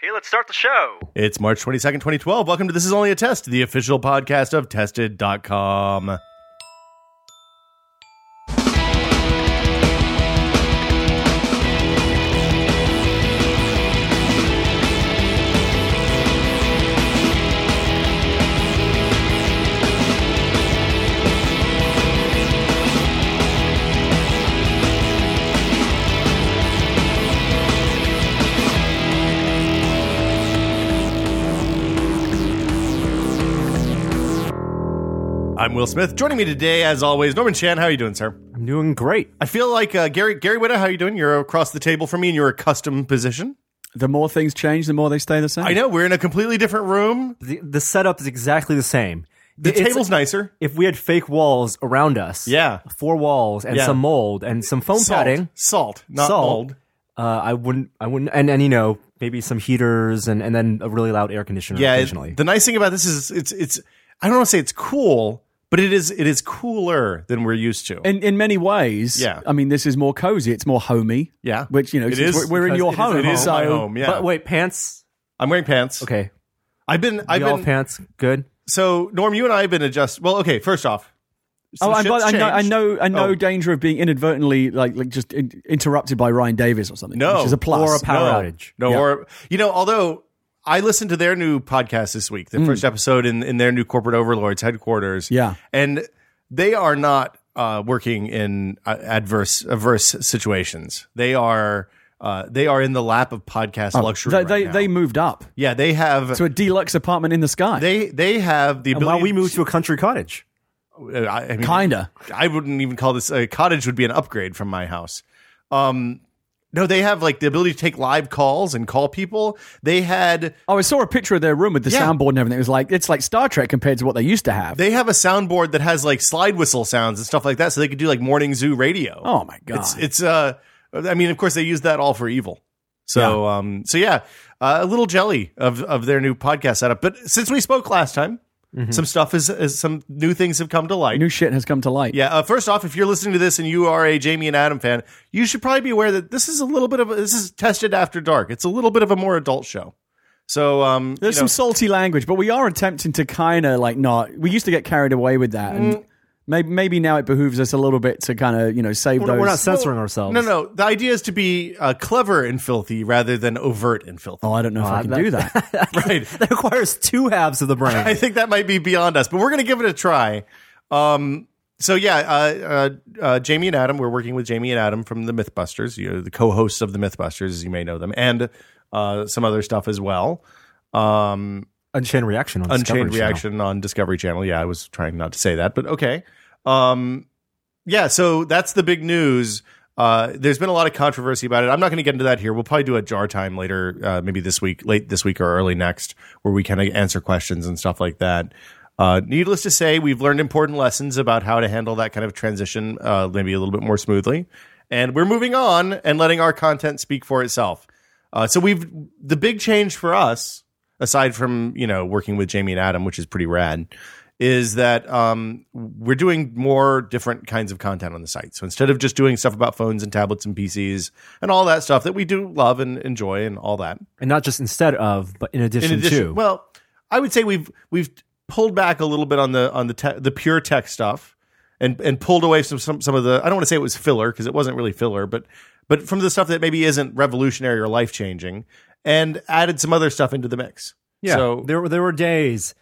Hey, let's start the show. It's March 22nd, 2012. Welcome to This Is Only a Test, the official podcast of Tested.com. I'm Will Smith. Joining me today, as always, Norman Chan. How are you doing, sir? I'm doing great. I feel like uh, Gary Gary Witta. How are you doing? You're across the table from me in your accustomed position. The more things change, the more they stay the same. I know we're in a completely different room. the, the setup is exactly the same. The It's- table's nicer. If we had fake walls around us, Yeah. four walls and Yeah. some mold and some foam padding, salt, not salt, mold. Uh, I wouldn't, I wouldn't, and and you know maybe some heaters and and then a really loud air conditioner. Yeah. occasionally. it- the nice thing about this is it's it's. I don't want to say it's cool, but it is it is cooler than we're used to. In in many ways, Yeah. I mean, this is more cozy. It's more homey. Yeah. Which you know, It since is we're, we're in because your it is home. it is so oh, my home. Yeah. But wait, pants. I'm wearing pants. Okay, I've been I've y'all been pants good. so Norm. You and I have been adjust. Well, okay. First off. some oh, I'm, shit's I know, I changed. know, I know Oh. danger of being inadvertently like, like just in, interrupted by Ryan Davis or something. No. which is a plus. Or a power no, outage. No, Yeah. or you know, although I listened to their new podcast this week, the first episode in in their new corporate overlords headquarters. Mm. Yeah. and they are not uh, working in uh, adverse adverse situations. They are. Uh, they are in the lap of podcast luxury. Oh, they right they, now. they moved up yeah, they have to a deluxe apartment in the sky. they they have the And ability. while we move to a country cottage, uh, I, I mean, Kinda. I wouldn't even call this a cottage would be an upgrade from my house. Um, no, they have like the ability to take live calls and call people. They had Oh, I saw a picture of their room with the Yeah. soundboard and everything. It was like it's like Star Trek compared to what they used to have. they have a soundboard that has like slide whistle sounds and stuff like that, so they could do like morning zoo radio. oh my god! it's it's uh, I mean, of course they use that all for evil. So um, so yeah, uh, a little jelly of of their new podcast setup. But since we spoke last time, some stuff is, is some new things have come to light. New shit has come to light. Yeah. Uh, first off, if you're listening to this and you are a Jamie and Adam fan, you should probably be aware that this is a little bit of a, this is tested after dark. It's a little bit of a more adult show. So um, There's you know, some salty language, but we are attempting to kind of like not. We used to get carried away with that, and maybe maybe now it behooves us a little bit to kind of you know save we're, those. we're not censoring ourselves. no, no. The idea is to be uh, clever and filthy rather than overt and filthy. oh, I don't know if I can that- do that. Right. that requires two halves of the brain. I think that might be beyond us, but we're going to give it a try. Um, so yeah, uh, uh, uh, Jamie and Adam, we're working with Jamie and Adam from the MythBusters, you know, the co-hosts of the MythBusters, as you may know them, and uh, some other stuff as well. Um, Unchained reaction. On Discovery Unchained Channel. Reaction on Discovery Channel. Yeah, I was trying not to say that, but okay. Um, yeah, so that's the big news. Uh, there's been a lot of controversy about it. I'm not going to get into that here. We'll probably do a jar time later, uh, maybe this week, late this week or early next, where we kind of answer questions and stuff like that. Uh, needless to say, we've learned important lessons about how to handle that kind of transition, uh, maybe a little bit more smoothly. And we're moving on and letting our content speak for itself. Uh, so we've the big change for us, aside from you know working with Jamie and Adam, which is pretty rad, is that um, we're doing more different kinds of content on the site. So instead of just doing stuff about phones and tablets and PCs and all that stuff that we do love and enjoy and all that, and not just instead of, but in addition, in addition, to. well, I would say we've we've pulled back a little bit on the on the te- the pure tech stuff and and pulled away some some some of the I don't want to say it was filler because it wasn't really filler, but but from the stuff that maybe isn't revolutionary or life changing, and added some other stuff into the mix. Yeah. So there were there were days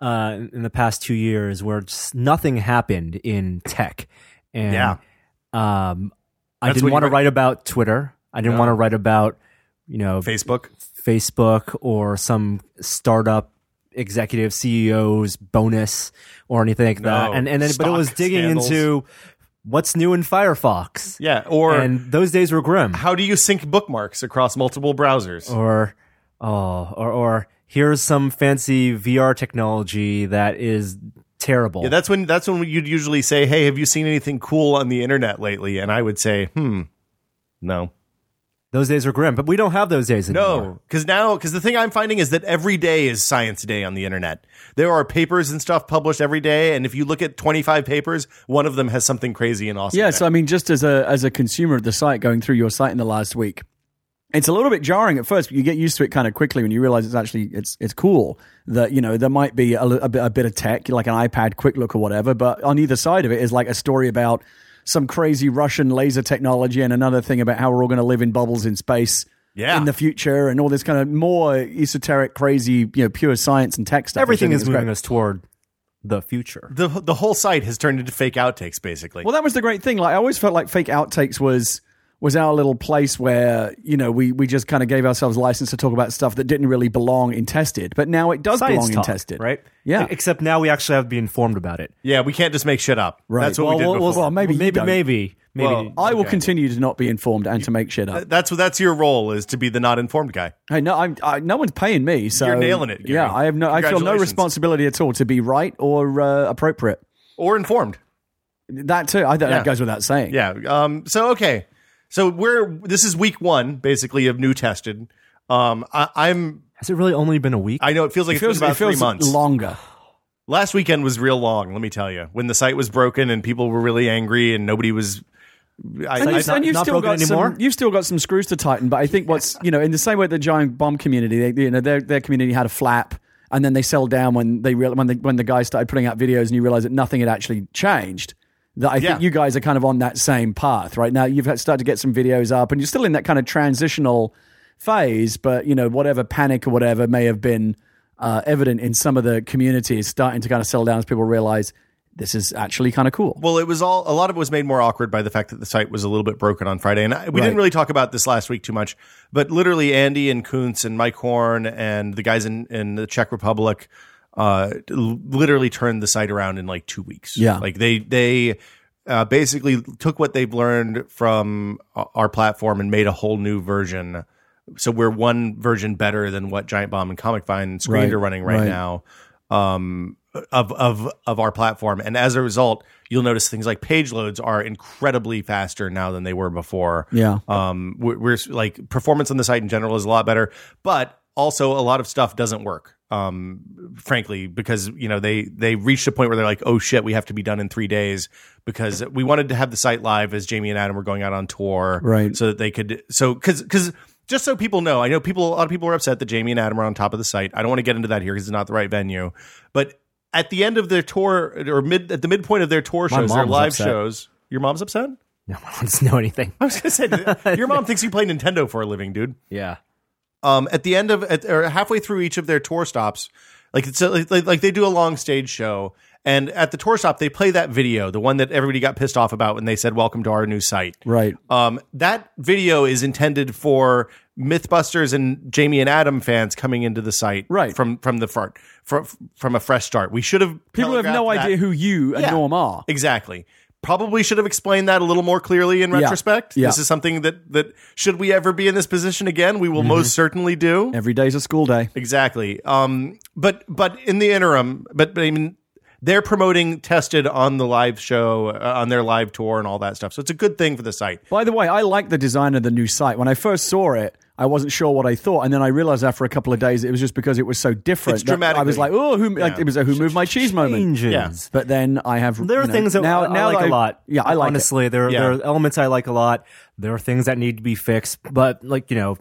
uh, in the past two years where just nothing happened in tech, and Yeah. um, I That's what didn't you want to write- write about Twitter. I didn't want to write about you know Facebook. Facebook or some startup executive CEO's bonus or anything like that. No. And and then, but it was Stock digging scandals. into what's new in Firefox. Yeah. Or and those days were grim. how do you sync bookmarks across multiple browsers? or oh or or here's some fancy VR technology that is terrible. Yeah, that's when that's when you'd usually say, "Hey, have you seen anything cool on the internet lately?" And I would say, "Hmm, no." those days are grim, but we don't have those days anymore. No, because now, because the thing I'm finding is that every day is science day on the internet. There are papers and stuff published every day, and if you look at 25 papers, one of them has something crazy and awesome. yeah, in it. so I mean, just as a as a consumer of the site, going through your site in the last week, it's a little bit jarring at first, but you get used to it kind of quickly when you realize it's actually it's it's cool that you know there might be a, li- a bit, a bit of tech like an iPad quick look or whatever, but on either side of it is like a story about some crazy Russian laser technology and another thing about how we're all going to live in bubbles in space Yeah. in the future and all this kind of more esoteric, crazy, you know, pure science and tech stuff. which I Everything think is moving great. us toward the future. The the whole site has turned into fake outtakes, basically. Well, that was the great thing. Like I always felt like fake outtakes was was our little place where you know we we just kind of gave ourselves license to talk about stuff that didn't really belong in tested, but now it does Science belong talk, in tested, right? Yeah. E- Except now we actually have to be informed about it. yeah, we can't just make shit up. Right. That's what we did Well, before. well, Well, maybe you maybe, don't. maybe, maybe. Well, Uh, I will Okay. continue to not be informed and to make shit up. that's what that's your role is to be the not informed guy. Hey, no, I'm, I, no one's paying me, so You're nailing it, Gary. Yeah, I have no, I feel no Congratulations. responsibility at all to be right or uh, appropriate. Or informed. That too, I, that Yeah. goes without saying. Yeah. Um so okay. So we're this is week one, basically, of new tested. Um I, I'm Has it really only been a week? I know it feels like it it feels, has been about it feels three months. longer. Last weekend was real long, let me tell you. When the site was broken and people were really angry and nobody was I, And, I- you've, and you've not still broken got anymore? some. You've still got some screws to tighten. But I think what's you know in the same way the giant bomb community, they, you know, their their community had a flap, and then they settled down when they real when the when the guys started putting out videos, and you realize that nothing had actually changed. That I Yeah. think you guys are kind of on that same path right now. You've had- started to get some videos up, and you're still in that kind of transitional phase. But you know whatever panic or whatever may have been uh, evident in some of the community is starting to kind of settle down as people realize this is actually kind of cool. Well, it was all a lot of it was made more awkward by the fact that the site was a little bit broken on Friday, and I, we didn't Right. really talk about this last week too much. But literally, Andy and Kuntz and Mike Horn and the guys in in the Czech Republic uh, l- literally turned the site around in like two weeks. Yeah. like they they. Uh, basically, took what they've learned from o- our platform and made a whole new version. So we're one version better than what Giant Bomb and Comic Vine and Screened Right, are running right, right. now um, of of of our platform, and as a result, you'll notice things like page loads are incredibly faster now than they were before. Yeah. um, we're, we're like performance on the site in general is a lot better, but also a lot of stuff doesn't work. Um, frankly, because you know they they reached a point where they're like, oh shit, we have to be done in three days because we wanted to have the site live as Jamie and Adam were going out on tour, Right. So that they could so because because. Just so people know, I know people. A lot of people are upset that Jamie and Adam are on top of the site. I don't want to get into that here because it's not the right venue. But at the end of their tour, or mid at the midpoint of their tour My shows, their mom's live upset. shows, your mom's upset. no one wants to know anything. I was gonna say your mom thinks you play Nintendo for a living, dude. Yeah. Um, at the end of at, or halfway through each of their tour stops, like it's a, like, like they do a long stage show, and at the tour stop they play that video, the one that everybody got pissed off about when they said "Welcome to our new site." Right. Um, that video is intended for MythBusters and Jamie and Adam fans coming into the site, Right. From from the front, from from a fresh start. We should have People have no telegraphed idea that. who you and Yeah. Norm are. Exactly. Probably should have explained that a little more clearly in retrospect. Yeah. This is something that that should we ever be in this position again, we Mm-hmm. will most certainly do. Every day's a school day. Exactly. Um but but in the interim, but, but I mean they're promoting tested on the live show uh, on their live tour and all that stuff. So it's a good thing for the site. By the way, I like the design of the new site. When I first saw it, I wasn't sure what I thought, and then I realized after a couple of days it was just because it was so different. It's that I dramatically- was like, "Oh, who?" Like, it was a "Who moved my cheese?" moment. Changes. Yeah. But then I have There are you know, things that now, I, now I like that a lot. Yeah, I like it. honestly. There, Yeah. there are elements I like a lot. There are things that need to be fixed, but like you know,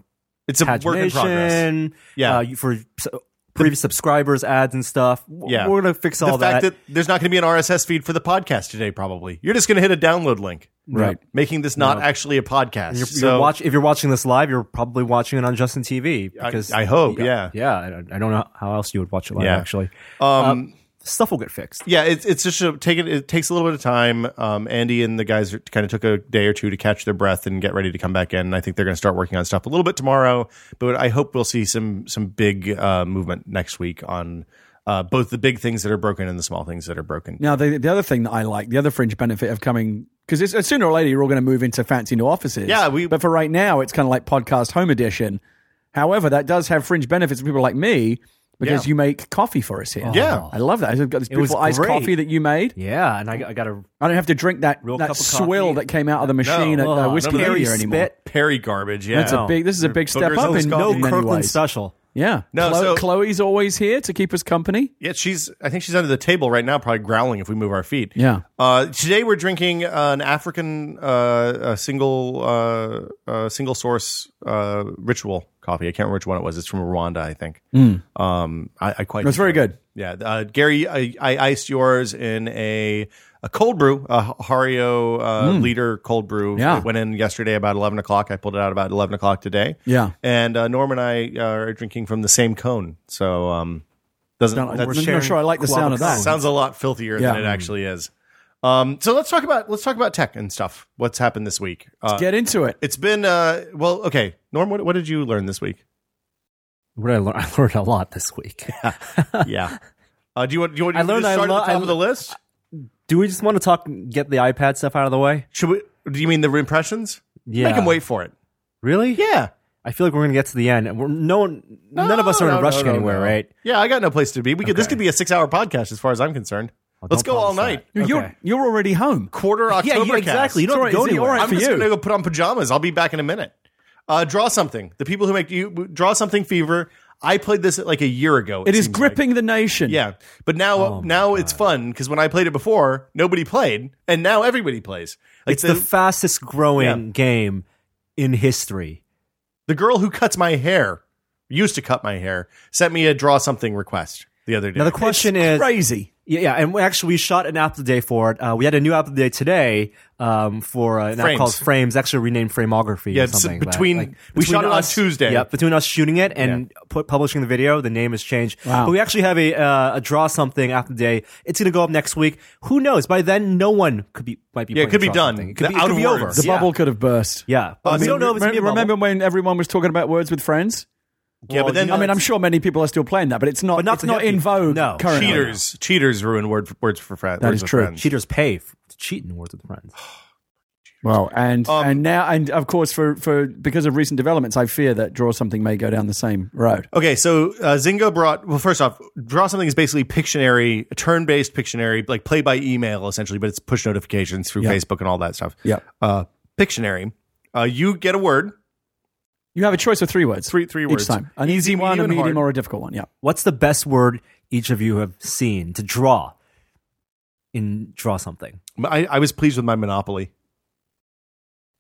It's a work in progress. pagination. Yeah. uh, you- for so, previous subscribers, ads and stuff. W- Yeah. we're gonna fix all the fact that. that there's not going to be an RSS feed for the podcast today probably. You're just going to hit a download link. Right. Making this not actually a podcast. You're- so you're watch, if you're watching this live, you're probably watching it on Justin TV because I hope, yeah. yeah. I, don't- I don't know how else you would watch it live. Yeah. Actually, Uh, um stuff will get fixed. yeah, it's it's just a, take it. It takes a little bit of time. Um, Andy and the guys kind of took a day or two to catch their breath and get ready to come back in. And I think they're going to start working on stuff a little bit tomorrow. But I hope we'll see some some big uh, movement next week on uh, both the big things that are broken and the small things that are broken. Now, the, the other thing that I like, the other fringe benefit of coming, because sooner or later you're all going to move into fancy new offices. Yeah, we- But for right now, it's kind of like podcast home edition. However, that does have fringe benefits for people like me because Yeah. you make coffee for us here. Yeah. I love that. I've got was this beautiful iced great. coffee that you made. Yeah, and I, I got a I don't have to drink that Real that cup of swill coffee. that came out of the machine No. at uh, Oh, none of Whiskey that. Area Spit. anymore. Perry garbage. Yeah, That's a big. This is a big step Boogers up always in got in no me. many Kirkland ways. special. Yeah. No, so- Chloe's always here to keep us company. Yeah, she's. I think she's under the table right now, probably growling if we move our feet. Yeah. Uh, today we're drinking uh, an African uh, a single uh, uh, single source uh, ritual coffee. I can't remember which one it was. It's from Rwanda, I think. Um, I, I quite. It's Hmm. very enjoy it. good. Yeah, uh, Gary, I, I iced yours in a a cold brew, a Hario uh, liter cold brew. Hmm. Yeah. it went in yesterday about eleven o'clock. I pulled it out about eleven o'clock today. Yeah. and uh, Norm and I uh, are drinking from the same cone, so um, doesn't Don't- that's- I'm not sure I like the sound of that. Sounds a lot filthier Yeah. than it actually is. Um, so let's talk about let's talk about tech and stuff. What's happened this week? Uh, Get into it. it's been uh, well, okay, Norm. What, what did you learn this week? What I, lear- I learned a lot this week. Yeah. Uh, do you want? Do you want I to learned I start lo- at the top I- of the list? Do we just want to talk? Get the iPad stuff out of the way. Should we? Do you mean the impressions? Yeah. Make them wait for it. Really? Yeah. I feel like we're gonna get to the end. and We're, no one, none of us are No, no, rushing no, no, anywhere, no. right? Yeah, I got no place to be. We could. This could be a six-hour podcast, as far as I'm concerned. Let's don't go all promise night. Dude, You're Okay. you're already home. Quarter October. yeah, exactly. You don't It's have to all go right- it's all anywhere. right I'm for just you. gonna go put on pajamas. I'll be back in a minute. Uh, draw something. The people who make you draw something fever. I played this like a year ago. It is seems like. gripping the nation. Yeah, but now Oh now it's fun because when I played it before, nobody played, and now everybody plays. Like It's the the fastest growing game in history. the girl who cuts my hair used to cut my hair sent me a draw something request the other day. Now the question is, Crazy. yeah, yeah, and we actually we shot an app of the day for it. Uh, we had a new app of the day today um, for uh, an Frames. app called Frames, actually renamed Framography. Yeah, or it's something but, between- we shot it on Tuesday. Yeah, between us shooting it and pu- publishing the video, the name has changed. Wow. But we actually have a uh, a draw something app of the day. It's going to go up next week. Who knows? By then, no one could be might be. Yeah, it playing could be Draw done. Something. It The could be, it out could of be words. over. The yeah. bubble could have burst. Yeah, but I we mean, don't know if it's going to be a remember, bubble. remember when everyone was talking about words with friends? yeah, but then I mean, I'm sure many people are still playing that, but it's not. not it's the not hip in people. vogue. No. currently. cheaters cheaters ruin word words for friends. That is true. cheaters pay f- to cheat in Words with Friends. Well, and Um, and now and of course for for because of recent developments, I fear that draw something may go down the same road. Okay, so uh, Zynga brought. Well, first off, draw something is basically Pictionary, turn-based Pictionary, like play by email essentially, but it's push notifications through Yeah. Facebook and all that stuff. Yeah, Uh, Pictionary, uh, you get a word, you have a choice of three words. three three each words time, an easy, one, a medium, and medium, hard. or a difficult one. Yeah, What's the best word each of you have seen to draw? In draw something I, I was pleased with my Monopoly.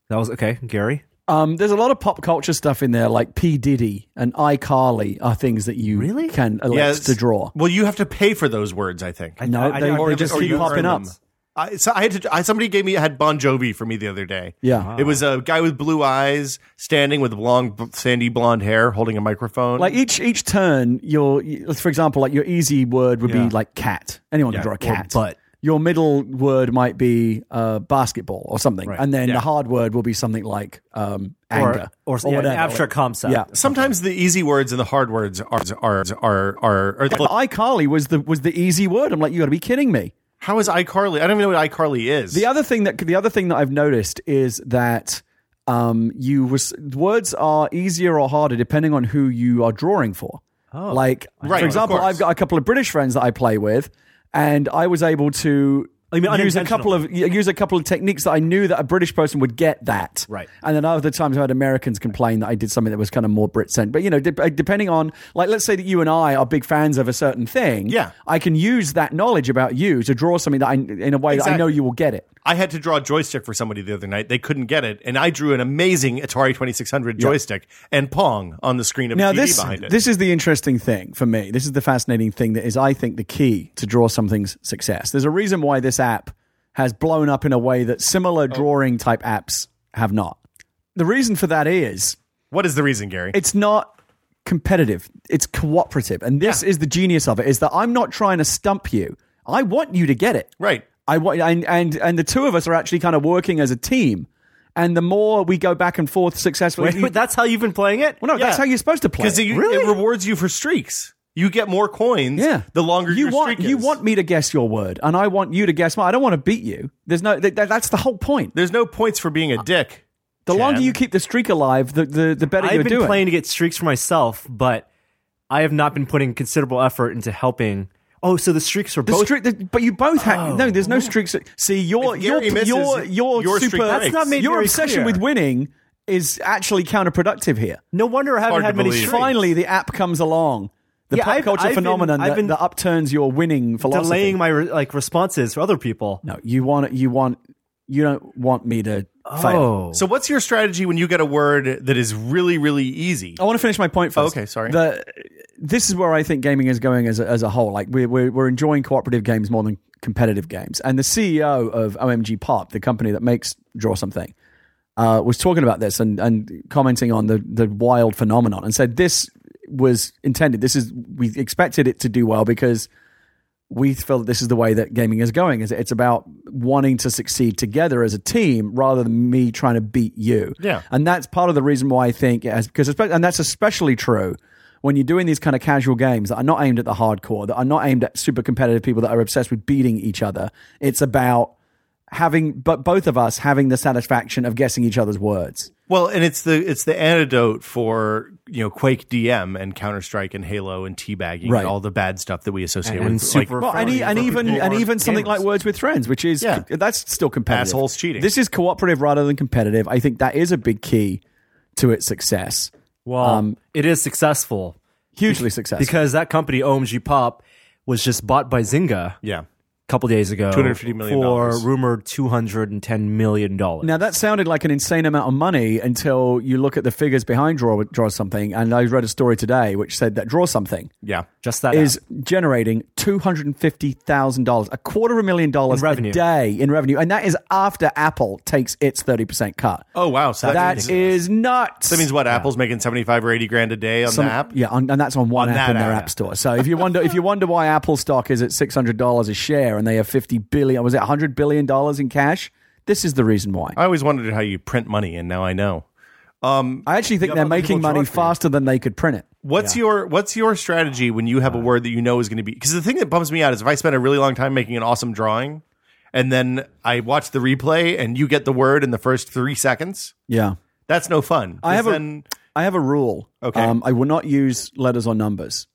that was okay, Gary. um, there's a lot of pop culture stuff in there, like P Diddy and iCarly are things that you Really? can elect Yes. to draw. Well, you have to pay for those words, I think. No, I- I- they, I- they or just or keep you popping earn up. them. I, so I had to. I, somebody gave me had Bon Jovi for me the other day. Yeah, It was a guy with blue eyes standing with long, sandy blonde hair, holding a microphone. like each each turn, your for example, like your easy word would be like cat. Anyone can draw a cat, butt. your middle word might be uh, basketball or something, and then the hard word will be something like um, anger or, yeah, an whatever. abstract concept. Yeah. Sometimes the easy words and the hard words are are are are. are But iCarly was the was the easy word. I'm like, you got to be kidding me. how is iCarly? I don't even know what iCarly is. The other thing that the other thing that I've noticed is that um, you was, words are easier or harder depending on who you are drawing for. Oh, like Right, for example, of course. I've got a couple of British friends that I play with, and I was able to. you mean use a unintentional. couple of use a couple of techniques that I knew that a British person would get that, Right. And then other times I had Americans complain that I did something that was kind of more Brit centric. But you know, de- depending on like, let's say that you and I are big fans of a certain thing, Yeah. I can use that knowledge about you to draw something that I in a way that I know Exactly. you will get it. I had to draw a joystick for somebody the other night. They couldn't get it, and I drew an amazing Atari Twenty Six Hundred joystick and Pong on the screen of Now a TV this behind it. this is the interesting thing for me. This is the fascinating thing that is, I think, the key to draw something's success. There's a reason why this app has blown up in a way that similar drawing type apps have not. The reason for that is what is the reason, Gary? it's not competitive it's cooperative and this is the genius of it is that i'm not trying to stump you i want you to get it right. i want and and and the two of us are actually kind of working as a team and the more we go back and forth successfully Wait, wait, that's how you've been playing it. well no that's yeah. how you're supposed to play Because it, it rewards you for streaks. You get more coins. Yeah, The longer you your want, streak you is. want me to guess your word, and I want you to guess mine. I don't want to beat you. There's no that, that- that's the whole point. There's no points for being a dick. The longer Jan. you keep the streak alive, the the, the better I've you're been doing. playing to get streaks for myself, but I have not been putting considerable effort into helping. Oh, so the streaks are the both. streak, the, but you both have no. There's no streaks. See, your Oh. If your Gary misses, your your your streak super. breaks. That's not made your very obsession clear. with winning is actually counterproductive here. No wonder I haven't Hard had to many believe. streaks. Finally, the app comes along. The Yeah, pop I've- culture I've been- phenomenon I've that, been that upturns your winning philosophy. Delaying my re- like responses for other people. no, you want you want you don't want me to fail. Oh, So what's your strategy when you get a word that is really really easy? I want to finish my point first. Okay, sorry. The, this is where I think gaming is going as a, as a whole. Like we're, we're we're enjoying cooperative games more than competitive games. And the CEO of OMG Pop, the company that makes Draw Something, uh, was talking about this and and commenting on the the wild phenomenon and said this was intended. This is we expected it to do well because we feel that this is the way that gaming is going. Is it's about wanting to succeed together as a team rather than me trying to beat you. Yeah. and that's part of the reason why I think it has because espe- and that's especially true when you're doing these kind of casual games that are not aimed at the hardcore, that are not aimed at super competitive people that are obsessed with beating each other. It's about having but both of us having the satisfaction of guessing each other's words. Well, and it's the it's the antidote for you know Quake DM and Counter Strike and Halo and teabagging Right. and all the bad stuff that we associate And with super like, Well, and, e- and for even people who and aren't even something gamers. like words with friends, which is Yeah. that's still competitive. Assholes cheating. This is cooperative rather than competitive. I think that is a big key to its success. well, um, it is successful Hugely successful. because that company OMG Pop was just bought by Zynga. yeah. couple days ago $250 million for rumored $210 million. now that sounded like an insane amount of money until you look at the figures behind draw draw something. And I read a story today which said that draw something Yeah. just that is generating two hundred and fifty thousand dollars, a quarter of a million dollars In revenue. a day in revenue, and that is after Apple takes its thirty percent cut. Oh wow. So that, that means, is nuts. that means what Apple's making seventy five or eighty grand a day on the app. Yeah, on, and that's on one On app in that their app. app store. So if you wonder if you wonder why Apple stock is at six hundred dollars a share and they have fifty billion, was it hundred billion dollars in cash? This is the reason why. I always wondered how you print money, and now I know. I actually think they're other people making money charge for you. faster than they could print it. What's your What's your strategy when you have Uh. a word that you know is going to be? Because the thing that bums me out is if I spend a really long time making an awesome drawing, and then I watch the replay and you get the word in the first three seconds. Yeah. That's no fun. I have a- then I have a rule. Okay. Um, I will not use letters or numbers.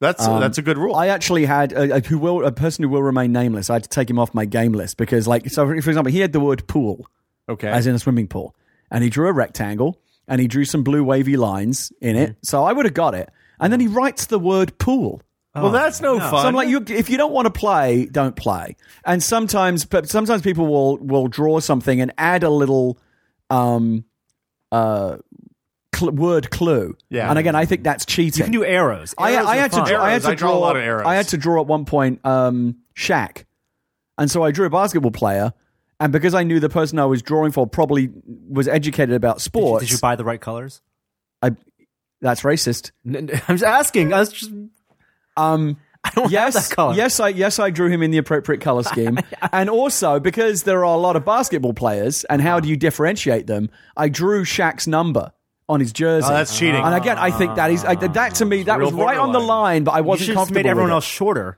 that's that's a good rule. um, I actually had a, a- who will a person who will remain nameless. I had to take him off my game list because, like, so for, for example, he had the word pool okay. as in a swimming pool, and he drew a rectangle and he drew some blue wavy lines in it. Mm-hmm. So I would have got it. And then he writes the word pool. well, that's no, fun. oh, So I'm like, you, if you don't want to play, don't play. And sometimes, but sometimes people will will draw something and add a little um, uh, cl- word clue. Yeah. And again, I think that's cheating. you can do arrows. I, Arrows I are had to fun. draw. I had Arrows. to I draw a lot of draw. arrows. I had to draw at one point um, Shaq, and so I drew a basketball player. And because I knew the person I was drawing for probably was educated about Did you, sports, did you buy the right colors? I, that's racist. N- n- I'm just asking. I was just. Um, I don't have yes, that color. yes, I yes I drew him in the appropriate color scheme, and also because there are a lot of basketball players, and how do you differentiate them? I drew Shaq's number on his jersey. Oh, that's cheating. And again, I think that is I, that to me that Real was right on the borderline. line, but I You wasn't should have comfortable. made everyone with it. else shorter,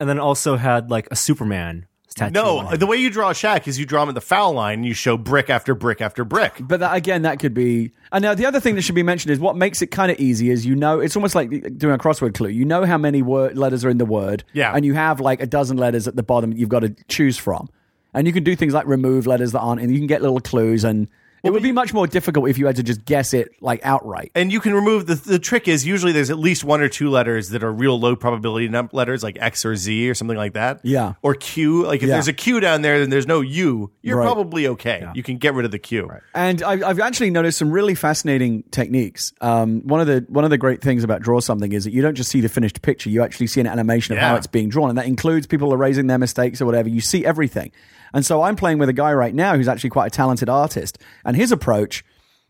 and then also had like a Superman tattoo. on no, it. the way you draw Shaq is you draw him at the foul line and you show brick after brick after brick. But that, again, that could be. And now the other thing that should be mentioned is what makes it kind of easy is you know it's almost like doing a crossword clue. You know how many word letters are in the word, Yeah. and you have like a dozen letters at the bottom that you've got to choose from, and you can do things like remove letters that aren't, and you can get little clues, and it would be much more difficult if you had to just guess it like outright. And you can remove the the trick is usually there's at least one or two letters that are real low probability num- letters like X or Z or something like that. Yeah. Or Q. Like if Yeah. there's a Q down there, then there's no U. You're Right. probably okay. You can get rid of the Q. And I've, I've actually noticed some really fascinating techniques. Um, one of the one of the great things about draw something is that you don't just see the finished picture; you actually see an animation of Yeah. how it's being drawn, and that includes people erasing their mistakes or whatever. You see everything. And so I'm playing with a guy right now who's actually quite a talented artist, and his approach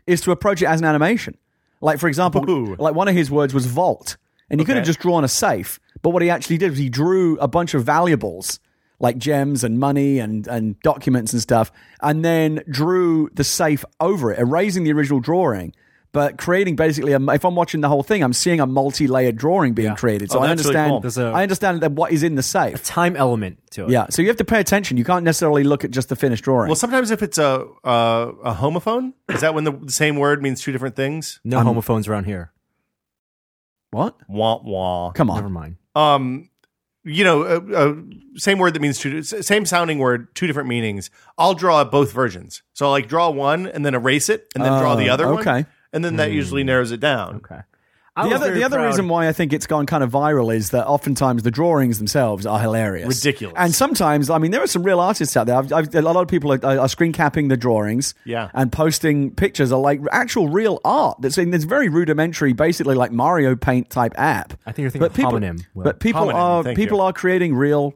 is to approach it as an animation. Like for example, Ooh. like one of his words was vault, and he could have Okay. just drawn a safe, but what he actually did was he drew a bunch of valuables like gems and money and and documents and stuff, and then drew the safe over it, erasing the original drawing. But creating basically, a, if I'm watching the whole thing, I'm seeing a multi-layered drawing being created. So Oh, I that's really understand. cool. There's a- I understand that what is in the safe. time element to it. Yeah. So you have to pay attention. You can't necessarily look at just the finished drawing. Well, sometimes if it's a uh, a homophone, is that when the the same word means two different things? No homophones around here. what? Wah wah. Come Never on. mind. Um, you know, uh, uh, same word that means two, s- same sounding word, two different meanings. I'll draw both versions. So I'll like draw one and then erase it and then draw Oh, the other one. okay. And then that usually narrows it down. Hmm. Okay. I The was other, very the other proud. reason why I think it's gone kind of viral is that oftentimes the drawings themselves are hilarious, Ridiculous. and sometimes I mean there are some real artists out there. I've, I've, a lot of people are, are screen capping the drawings, Yeah. and posting pictures of like actual real art. That's in this very rudimentary, basically like Mario Paint type app. I think you're thinking but of people, homonym, Will. but people Homonym, are thank people you. are creating real.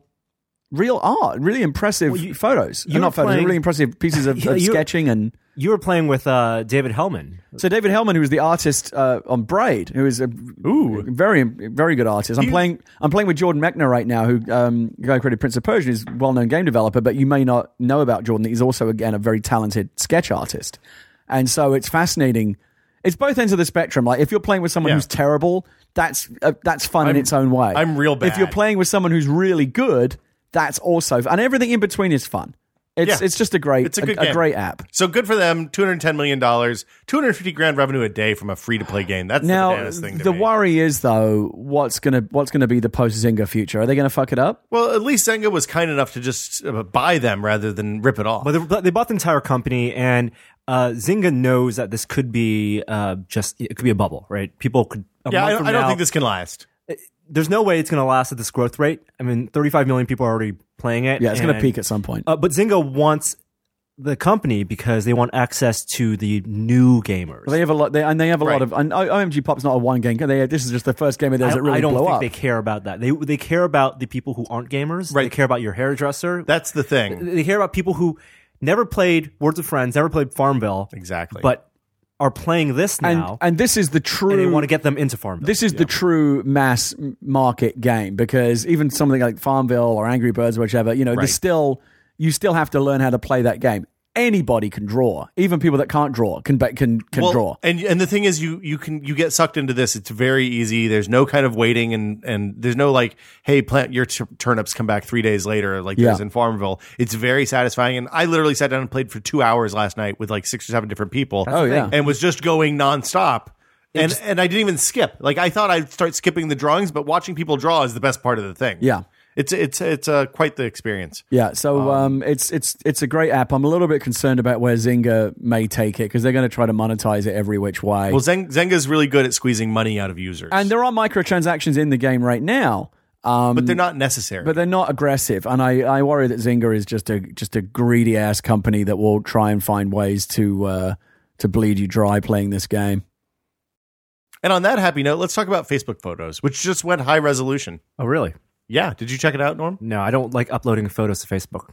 Real art, really impressive you- photos. you You're not were photos, playing- really impressive pieces of, Yeah, of you- sketching and you were playing with uh, David Hellman. so David Hellman, who was the artist uh, on Braid, who is a very very good artist. I'm playing I'm playing with Jordan Mechner right now, who um, the guy who created Prince of Persia is a well known game developer, but you may not know about Jordan. He's also again a very talented sketch artist, and so it's fascinating. It's both ends of the spectrum. Like if you're playing with someone Yeah. who's terrible, that's uh, that's fun in its own way. I'm real If you're bad. playing with someone who's really good, that's also and everything in between is fun. It's Yeah. it's just a great It's a good a game. great app. So good for them. Two hundred ten million dollars, two hundred fifty grand revenue a day from a free to play game. That's the Now bananas thing. To the me. worry is though what's gonna what's gonna be the post Zynga future? Are they gonna fuck it up? well, at least Zenga was kind enough to just uh, buy them rather than rip it off. But they, but they bought the entire company, and uh, Zynga knows that this could be uh, just it could be a bubble, right? People could. a yeah, I month don't, from I don't now- think this can last. There's no way it's going to last at this growth rate. I mean, 35 million people are already playing it. Yeah, it's gonna and- peak at some point. Uh, but Zynga wants the company because they want access to the new gamers. they have a lot, they, and they have a Right. lot of. And O- OMG Pop's not a one game. They, this is just the first game of I, theirs that really I don't blow think up. they care about that. They they care about the people who aren't gamers. They Right. care about your hairdresser. That's the thing. they care about people who never played Words of Friends, never played Farmville, Exactly. but are playing this and now, and, and this is the true. they want to get them into Farmville. this is the true mass m- market game because even something like Farmville or Angry Birds, or whichever, you know, there's still you still have to learn how to play that game. Anybody can draw, even people that can't draw can be- can can Well, draw. And and the thing is, you you can you get sucked into this. It's very easy. There's no kind of waiting, and and there's no like, hey, plant your t- turnips, come back three days later, like Yeah. there's in Farmville. It's very satisfying. And I literally sat down and played for two hours last night with like six or seven different people. Oh, the yeah. thing. and was just going nonstop. And, and I didn't even skip. Like I thought I'd start skipping the drawings, but watching people draw is the best part of the thing. Yeah. it's it's it's uh, quite the experience. Yeah, so um, it's it's it's a great app. I'm a little bit concerned about where Zynga may take it because they're going to try to monetize it every which way. Well, Zeng- Zenga's really good at squeezing money out of users, and there are microtransactions in the game right now, um, but they're not necessary. but they're not aggressive. And I, I worry that Zynga is just a just a greedy ass company that will try and find ways to uh, to bleed you dry playing this game. And on that happy note, let's talk about Facebook photos, which just went high resolution. oh, really? Yeah, did you check it out, Norm? No, I don't like uploading photos to Facebook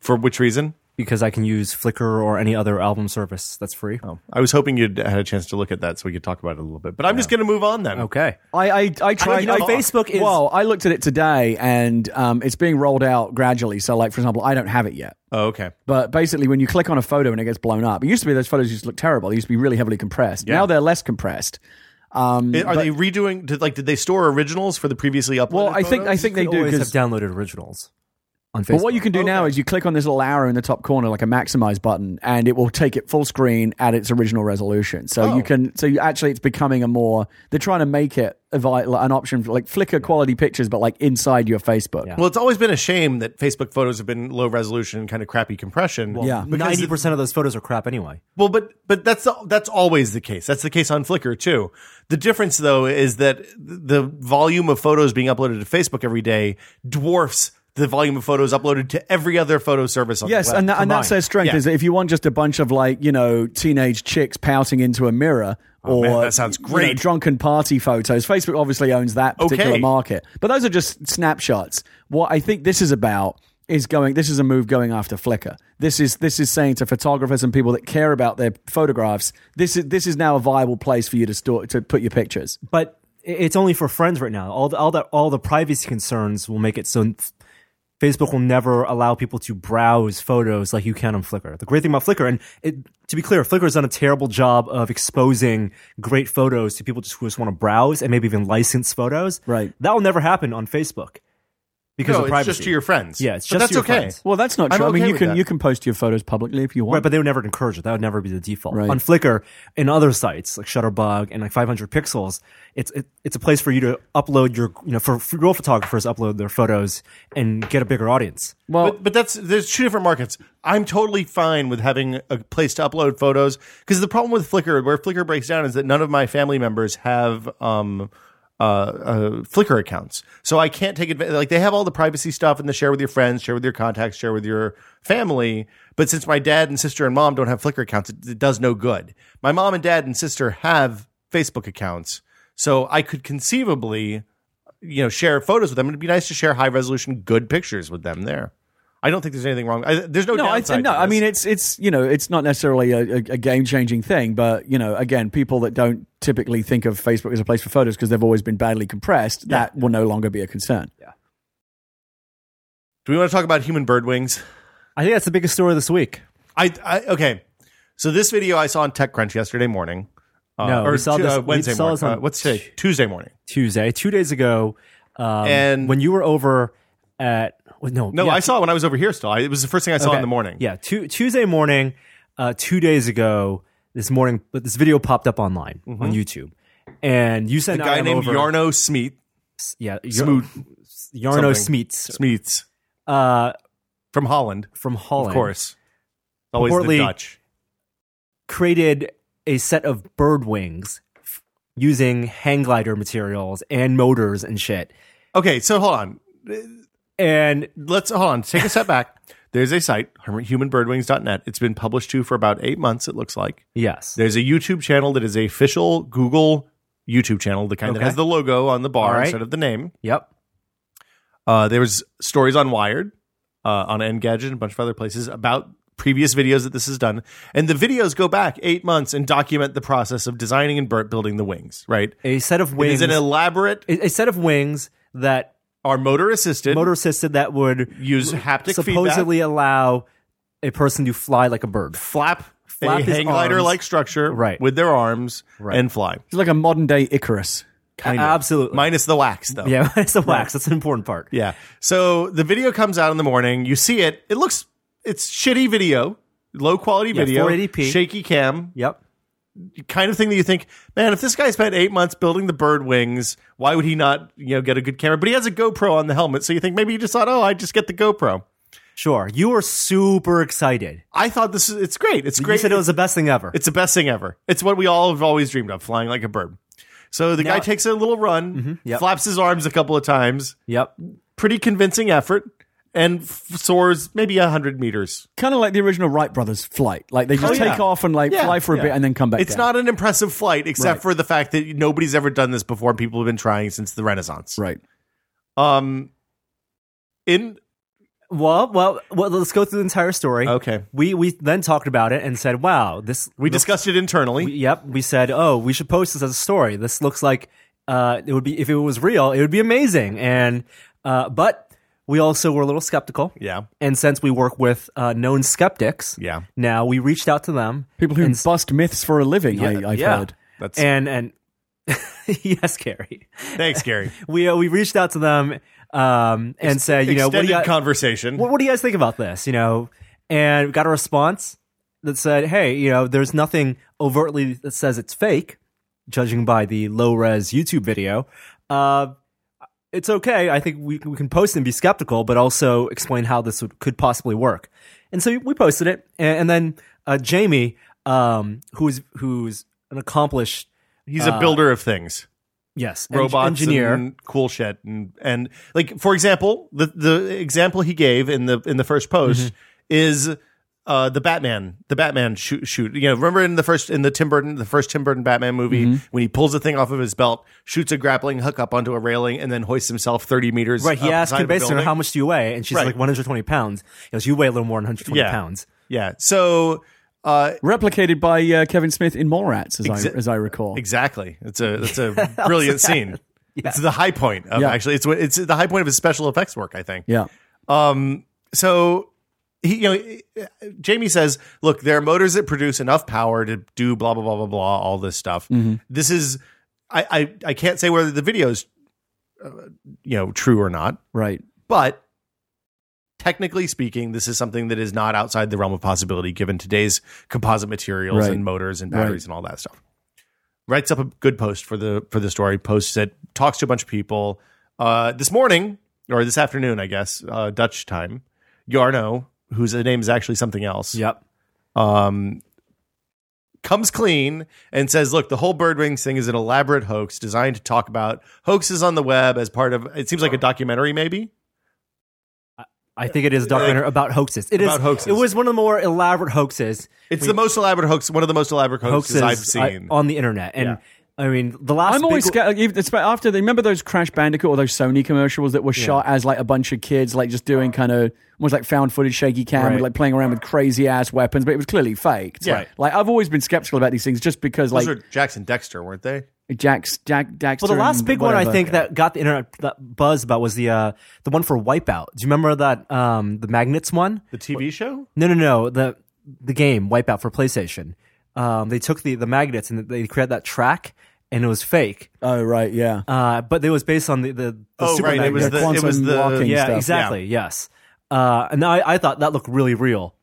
For which reason? because I can use Flickr or any other album service that's free. Oh, I was hoping you'd had a chance to look at that so we could talk about it a little bit. But I'm just going to move on then. Okay. I I, I tried. you know, I- Facebook is- Well, I looked at it today, and um, it's being rolled out gradually. So, like for example, I don't have it yet. Oh, okay. But basically, when you click on a photo and it gets blown up, it used to be those photos used to look terrible. They used to be really heavily compressed. Now they're less compressed. Mm, Are they redoing? Did, like, did they store originals for the previously uploaded? Well, I think I photos? You think they could do always have because. downloaded originals on Facebook. But what you can do now is you click on this little arrow in the top corner, like a maximize button, and it will take it full screen at its original resolution. So Oh. you can, so you actually, it's becoming a more. They're trying to make it a vi- an option for like Flickr quality pictures, but like inside your Facebook. Well, it's always been a shame that Facebook photos have been low resolution, kind of crappy compression. Well, Yeah. because ninety percent of those photos are crap anyway. Well, but but that's the, that's always the case. That's the case on Flickr too. The difference though is that th- the volume of photos being uploaded to Facebook every day dwarfs the volume of photos uploaded to every other photo service on Yes, the web. and, that, and that's their strength Yeah. is that if you want just a bunch of like you know teenage chicks pouting into a mirror or Oh, man, that sounds you know, great. drunken party photos. Facebook obviously owns that particular Okay. market, but those are just snapshots. What I think this is about is going. This is a move going after Flickr. This is this is saying to photographers and people that care about their photographs, this is this is now a viable place for you to store to put your pictures. But i- it's only for friends right now. All the, all that all the privacy concerns will make it so n- Facebook will never allow people to browse photos like you can on Flickr. The great thing about Flickr, and it, to be clear, Flickr has done a terrible job of exposing great photos to people just who just want to browse and maybe even license photos. Right. That will never happen on Facebook. because No, of it's privacy. just to your friends. Yeah, it's But just that's to your okay. friends. Well, that's not I'm true. I okay mean, you with can that. you can post your photos publicly if you want. Right, but they would never encourage it. That would never be the default. Right. On Flickr and other sites like Shutterbug and like 500 Pixels, it's it, it's a place for you to upload your you know for, for real photographers to upload their photos and get a bigger audience. well, but, but that's there's two different markets. I'm totally fine with having a place to upload photos because the problem with Flickr, where Flickr breaks down, is that none of my family members have um, uh, uh, Flickr accounts, so I can't take advantage. Like they have all the privacy stuff and the share with your friends, share with your contacts, share with your family. But since my dad and sister and mom don't have Flickr accounts, it, it does no good. My mom and dad and sister have Facebook accounts, so I could conceivably. You know, share photos with them. It'd be nice to share high resolution, good pictures with them there. I don't think there's anything wrong. I, there's no, no, I, downside. no. to I this. mean, it's it's you know, it's not necessarily a, a, a game changing thing, but you know, again, people that don't typically think of Facebook as a place for photos because they've always been badly compressed, that will no longer be a concern. do we want to talk about human bird wings? I think that's the biggest story this week. I, I okay. So this video I saw on TechCrunch yesterday morning. Uh, No, or we saw Tu- this- uh, we Wednesday saw morning. this on Uh, what's today? Tuesday morning. Tuesday, two days ago, um, And- when you were over at well, no No, yeah, I saw it when I was over here. Still, I, it was the first thing I saw Okay. in the morning. Yeah, Tu- Tuesday morning, uh, two days ago, this morning, but this video popped up online on YouTube, and you a sent Mm-hmm. guy IM named over, Yarno Smith yeah, Yarno Smoot Smeets, Smeets uh, from Holland, from Holland, of course. Always the Purportedly- Dutch. created a set of bird wings f- using hang glider materials and motors and shit, Okay, so hold on. and let's hold on take a step back there's a site humanbirdwings.net it's been published to for about eight months it looks like yes, there's a youtube channel that is the official google youtube channel the kind that Okay. has the logo on the bar All right. instead of the name yep, uh, there was stories on wired uh, on engadget and a bunch of other places about previous videos that this has done and the videos go back eight months and document the process of designing and bir- building the wings right a set of it wings, is an elaborate a a set of wings that are motor assisted motor assisted that would use haptic feedback supposedly allow a person to fly like a bird. flap, Flap a his hang glider like arms. structure Right. with their arms Right. and fly. It's like a modern day Icarus. Uh, Absolutely. Minus the wax though. yeah, it's the wax. That's an important part. Yeah. So the video comes out in the morning. You see it. It looks it's shitty video, low quality video, 480p. shaky cam, Yep. kind of thing that you think, man, if this guy spent eight months building the bird wings, why would he not, you know, get a good camera? But he has a GoPro on the helmet, so you think maybe he just thought, oh, I just get the GoPro. Sure. You were super excited. I thought this is it's great. It's You great. said it was the best thing ever. It's the best thing ever. It's what we all have always dreamed of, flying like a bird. So the guy takes a little run, Mm-hmm, yep. flaps his arms a couple of times, yep. pretty convincing effort, and f- soars maybe 100 meters. Kind of like the original Wright brothers flight. Like they just Oh, yeah. take off and like Yeah, fly for a yeah. bit and then come back. It's down. not an impressive flight, except Right. for the fact that nobody's ever done this before. People have been trying since the Renaissance. right. Um, in Well, well, well, let's go through the entire story. Okay. We we then talked about it and said, "Wow, this we discussed it internally. Yep, we said, "Oh, we should post this as a story. This looks like uh, it would be if it was real, it would be amazing." And uh, but we also were a little skeptical. yeah, And since we work with uh, known skeptics, Yeah. now we reached out to them. People who bust myths for a living. I, I've yeah. heard. that's and and yes, Gary. thanks, Gary. We uh, we reached out to them um, and said, you know, what do you, Extended guys, conversation. what, what do you guys think about this? You know, and we got a response that said, hey, you know, there's nothing overtly that says it's fake, judging by the low res YouTube video. Uh, it's okay. I think we, we can post and be skeptical, but also explain how this would, could possibly work. And so we posted it, and, and then uh, Jamie, um, who's who's an accomplished He's Uh, a builder of things. Yes, eng- robots engineer. and cool shit and and like for example the the example he gave in the in the first post Mm-hmm. is uh the batman the batman shoot shoot you know remember in the first in the tim burton the first tim burton batman movie Mm-hmm. when he pulls a thing off of his belt shoots a grappling hook up onto a railing and then hoists himself 30 meters right, he up asked the side her of a based on building. how much do you weigh, and she's Right. like 120 pounds. He goes, you weigh a little more than 120 Yeah. pounds. yeah so uh Replicated by uh, Kevin Smith in Mallrats, as Exa- I as I recall. Exactly. It's a that's a brilliant scene. It's the high point of Yeah. actually it's what it's the high point of his special effects work, I think. Yeah. Um so he you know Jamie says, look, there are motors that produce enough power to do blah blah blah blah blah all this stuff. This is I, I I can't say whether the video is uh, you know true or not, Right. But technically speaking, this is something that is not outside the realm of possibility given today's composite materials Right. and motors and batteries and all that stuff. Writes up a good post for the for the story. Posts it. Talks to a bunch of people. Uh, this morning or this afternoon, I guess uh, Dutch time. Yarno, whose name is actually something else, Yep. um, comes clean and says, "Look, the whole bird rings thing is an elaborate hoax designed to talk about hoaxes on the web as part of. It seems like a documentary, maybe. I think it is a documentary about hoaxes. It is. About hoaxes. It was one of the more elaborate hoaxes. It's the most elaborate hoax, one of the most elaborate hoaxes, hoaxes I've I- seen. on the internet. And I mean, the last I'm big always one- scared. Like, even- it's about after they remember those Crash Bandicoot or those Sony commercials that were shot as like a bunch of kids, like just doing kind of almost like found footage, shaky cam, Right. with, like playing around with crazy ass weapons, but it was clearly fake. Yeah. Right. Like I've always been skeptical about these things, just because Those like were Jackson Dexter, weren't they? Jack's Jack Daxter. Well, the last and big one I whatever. think that got the internet that buzz about was the uh, the one for Wipeout. Do you remember that um, the magnets one? The TV show? No, no, no. The the game Wipeout for PlayStation. Um, they took the the magnets and they created that track, and it was fake. Oh right, yeah. Uh, but it was based on the the, the Oh, super right. It magnet. was Yeah, the. It was quantum the. walking yeah, stuff. exactly. Yes. Uh, and I, I thought that looked really real.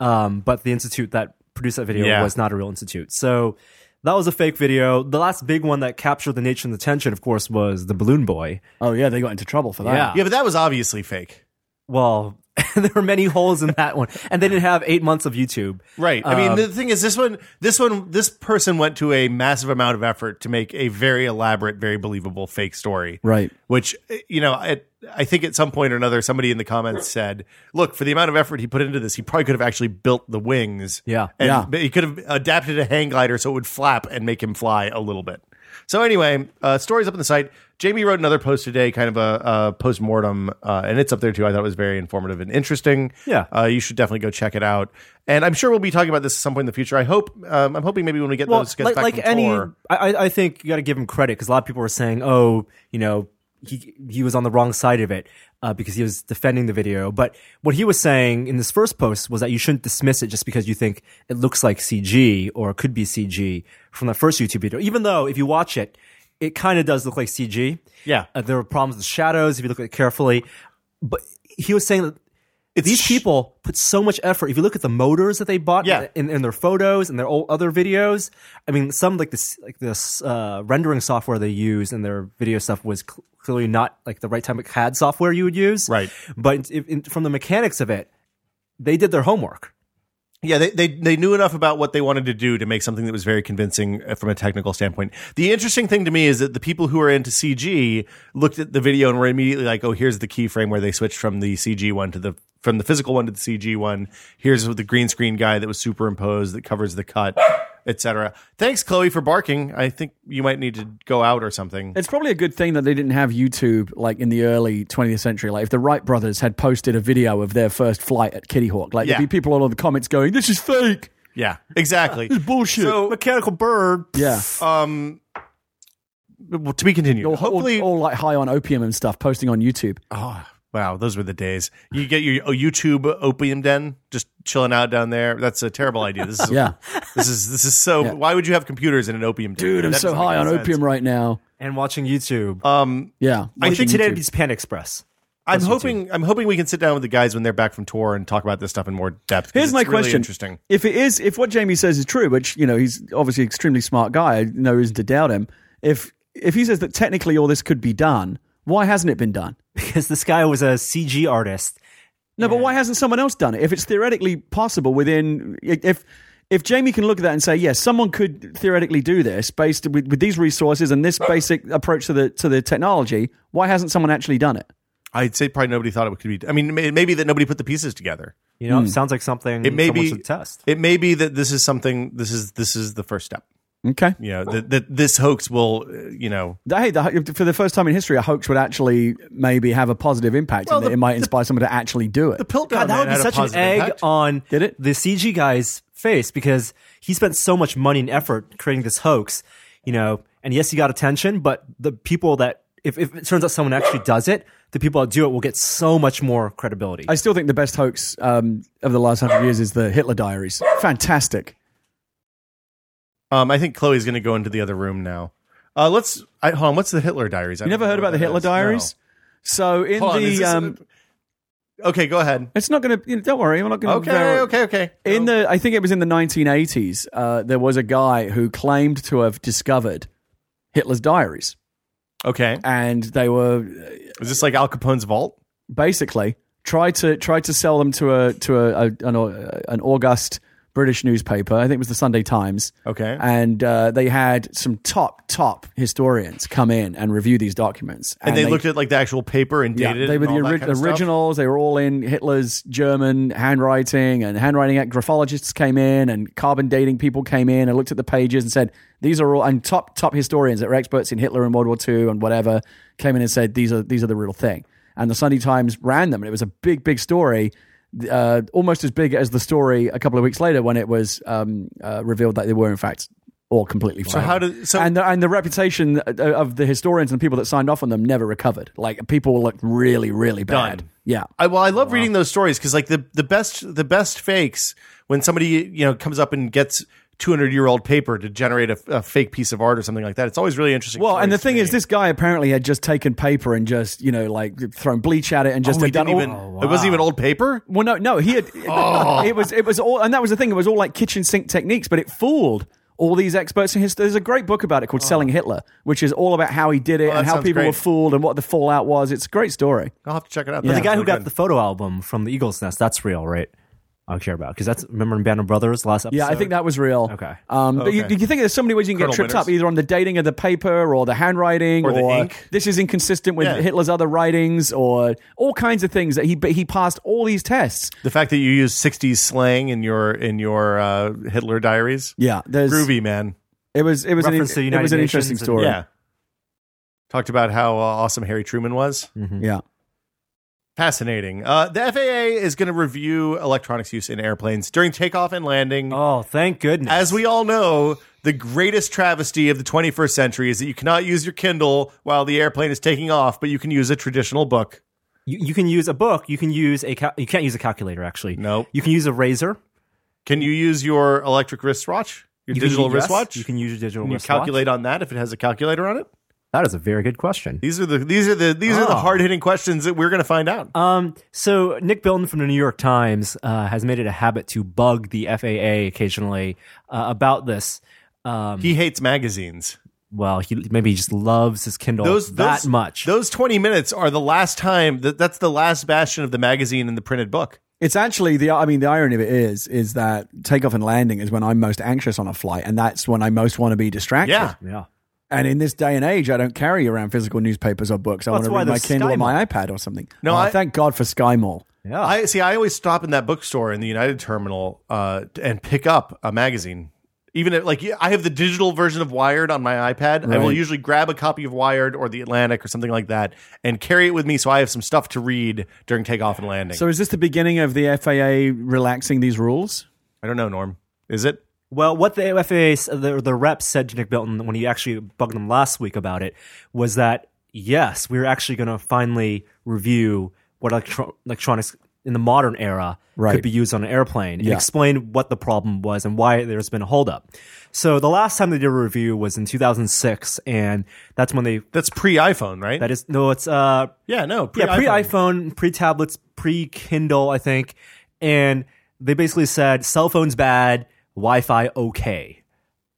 Um, but the institute that produced that video Yeah. was not a real institute. So that was a fake video. The last big one that captured the nation's attention, of course, was the Balloon Boy. Oh yeah, they got into trouble for that. Yeah. Yeah, but that was obviously fake. Well, there were many holes in that one. And they didn't have eight months of YouTube. Uh, Right. I mean, Um, the thing is, this one, this one, this person went to a massive amount of effort to make a very elaborate, very believable fake story. Right. Which eh, you know, I I think at some point or another, somebody in the comments said, "Look, for the amount of effort he put into this, he probably could have actually built the wings. Yeah. and Yeah. but he could have adapted a hang glider so it would flap and make him fly a little bit." So anyway, uh, stories up on the site. Jamie wrote another post today, kind of a, a post mortem, uh, and it's up there too. I thought it was very informative and interesting. Yeah. uh, you should definitely go check it out. And I'm sure we'll be talking about this at some point in the future. I hope. Um, I'm hoping maybe when we get well, those gets like, back like from any, I, tour- I I think you got to give him credit because a lot of people were saying, oh, you know, he he was on the wrong side of it uh, because he was defending the video. But what he was saying in this first post was that you shouldn't dismiss it just because you think it looks like CG or it could be CG from the first YouTube video, even though if you watch it, it kind of does look like CG. Yeah. uh, there were problems with shadows if you look at it carefully, but he was saying that. These people put so much effort. If you look at the motors that they bought Yeah. in, in their photos and their old other videos, I mean, some like this like this uh, rendering software they use in their video stuff was cl- clearly not like the right type of CAD software you would use. Right. But if, in, from the mechanics of it, they did their homework. Yeah, they, they they knew enough about what they wanted to do to make something that was very convincing uh, from a technical standpoint. The interesting thing to me is that the people who are into CG looked at the video and were immediately like, "Oh, here's the keyframe where they switched from the CG one to the from the physical one to the CG one. Here's the green screen guy that was superimposed that covers the cut, etc." Thanks, Chloe, for barking. I think you might need to go out or something. It's probably a good thing that they didn't have YouTube like in the early 20th century. Like if the Wright brothers had posted a video of their first flight at Kitty Hawk, like Yeah. there'd be people all over the comments going, "This is fake, Yeah, exactly. bullshit." So, Mechanical bird. yeah, um, well, to be continued. or, Hopefully, or, or like high on opium and stuff, posting on YouTube. Oh, wow. Those were the days. You get your oh, YouTube opium den, just chilling out down there. That's a terrible idea. This is, Yeah. This is, this is so, why would you have computers in an opium den? Dude, I'm That so doesn't high make on any sense. opium right now. And watching YouTube. Um, Yeah, I I think think today would today. be Pan Express. I'm hoping, I'm hoping we can sit down with the guys when they're back from tour and talk about this stuff in more depth. 'cause Here's it's my really question: interesting. If it is, if what Jamie says is true, which you know he's obviously an extremely smart guy, I no reason to doubt him. If if he says that technically all this could be done, why hasn't it been done? Because this guy was a CG artist. No, but why hasn't someone else done it? If it's theoretically possible within if if Jamie can look at that and say, yes, someone could theoretically do this based with, with these resources and this basic approach to the to the technology, why hasn't someone actually done it? I'd say probably nobody thought it could be, I mean, may- maybe that nobody put the pieces together. You know, sounds like something It may someone be, should test. it may be that this is something, this is, this is the first step. Okay. You know, that, that this hoax will, uh, you know, Hey, the, for the first time in history, a hoax would actually maybe have a positive impact, Well, and that the- it might inspire someone to actually do it. the Piltdown God, that Man would be had a such an positive egg impact. on Did it? the CG guy's face because he spent so much money and effort creating this hoax, you know. And yes, he got attention, but the people that if, if it turns out someone actually does it, the people that do it will get so much more credibility. I still think the best hoax um, of the last hundred years is the Hitler Diaries. Fantastic. Um, I think Chloe's going to go into the other room now. Uh, let's I, hold on. What's the Hitler Diaries? You never heard about the Hitler Diaries? So in Hold on, the is this- um, Okay, go ahead. It's not going to. You know, don't worry, I'm not going to. Okay, okay, okay. In the, I think it was in the 1980s. Uh, there was a guy who claimed to have discovered Hitler's diaries, okay, and they were is this like Al Capone's vault? basically tried to tried to sell them to a to a, a an, au- an august British newspaper. I think it was the Sunday Times. Okay. and uh, they had some top top historians come in and review these documents, And they, looked at like the actual paper and yeah, dated it. they were and the all that ori- kind of stuff? originals. They were all in Hitler's German handwriting, and handwriting at- graphologists came in, and carbon dating people came in and looked at the pages and said, "These are all." And top top historians that were experts in Hitler and World War II and whatever came in and said, "These are these are the real thing." And the Sunday Times ran them, and it was a big big story. Uh, almost as big as the story a couple of weeks later when it was um, uh, revealed that they were in fact all completely so how did- so- and the, and the reputation uh, of the historians and the people that signed off on them never recovered. Like people looked really, really bad. Done. Yeah, I, well, I love reading those stories because like the the best the best fakes when somebody you know comes up and gets. 200 year old paper to generate a, a fake piece of art or something like that. It's always really interesting. Well, and the stories thing to is, me. this guy apparently had just taken paper and just you know like thrown bleach at it and Oh, just he had done didn't all- even, it wasn't even old paper. Well, no, no, he had. It was it was all, and that was the thing. It was all like kitchen sink techniques, but it fooled all these experts in history. There's a great book about it called "Selling Hitler," which is all about how he did it that and how sounds people were great. fooled and what the fallout was. It's a great story. I'll have to check it out. But That's the guy who really got good. the photo album from the Eagles Nest, that's real, right? I don't care about because that's remember in Band of Brothers last episode. Yeah, I think that was real. Okay. Um, But you, Okay. you think there's so many ways you can Colonel get tripped up, Winters. either on the dating of the paper or the handwriting Or the ink. this is inconsistent with Yeah. Hitler's other writings or all kinds of things that he but he passed all these tests. the fact that you use 60s slang in your in your uh, Hitler diaries. Yeah, there's Groovy man. It was it was an, Reference to it United was an Nations interesting and- story. Yeah. Talked about how uh, awesome Harry Truman was. Mm. yeah. Fascinating. Uh, the FAA is going to review electronics use in airplanes during takeoff and landing. Oh, thank goodness. As we all know, the greatest travesty of the 21st century is that you cannot use your Kindle while the airplane is taking off, but you can use a traditional book. you, you can use a book, you can use a cal- you can't use a calculator actually. Nope. You can use a razor, Can you use your electric wristwatch? Your you can digital use- yes, wristwatch? You can use your digital Can you wristwatch. calculate on that if it has a calculator on it? That is a very good question. These are the these are the these are the Oh. hard hitting questions that we're going to find out. Um, so Nick Bilton from the New York Times uh, has made it a habit to bug the FAA occasionally uh, about this. Um, he hates magazines. well, he maybe he just loves his Kindle Oh, that much. Those twenty minutes are the last time that that's the last bastion of the magazine and the printed book. It's actually the I mean the irony of it is is that takeoff and landing is when I'm most anxious on a flight and that's when I most want to be distracted. Yeah, yeah. And in this day and age, I don't carry around physical newspapers or books. I That's want to why read my there's Kindle Sky or my iPad or something. No, I- thank God for Sky Mall. Yeah. I see. I always stop in that bookstore in the United Terminal uh, and pick up a magazine. Even if, like I have the digital version of Wired on my iPad, I will Right. usually grab a copy of Wired or the Atlantic or something like that and carry it with me, so I have some stuff to read during takeoff and landing. So is this the beginning of the FAA relaxing these rules? I don't know, Norm. Is it? Well, what the FAA, s- the, the rep said to Nick Bilton when he actually bugged him last week about it was that, yes, we're actually going to finally review what electro- electronics in the modern era Right. could be used on an airplane and Yeah. explain what the problem was and why there's been a holdup. So the last time they did a review was in 2006, and that's when they, That's pre iPhone, right? that is, no, it's, uh, yeah, no, yeah, pre iPhone, pre tablets, pre Kindle, I think. And they basically said cell phones bad, Wi Fi okay.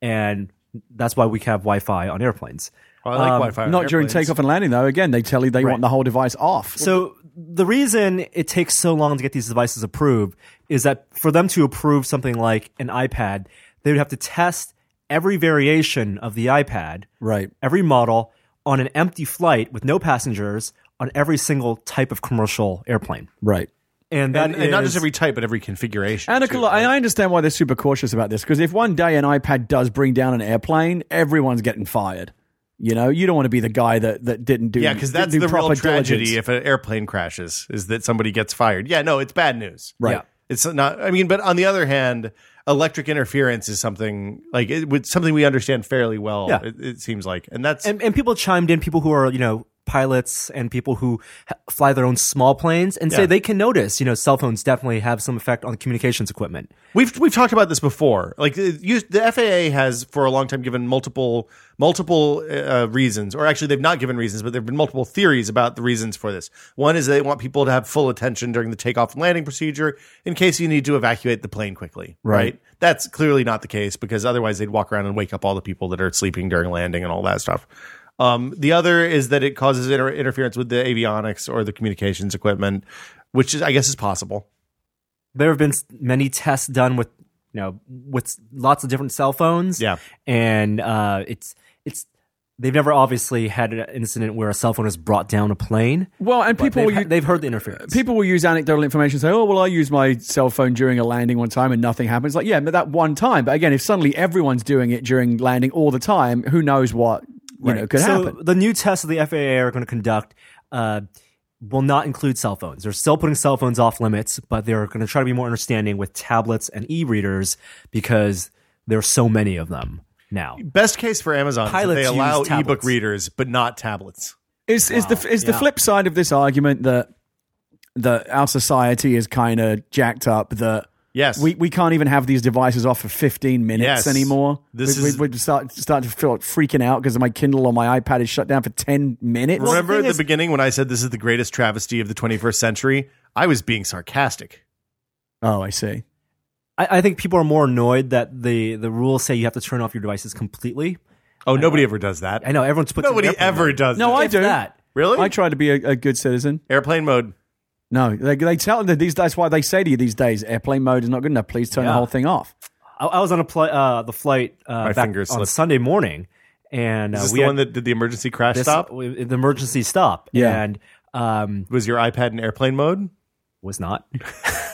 And that's why we have Wi Fi on airplanes. Oh, I like Wi-Fi. on Um, Not during airplanes. takeoff and landing, though. Again, they tell you they want the whole device off. So the reason it takes so long to get these devices approved is that for them to approve something like an iPad, they would have to test every variation of the iPad, Right. every model, on an empty flight with no passengers on every single type of commercial airplane. right. And that and, and not is- just every type, but every configuration. And a, too. col- and I understand why they're super cautious about this because if one day an iPad does bring down an airplane, everyone's getting fired. You know, you don't want to be the guy that, that didn't do yeah, because that's didn't do the real proper tragedy if diligence. an airplane crashes is that somebody gets fired. Yeah, no, it's bad news. Right. Yeah. It's not. I mean, but on the other hand, electric interference is something like it, would- something we understand fairly well. Yeah. It, it seems like, and that's and, and people chimed in people who are you know pilots and people who ha- fly their own small planes and say Yeah. they can notice, you know, cell phones definitely have some effect on communications equipment. We've we've talked about this before. Like it- you, the FAA has for a long time given multiple multiple uh, reasons, or actually they've not given reasons, but there've been multiple theories about the reasons for this. One is they want people to have full attention during the takeoff and landing procedure in case you need to evacuate the plane quickly. Right. That's clearly not the case because otherwise they'd walk around and wake up all the people that are sleeping during landing and all that stuff. Um, the other is that it causes inter- interference with the avionics or the communications equipment, which is, I guess is possible. There have been s- many tests done with, you know, with s- lots of different cell phones. Yeah. and uh, it's it's they've never obviously had an incident where a cell phone has brought down a plane. Well, and but people they've, will, ha- u- they've heard the interference. people will use anecdotal information and say, oh, well, I used my cell phone during a landing one time and nothing happens. Like, yeah, but that one time. But again, if suddenly everyone's doing it during landing all the time, who knows what you know could so happen. the new tests that the FAA are going to conduct uh, will not include cell phones. They're still putting cell phones off limits, but they're going to try to be more understanding with tablets and e-readers because there's so many of them now. Best case for Amazon is that Pilots they use allow tablets. ebook readers, but not tablets. Is is the is the flip side of this argument that that our society is kind of jacked up that Yes. we, we can't even have these devices off for 15 minutes Yes. anymore. This we, is- we, we start start to feel like freaking out because my Kindle or my iPad is shut down for 10 minutes. Remember at thing the is- beginning when I said this is the greatest travesty of the 21st century? I was being sarcastic. Oh, I see. I, I think people are more annoyed that the the rules say you have to turn off your devices completely. Oh, nobody ever does that. I know everyone's put Nobody ever does No, that. I If do. that. Really? I try to be a, a good citizen. Airplane mode. No, they, they tell that these. That's why they say to you these days, airplane mode is not good enough. Please turn the Yeah. whole thing off. I, I was on a pl- uh, the flight uh, My back fingers on slipped. Sunday morning, and Is uh, this we the had one that did the emergency crash this- stop? we- the emergency stop, Yeah. and um, Was your iPad in airplane mode? was not.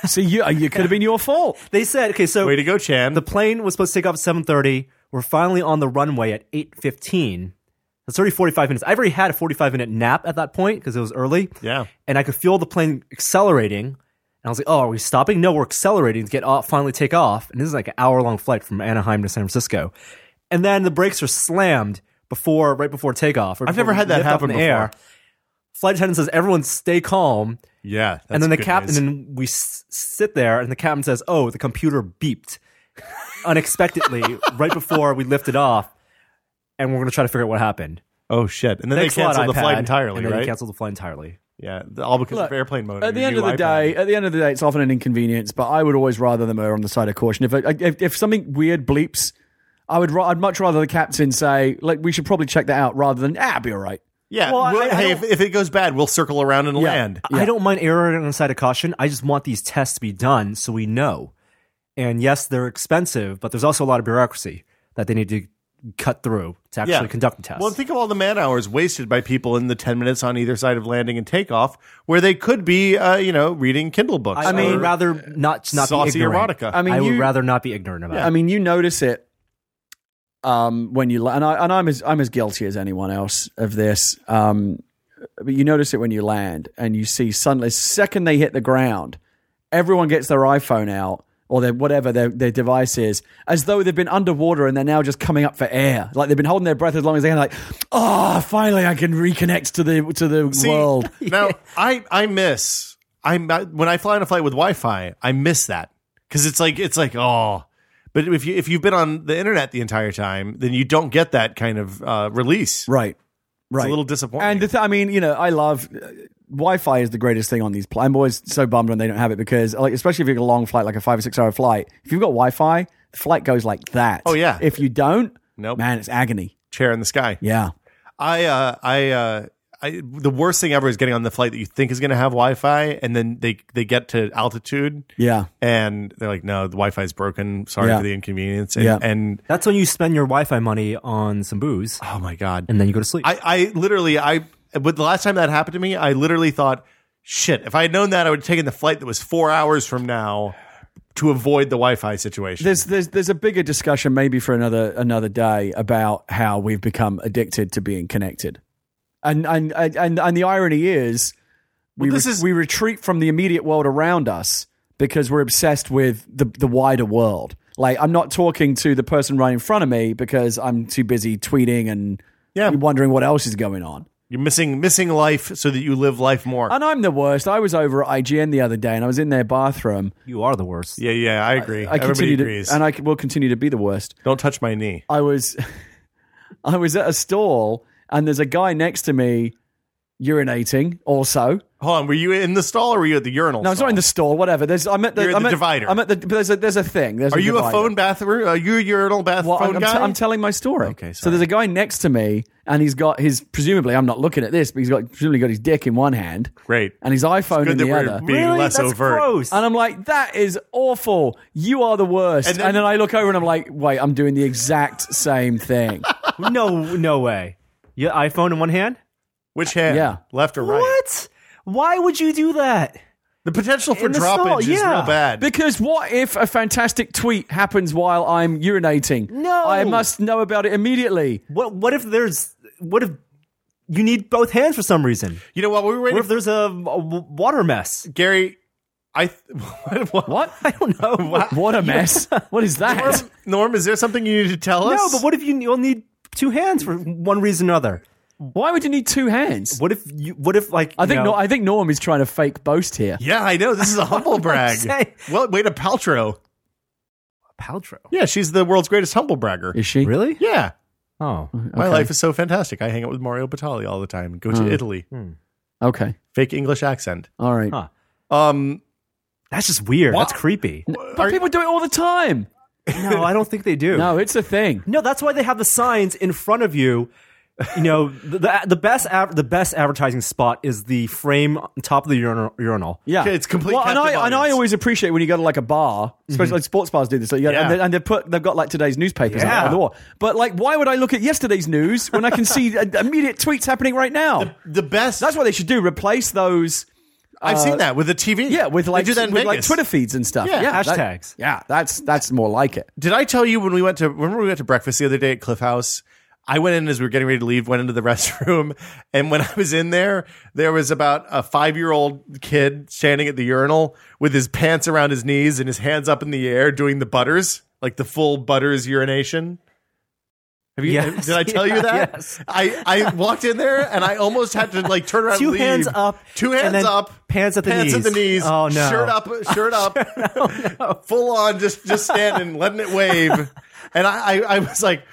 See, you, you could have been your fault. They said, okay, so Way to go, Chan. the plane was supposed to take off at seven thirty. We're finally on the runway at eight fifteen. That's already forty five minutes. I already had a forty five minute nap at that point because it was early. yeah. and I could feel the plane accelerating. And I was like, "Oh, are we stopping? No, we're accelerating to get off, finally take off." And this is like an hour long flight from Anaheim to San Francisco. And then the brakes are slammed before, right before takeoff. or I've never before had that lift off happen in the air. before. Flight attendant says, "Everyone, stay calm." Yeah. that's and then the good captain news. and we s- sit there, and the captain says, "Oh, the computer beeped unexpectedly right before we lifted off." And we're going to try to figure out what happened. Oh, shit. And then Thanks they a lot, canceled the flight iPad. entirely, and then right? They canceled the flight entirely. yeah. the- All because Look, of airplane mode. At and the your end new of the iPad. day, at the end of the day, it's often an inconvenience. But I would always rather them err on the side of caution. If if, if something weird bleeps, I would. ra- I'd much rather the captain say, "Like, we should probably check that out," rather than, "Ah, it'll be all right." Yeah. Well, I- we'll- I hey, if, don't- if it goes bad, we'll circle around and land. I don't mind erring on the side of caution. I just want these tests to be done so we know. And yes, they're expensive, but there's also a lot of bureaucracy that they need to cut through to actually conduct the test. Well, think of all the man hours wasted by people in the 10 minutes on either side of landing and takeoff where they could be, uh, you know, reading Kindle books. I, mean, or would rather not not be saucy ignorant. erotica. I I, mean, would you- rather not be ignorant about I it. mean, you notice it um, when you la- and I and I'm as I'm as guilty as anyone else of this. Um, but you notice it when you land and you see suddenly, second they hit the ground, everyone gets their iPhone out or their whatever their, their device is, as though they've been underwater and they're now just coming up for air. Like they've been holding their breath as long as they can. Like, oh, finally I can reconnect to the to the See, world. Now, I, I miss, I, when I fly on a flight with Wi Fi, I miss that because it's like, it's like, oh. But if, you, if you've been on the internet the entire time, then you don't get that kind of uh, release. Right, It's right. a little disappointing. And the th- I mean, you know, I love uh, Wi-Fi is the greatest thing on these. Pl- I'm always so bummed when they don't have it because, like, especially if you're on a long flight, like a five or six hour flight, if you've got Wi-Fi, the flight goes like that. Oh, yeah. If you don't, Nope. man, it's agony. Chair in the sky. Yeah. I uh, I uh, I the worst thing ever is getting on the flight that you think is going to have Wi-Fi, and then they they get to altitude, Yeah. and they're like, "No, the Wi-Fi is broken. Sorry Yeah. for the inconvenience." And, Yeah. and That's when you spend your Wi-Fi money on some booze, oh my god, and then you go to sleep. I I literally I but the last time that happened to me, I literally thought, "Shit! If I had known that, I would have taken the flight that was four hours from now to avoid the Wi-Fi situation." There's there's there's a bigger discussion maybe for another another day about how we've become addicted to being connected, and and and and, and the irony is we Well, this re- is- we retreat from the immediate world around us because we're obsessed with the the wider world. Like I'm not talking to the person right in front of me because I'm too busy tweeting and Yeah. wondering what else is going on. You're missing missing life so that you live life more. And I'm the worst. I was over at IGN the other day, and I was in their bathroom. You are the worst. yeah, yeah, I agree. I Everybody continue agrees. to, and I c- will continue to be the worst. Don't touch my knee. I was I was at a stall and there's a guy next to me urinating also. Hold on, were you in the stall or were you at the urinal? No, it's stall? not in the stall, whatever. There's I'm at the, You're at I'm the at, divider. I'm at the but there's a there's a thing. There's Are you a divider. phone bathroom? Are you a urinal bath Well, I'm, phone I'm, guy? t- I'm telling my story. Okay, so sorry. there's a guy next to me, and he's got his presumably. I'm not looking at this, but he's got presumably got his dick in one hand Great. and his iPhone in Good that the we're other. being really? less That's overt. Uh, gross. And I'm like, that is awful. You are the worst. And then- and then I look over and I'm like, wait, I'm doing the exact same thing. no, no way. Your iPhone in one hand? Which hand? Yeah. Left or right? What? Why would you do that? The potential for In the stall, droppage is yeah. real bad. Because what if a fantastic tweet happens while I'm urinating? No. I must know about it immediately. What? What if there's? What if you need both hands for some reason? you know what? We were waiting What if there's a, a w- water mess? Gary, I th- what, what- What? I don't know. What a mess. what is that? Norm, Norm, is there something you need to tell us? No, but what if you you'll need two hands for one reason or another? Why would you need two hands? What if you? What if like? I think you no, know, I think Norm is trying to fake boast here. Yeah, I know. This is a humble brag. saying. Well, wait a Paltrow. Paltrow. Yeah, she's the world's greatest humble bragger. Is she? Really? Yeah. Oh, My life is so fantastic. I hang out with Mario Batali all the time. Go to Italy. Okay. Fake English accent. All right. Huh. Um, that's just weird. What? That's creepy. But people do it all the time. No, I don't think they do. No, it's a thing. No, that's why they have the signs in front of you. You know, the the, the best ad, the best advertising spot is the frame on top of the urinal. urinal. Yeah, Okay, it's complete Well, and captive I and I audience. always appreciate when you go to like a bar, especially like sports bars do this. Like, you Yeah. and, they, and they put they've got like today's newspapers Yeah. on the wall. But like, why would I look at yesterday's news when I can see uh, immediate tweets happening right now? the best. That's what they should do. Replace those. I've seen that uh, with the TV. Yeah, with like they do that in with like Vegas. Twitter feeds and stuff. Yeah, that- hashtags. yeah, that's that's more like it. Did I tell you when we went to remember we went to breakfast the other day at Cliff House? I went in as we were getting ready to leave, went into the restroom, and when I was in there, there was about a five year old kid standing at the urinal with his pants around his knees and his hands up in the air doing the butters, like the full butters urination. Have you, Yes. did I tell you Yeah, that? yes. I, I walked in there and I almost had to like turn around. Two and leave. hands up, Two and hands then up. pants at the Pants knees. at the knees. Oh, no. Oh, Shirt up. Shirt up. Full on, just just standing, letting it wave. And I, I, I was like,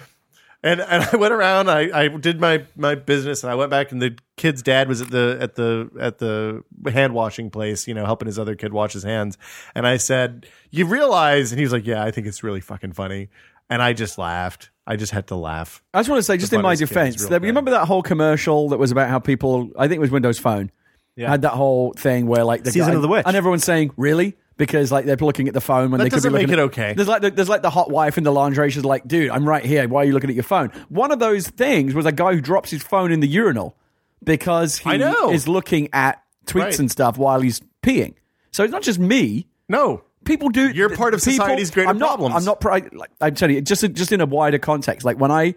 and and I went around. I, I did my my business, and I went back. And the kid's dad was at the at the at the hand washing place, you know, helping his other kid wash his hands. And I said, "You realize?" And he was like, "Yeah, I think it's really fucking funny." And I just laughed. I just had to laugh. I just want to say, just in my Butters kid is defense, real that, bad. remember that whole commercial that was about how people, I think it was Windows Phone, had that whole thing where like the Season guy- of the Witch. and everyone's saying really because like they're looking at the phone when That they could be doesn't make it looking at- okay. There's like the, there's like the hot wife in the lingerie. She's like, dude, I'm right here. Why are you looking at your phone? One of those things was a guy who drops his phone in the urinal because he I know. is looking at tweets Right. and stuff while he's peeing. So it's not just me. No, People do. You're part of society's greater I'm not, problems. I'm not. pr- I- Like, I'm telling you, just in- just in a wider context. Like when I,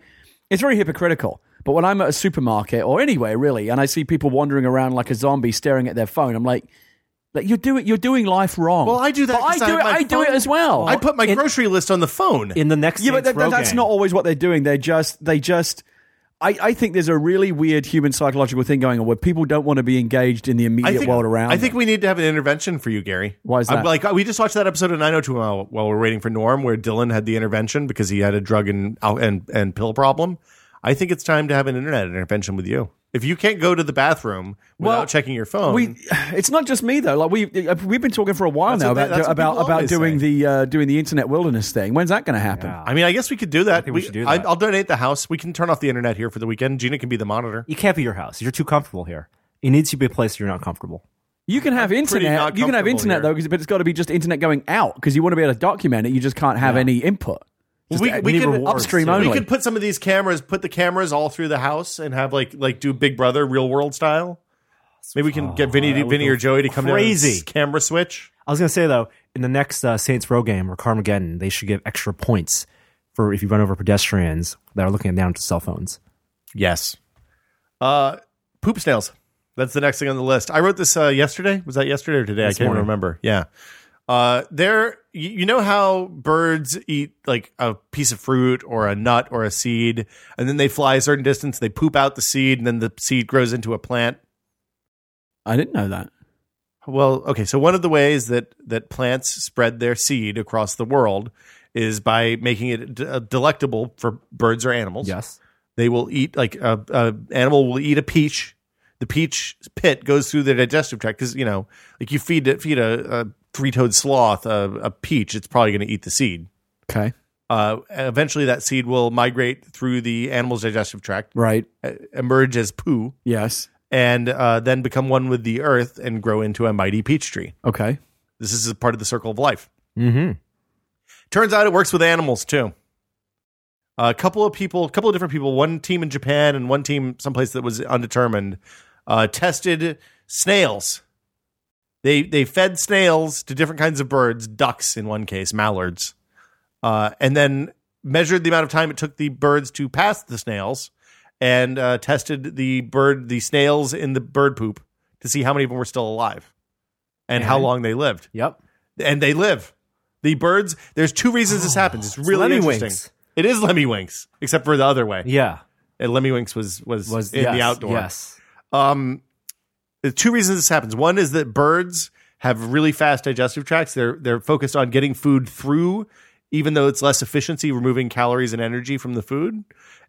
it's very hypocritical. But when I'm at a supermarket or anywhere really, and I see people wandering around like a zombie, staring at their phone, I'm like, like you're doing you're doing life wrong. Well, I do that. But I 'cause do have it. my I do it phone- as well. I put my grocery list on the phone. in the next. yeah, but Saints that, Row that's game. not always what they're doing. They're just they just. I, I think there's a really weird human psychological thing going on where people don't want to be engaged in the immediate world around. I think them. we need to have an intervention for you, Gary. Why is I'm that? like we just watched that episode of 90210 while we're waiting for Norm, where Dylan had the intervention because he had a drug and al- and and pill problem. I think it's time to have an internet intervention with you. If you can't go to the bathroom without Well, checking your phone, we it's not just me though like we uh, we've been talking for a while Um, That's what they- now about that's what about people about always doing say. the uh, doing the internet wilderness thing when's that going to happen I mean, I guess we could do that. think we should do that. I, will donate the house. We can turn off the internet here for the weekend. Gina can be the monitor. You can't be your house. You're too comfortable here. It needs to be a place you're not comfortable. you can have internet not you can have comfortable internet here. though 'cause- but it's got to be just internet going out because you want to be able to document it you just can't have any input Just we- a- we need can- rewards, upstream too. only We could put some of these cameras, put the cameras all through the house, and have like like do Big Brother real world style. Maybe we can get Vinny, Oh, that would Vinny go or Joey to come down and crazy. s- camera switch. I was gonna say though, in the next uh, Saints Row game or Carmageddon, they should give extra points for if you run over pedestrians that are looking down at cell phones. Yes. Uh, poop snails. That's the next thing on the list. I wrote this uh, yesterday. Was that yesterday or today? I can't morning. remember. Yeah. Uh, there, you, you know how birds eat like a piece of fruit or a nut or a seed, and then they fly a certain distance, they poop out the seed, and then the seed grows into a plant. I didn't know that. Well, okay, so one of the ways that that plants spread their seed across the world is by making it d- uh, delectable for birds or animals. Yes. They will eat like a, a animal will eat a peach. The peach pit goes through the digestive tract because you know, like you feed it- feed a, a three toed sloth a, a peach, it's probably going to eat the seed. Okay. Uh, eventually, that seed will migrate through the animal's digestive tract, Right. uh, emerge as poo, Yes. and uh, then become one with the earth and grow into a mighty peach tree. Okay. This is a part of the circle of life. Mm-hmm. Turns out it works with animals too. A couple of people, a couple of different people, one team in Japan and one team someplace that was undetermined, uh, tested snails. They they fed snails to different kinds of birds, ducks in one case, mallards, uh, and then measured the amount of time it took the birds to pass the snails, and uh, tested the bird the snails in the bird poop to see how many of them were still alive, and how And? long they lived Yep. and they live. The birds. There's two reasons this happens. It's really Oh, Lemmy interesting. Winks. It is Lemmy Winks, except for the other way. Yeah. And Lemmy Winks was was, Was in the yes, outdoor. Yes. Um, the two reasons this happens. One is that birds have really fast digestive tracts. They're they're focused on getting food through, even though it's less efficiency, removing calories and energy from the food.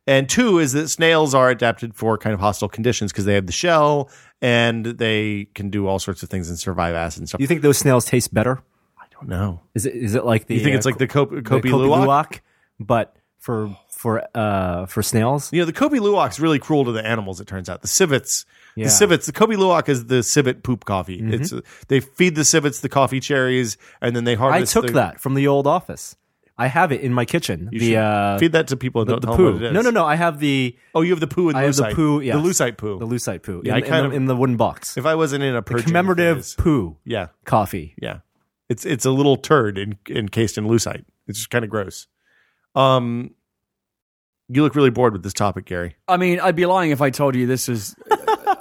And two is that snails are adapted for kind of hostile conditions because they have the shell and they can do all sorts of things and survive acid and stuff. Do you think those snails taste better? I don't know. Is it is it like the You think uh, it's like the Kopi the Kobe Luwak? luwak, but for for uh for snails? You know, the Kobe Luwak's really cruel to the animals, it turns out. The civets, Yeah. Mm-hmm. the civets, the Kobe Luwak is the civet poop coffee. It's They feed the civets the coffee cherries, and then they I harvest took the- that from the old office. I have it in my kitchen. You the should uh feed that to people and the, don't the tell poo. them what it is. No, no, no. I have the Oh, you have the poo and I have the lucite. poo, yes. The lucite poo. the lucite poo Yeah, in, I in kind the- of- in the wooden box. if I wasn't in a purge. Commemorative poo Yeah, coffee. yeah. It's it's a little turd in, encased in lucite. It's just kind of gross. Um, You look really bored with this topic, Gary. I mean, I'd be lying if I told you this is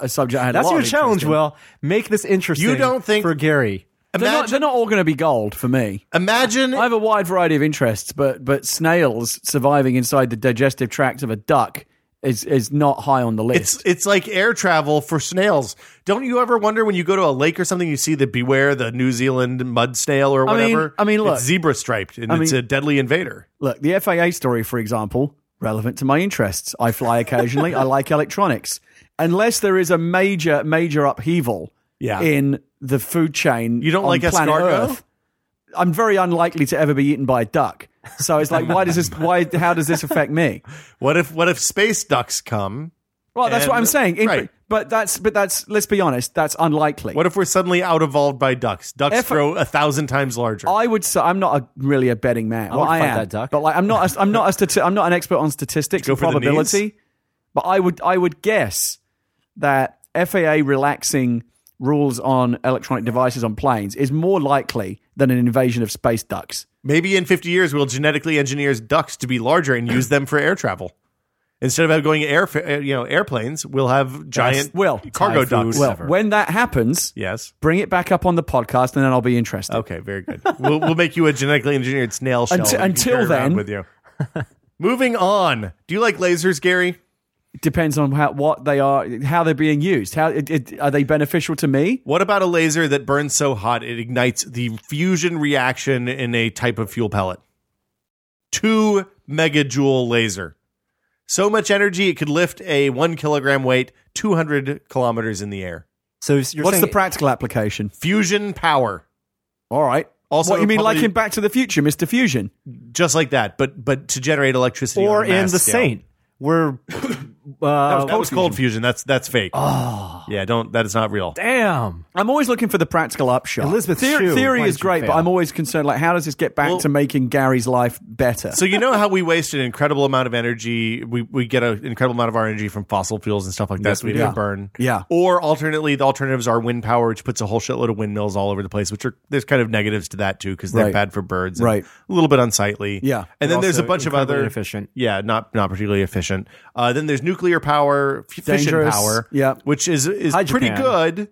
a subject I had. a That's lot your of interest challenge, in. Will. Make this interesting. You don't think- for Gary? They're not, they're not all going to be gold for me. imagine I have a wide variety of interests, but but snails surviving inside the digestive tract of a duck is is not high on the list. It's it's like air travel for snails. Don't you ever wonder when you go to a lake or something, you see the beware the New Zealand mud snail or I mean- whatever? I mean, look. it's zebra striped and it's mean- a deadly invader. Look, the FAA story, for example, relevant to my interests. I fly occasionally. I like electronics. Unless there is a major major upheaval Yeah. in the food chain, You don't on like planet escargot? Earth, I'm very unlikely to ever be eaten by a duck. So it's like, why does this? Why? How does this affect me? What if what if space ducks come? Well, that's what And- I'm saying. In- right. But that's but that's let's be honest, that's unlikely. What if we're suddenly out evolved by ducks? Ducks If- grow a thousand times larger. I would say I'm not a, really a betting man. well, would I fight am, that duck. but like I'm not. A, I'm not a stati- I'm not an expert on statistics Go and for the probability. But I would I would guess that FAA relaxing rules on electronic devices on planes is more likely than an invasion of space ducks. Maybe in fifty years we'll genetically engineer ducks to be larger and use them for air travel. Instead of going air, uh, you know, airplanes, we'll have giant Well, cargo Thai food. ducks. Well, Ever. when that happens, yes. bring it back up on the podcast, and then I'll be interested. Okay, very good. we'll, we'll make you a genetically engineered snail shell. Unti- that you can until carry around then. with you. Moving on. Do you like lasers, Gary? Depends on how, what they are, how they're being used. How it, it, are they beneficial to me? What about a laser that burns so hot it ignites the fusion reaction in a type of fuel pellet? Two megajoule laser. So much energy it could lift a one kilogram weight 200 kilometers in the air. So you're What's saying the practical application? Fusion power, All right. Also, what you mean, like probably- in Back to the Future, Mister Fusion? just like that, but but to generate electricity. or on a in mass the scale. Saint? We're That uh, was, that was cold fusion. That's that's fake. Ah. Yeah, don't. That is not real. damn. I'm always looking for the practical upshot. Elizabeth Theor- Shue, theory why is did you great, but fail? I'm always concerned. Like, how does this get back Well- to making Gary's life better? so you know how we waste an incredible amount of energy we, we get an incredible amount of our energy from fossil fuels and stuff like that we, do. can Yeah. burn Yeah. or alternately the alternatives are wind power which puts a whole shitload of windmills all over the place which are there's kind of negatives to that too because they're Right. bad for birds and Right. a little bit unsightly Yeah. and then there's a bunch of other efficient. yeah not not particularly efficient uh, then there's nuclear power f- fission Dangerous. power Yeah. which is is Hi, pretty Japan. good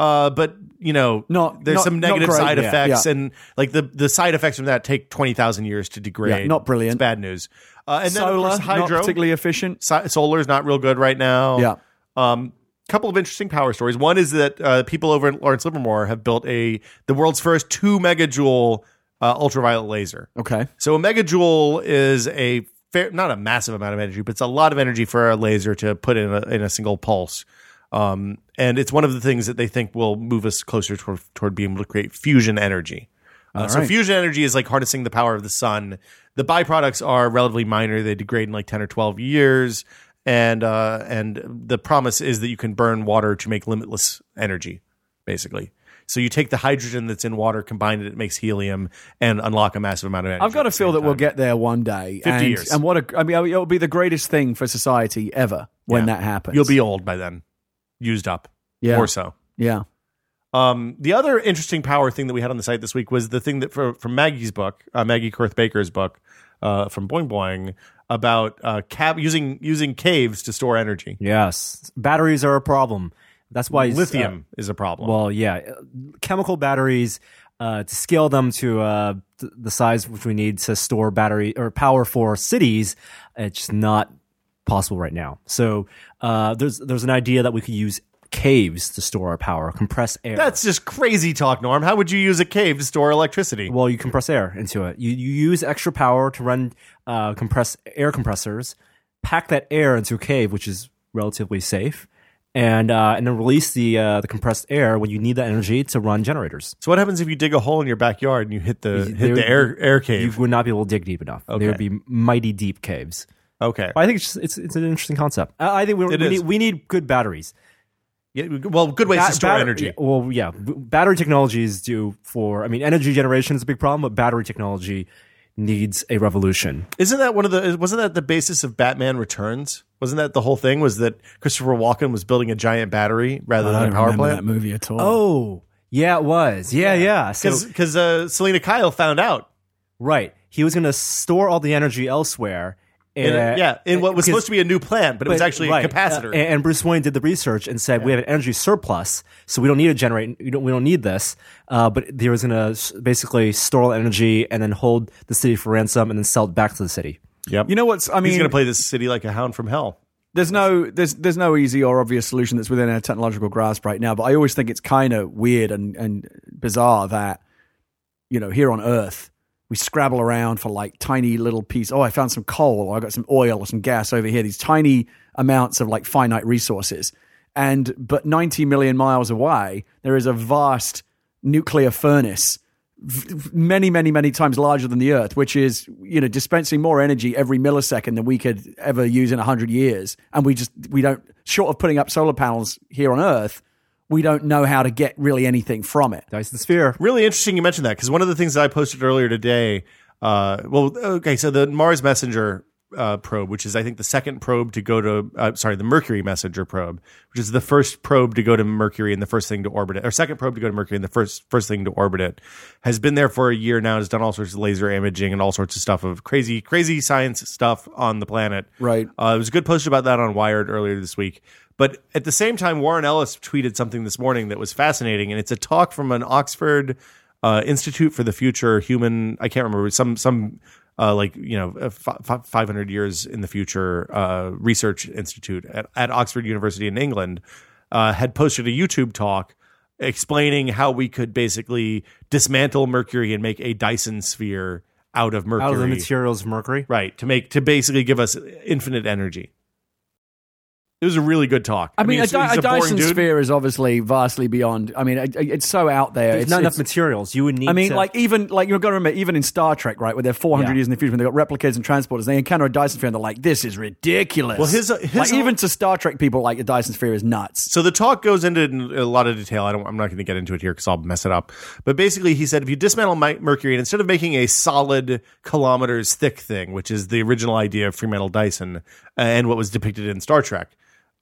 Uh, but you know, Not- there's not- some not negative great, side yeah, effects, yeah. and like the the side effects from that take twenty thousand years to degrade. Yeah, not brilliant. It's bad news. Uh, and then of Solar, course, not hydro. particularly efficient. Si- solar's not real good right now. Yeah. Um, couple of interesting power stories. One is that uh, people over at Lawrence Livermore have built a the world's first two megajoule uh, ultraviolet laser. Okay. So a megajoule is a fair, not a massive amount of energy, but it's a lot of energy for a laser to put in a, in a single pulse. Um, and it's one of the things that they think will move us closer toward, toward being able to create fusion energy. Uh, so right. fusion energy is like harnessing the power of the sun. The byproducts are relatively minor; they degrade in like ten or twelve years. And uh, and the promise is that you can burn water to make limitless energy, basically. So you take the hydrogen that's in water, combine it, it makes helium, and unlock a massive amount of energy. I've got at the to feel same that we'll time. get there one day. 50 and, years. And what a, I mean, it'll be the greatest thing for society ever when Yeah. that happens. You'll be old by then, used up, yeah, more so. yeah. Um, the other interesting power thing that we had on the site this week was the thing that for, from Maggie's book, uh, Maggie Kurth Baker's book uh, from Boing Boing about uh, cab- using using caves to store energy. Yes, batteries are a problem. That's why uh, Lithium is a problem. well, yeah, uh, chemical batteries. Uh, to scale them to uh, th- the size which we need to store battery or power for cities, it's just not possible right now. So uh, there's there's an idea that we could use caves to store our power, compress air. That's just crazy talk, Norm. How would you use a cave to store electricity? Well, you compress air into it. You, you use extra power to run uh, compress air compressors, pack that air into a cave, which is relatively safe, and uh, and then release the uh, the compressed air when you need that energy to run generators. so what happens if you dig a hole in your backyard and you hit the hit there- the air air You cave? would not be able to dig deep enough. There would be mighty deep caves. okay. But I think it's just, it's it's an interesting concept. I, I think we, It we is. need we need good batteries. Yeah, well, good ways to Ba- store batter- energy. yeah, well, yeah, b- battery technology is due for. I mean, energy generation is a big problem, but battery technology needs a revolution. Isn't that one of the? Wasn't that the basis of Batman Returns? Wasn't that the whole thing? Was that Christopher Walken was building a giant battery rather I than don't a power remember that plant? movie at all. Oh, yeah, it was. Yeah, yeah. So Because uh, Selena Kyle found out. right, he was going to store all the energy elsewhere. In And, a, yeah, in what was supposed to be a new plant, but it was Uh, but- actually right, a capacitor. uh, and and Bruce Wayne did the research and said, "We have an energy surplus, so we don't need to generate. We don't, we don't need this." Uh, but he was going to basically store all the energy and then hold the city for ransom and then sell it back to the city. yep. You know what's? I mean, he's going to play this city like a hound from hell. There's no there's there's no easy or obvious solution that's within our technological grasp right now, but I always think it's kind of weird and and bizarre that you know here on Earth we scrabble around for like tiny little piece. Oh, I found some coal, or I got some oil or some gas over here. These tiny amounts of like finite resources, and but 90 million miles away there is a vast nuclear furnace v- v- many many many times larger than the earth which is you know dispensing more energy every millisecond than we could ever use in 100 years and we just we don't short of putting up solar panels here on earth we don't know how to get really anything from it Dyson sphere. Really interesting you mentioned that because one of the things that I posted earlier today. Uh, well, okay, so the Mars Messenger uh, probe, which is I think the second probe to go to, uh, sorry, the Mercury Messenger probe, which is the first probe to go to Mercury and the first thing to orbit it, or second probe to go to Mercury and the first first thing to orbit it, has been there for a year now. Has done all sorts of laser imaging and all sorts of stuff of crazy, crazy science stuff on the planet. Right. Uh, it was a good post about that on Wired earlier this week. But at the same time, Warren Ellis tweeted something this morning that was fascinating, and it's a talk from an Oxford uh, Institute for the Future Human. I can't remember some some uh, like you know uh, fi- fi- five hundred years in the future uh, research institute at, at Oxford University in England uh, had posted a YouTube talk explaining how we could basically dismantle Mercury and make a Dyson sphere out of Mercury Out of the materials, of mercury. right to make to basically give us infinite energy it was a really good talk i mean, a, he's- Dy- he's a boring dyson dude. sphere is obviously vastly beyond i mean it, it's so out there There's it's not it's- enough materials. You would need. I mean, to- like even like you've got to remember, even in Star Trek, right, where they're 400 Yeah. years in the future, when they've got replicators and transporters, they encounter a Dyson sphere and they're like, "This is ridiculous." Well, his- like, his- even to Star Trek people, like the Dyson sphere is nuts. so the talk goes into a lot of detail I don't, i'm not going to get into it here because i'll mess it up but basically he said if you dismantle my, mercury and instead of making a solid kilometers thick thing which is the original idea of fremantle dyson uh, and what was depicted in star trek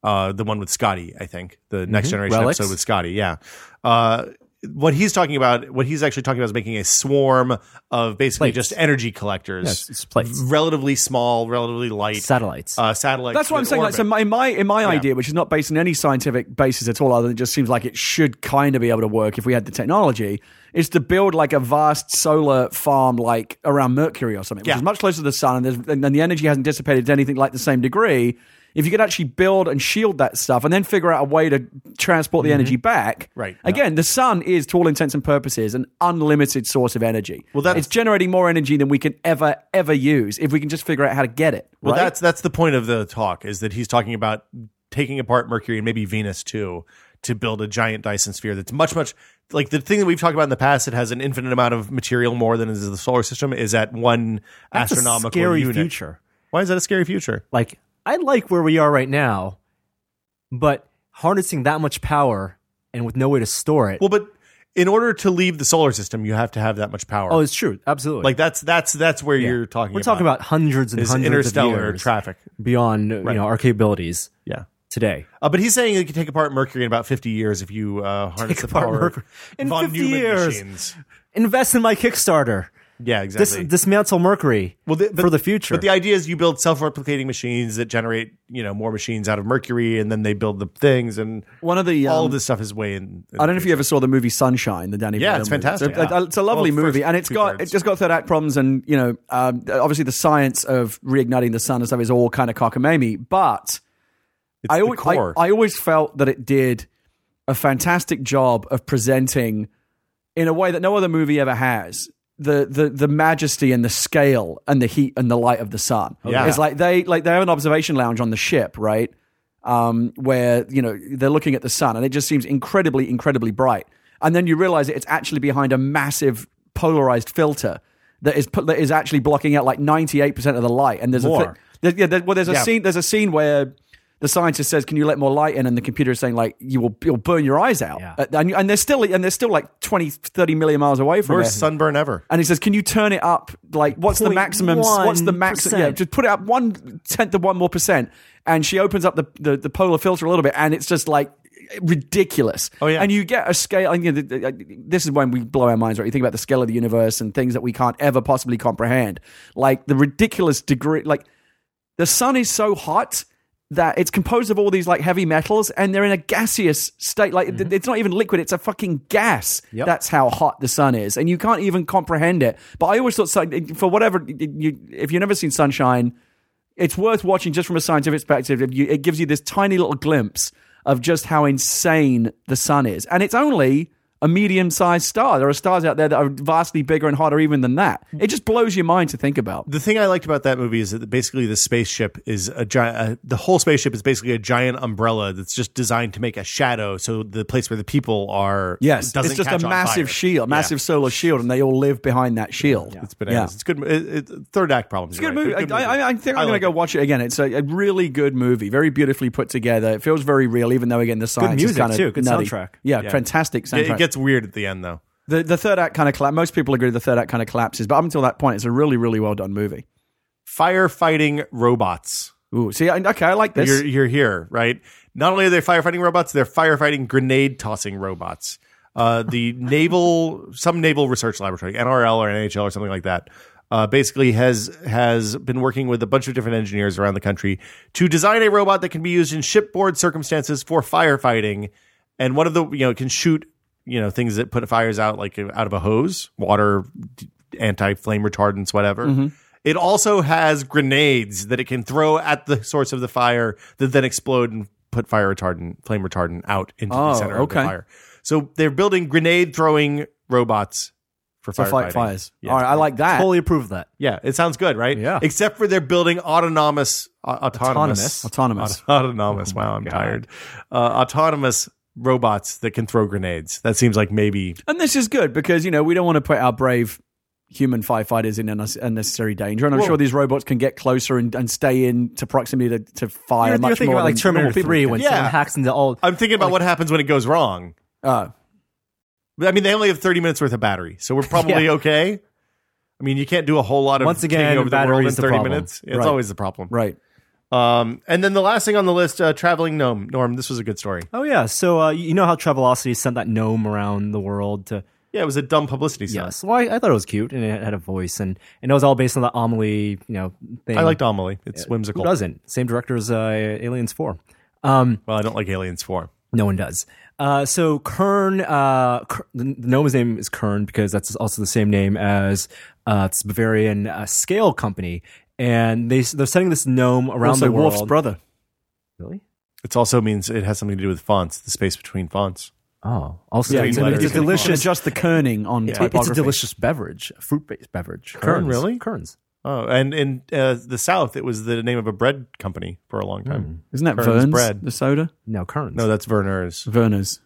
uh, the one with Scotty, I think the next generation Relics? episode with Scotty. Yeah, uh, what he's talking about, what he's actually talking about is making a swarm of basically Plates. just energy collectors. Yes, it's plates. Relatively small, relatively light satellites. uh, satellites. That's what I'm that saying. Like, orbit. so my- in my in my idea, which is not based on any scientific basis at all, other than it just seems like it should kind of be able to work if we had the technology, is to build like a vast solar farm, like around Mercury or something, which Yeah. is much closer to the sun, and, there's, and and the energy hasn't dissipated to anything like the same degree. If you could actually build and shield that stuff, and then figure out a way to transport the energy back, Right. Again, the sun is, to all intents and purposes, an unlimited source of energy. Well, that's- it's generating more energy than we can ever ever use if we can just figure out how to get it. Well, right? that's that's the point of the talk is that he's talking about taking apart Mercury and maybe Venus too to build a giant Dyson sphere that's much much like the thing that we've talked about in the past that has an infinite amount of material more than is the solar system is at one That's a astronomical scary unit. future. Why is that a scary future? Like I like where we are right now, but harnessing that much power and with no way to store it. Well, but in order to leave the solar system, you have to have that much power. oh, it's true. Absolutely. like that's that's that's where you're talking. we're talking about hundreds and is hundreds of interstellar years traffic. beyond you know our capabilities Yeah. today. Uh, but he's saying you can take apart Mercury in about 50 years if you uh, harness Take the apart power Mercury. In von 50 Neumann years. machines. Invest in my Kickstarter. Yeah, Dis- exactly. dismantle Mercury Well, the- but- for the future. But the idea is you build self-replicating machines that generate, you know, more machines out of mercury, and then they build the things, and One of the um, all of this stuff is way in. in I don't know if the you ever saw the movie Sunshine, the Danny. Yeah, Boyle it's movie. fantastic. It's a, Yeah. it's a lovely Well, the movie, first and it's two got thirds. it's just got third act problems, and you know, um, obviously the science of reigniting the sun and stuff is all kind of cockamamie. But It's I the always I, core. I always felt that it did a fantastic job of presenting in a way that no other movie ever has the the the majesty and the scale and the heat and the light of the sun. yeah. It's like they like they have an observation lounge on the ship, right? Um, where you know they're looking at the sun and it just seems incredibly incredibly bright. And then you realize that it's actually behind a massive polarized filter that is put, that is actually blocking out like 98% of the light and there's a More. thi- there, yeah, there, well, there's a scene. There's a scene where the scientist says, "Can you let more light in?" And the computer is saying, "Like you will, you'll burn your eyes out." Yeah. Uh, And, and they're still, and they're still like 20, 30 million miles away from worst it. sunburn ever. and he says, "Can you turn it up? Like, what's the Point maximum? one What's the max? percent. Yeah, just put it up one tenth of one more percent." And she opens up the, the the polar filter a little bit, and it's just like ridiculous. Oh, yeah. and you get a scale. And you know, the, the, this is when we blow our minds, right? You think about the scale of the universe and things that we can't ever possibly comprehend, like the ridiculous degree, like the sun is so hot that it's composed of all these like heavy metals and they're in a gaseous state like th- it's not even liquid it's a fucking gas Yep. that's how hot the sun is and you can't even comprehend it but i always thought sun- for whatever you, if you've never seen sunshine it's worth watching just from a scientific perspective If you, it gives you this tiny little glimpse of just how insane the sun is and it's only a medium-sized star there are stars out there that are vastly bigger and hotter even than that it just blows your mind to think about The thing I liked about that movie is that basically the spaceship is a giant. Uh, the whole spaceship is basically a giant umbrella that's just designed to make a shadow, so the place where the people are Yes, doesn't it's just catch a on massive fire. shield, Yeah. massive solar shield, and they all live behind that shield. It's bananas. It's good. It, it, third act problems. It's a good movie. I, I, I think I'm going to go watch it again. It's a, a really good movie, very beautifully put together. It feels very real, even though again the science is music, kind of too. Good nutty. soundtrack. Yeah, fantastic soundtrack. It, it gets weird at the end though. the the third act kind of collapse. Most people agree the third act kind of collapses, but up until that point, it's a really really well done movie. Firefighting robots. Ooh, see, I, okay, I like this. You're, you're here, right? Not only are they firefighting robots, they're firefighting grenade tossing robots. Uh, the naval, some naval research laboratory, NRL or NHL or something like that, uh, basically has has been working with a bunch of different engineers around the country to design a robot that can be used in shipboard circumstances for firefighting, and one of the you know it can shoot you know things that put fires out like out of a hose, water, anti flame retardants, whatever. It also has grenades that it can throw at the source of the fire that then explode and put fire retardant, flame retardant out into Oh, the center of okay. the fire. So they're building grenade throwing robots for to firefighting. fight fires. Yeah. All right, I like that. Totally approve of that. Yeah, it sounds good, right? Yeah. Except for they're building autonomous, uh, autonomous, Autonomous. Autonomous. Oh autonomous. wow, I'm tired. Uh, autonomous robots that can throw grenades. That seems like maybe And this is good because you know we don't want to put our brave human firefighters in unne- unnecessary danger, and I'm Well- sure these robots can get closer and, and stay in to proximity to, to fire You're, much you're thinking more about like than Terminator normal people Three can. when Yeah. someone hacks into all. I'm thinking about what happens when it goes wrong. Uh, I mean, they only have 30 minutes worth of battery, so we're probably Yeah. okay. I mean, you can't do a whole lot of Once again, taking over the battery world in is the 30 problem. minutes. It's Right. always the problem. right. Um, and then the last thing on the list, uh, traveling gnome. Norm, this was a good story. Oh yeah, so uh, you know how Travelocity sent that gnome around the world to Yeah, it was a dumb publicity stunt. yes. Well, I, I thought it was cute and it had a voice and and it was all based on the Amelie, you know, thing. I liked Amelie. It's Who whimsical. doesn't? Same director as uh, Aliens Four. Um, Well, I don't like Aliens Four. no one does. Uh, so Kern, uh, Kern, the gnome's name is Kern because that's also the same name as uh, it's Bavarian uh, scale company, and they they're sending this gnome around also the world. Wolf's brother. really? It also means it has something to do with fonts, the space between fonts. Oh, also Yeah, between it's, it's letters a and fonts. delicious. Just the kerning on It- it's typography. a delicious beverage, a fruit-based beverage. Kern, Kerns. really? Kerns. Oh, and in uh, the South, it was the name of a bread company for a long Hmm. time. Isn't that Kerns Verne's bread. the soda? No, Kerns. No, that's Werner's. Verner's.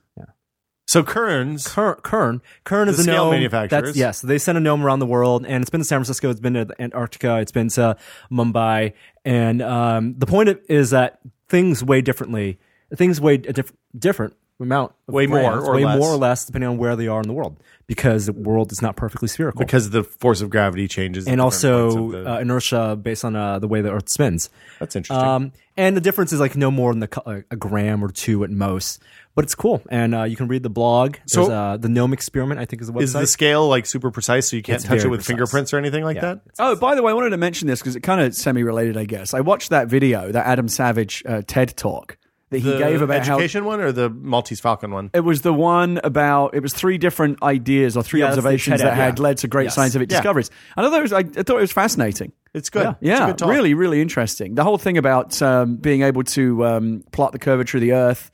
So Kerns, Kern, Kern, Kern is The a scale gnome. manufacturers. That's, yes, they send a gnome around the world, and it's been to San Francisco, it's been to Antarctica, it's been to Mumbai, and um, the point of- is that things weigh differently. Things weigh a diff- different amount, of Weigh more grams, or weigh less. more or less, depending on where they are in the world, because the world is not perfectly spherical, because the force of gravity changes, and the different also points of the- uh, inertia based on uh, the way the Earth spins. that's interesting. Um, and the difference is like no more than the, co- a gram or two at most. But it's cool, and uh, you can read the blog. So- There's, uh, the gnome experiment, I think, is the website. is the scale like super precise, so you can't It's touch it very with precise. fingerprints or anything like Yeah. that? Oh, by the way, I wanted to mention this because it kind of semi-related, I guess. I watched that video, that Adam Savage uh, TED talk that he The gave about how education one or the Maltese Falcon one? It was the one about it was three different ideas or three Yeah, that's the observations TED Ed, that had yeah. led to great Yes. scientific Yeah. discoveries. And I thought it was, I, I thought it was fascinating. It's good. it's a Yeah, good talk. really, really interesting. The whole thing about um, being able to um, plot the curvature of the Earth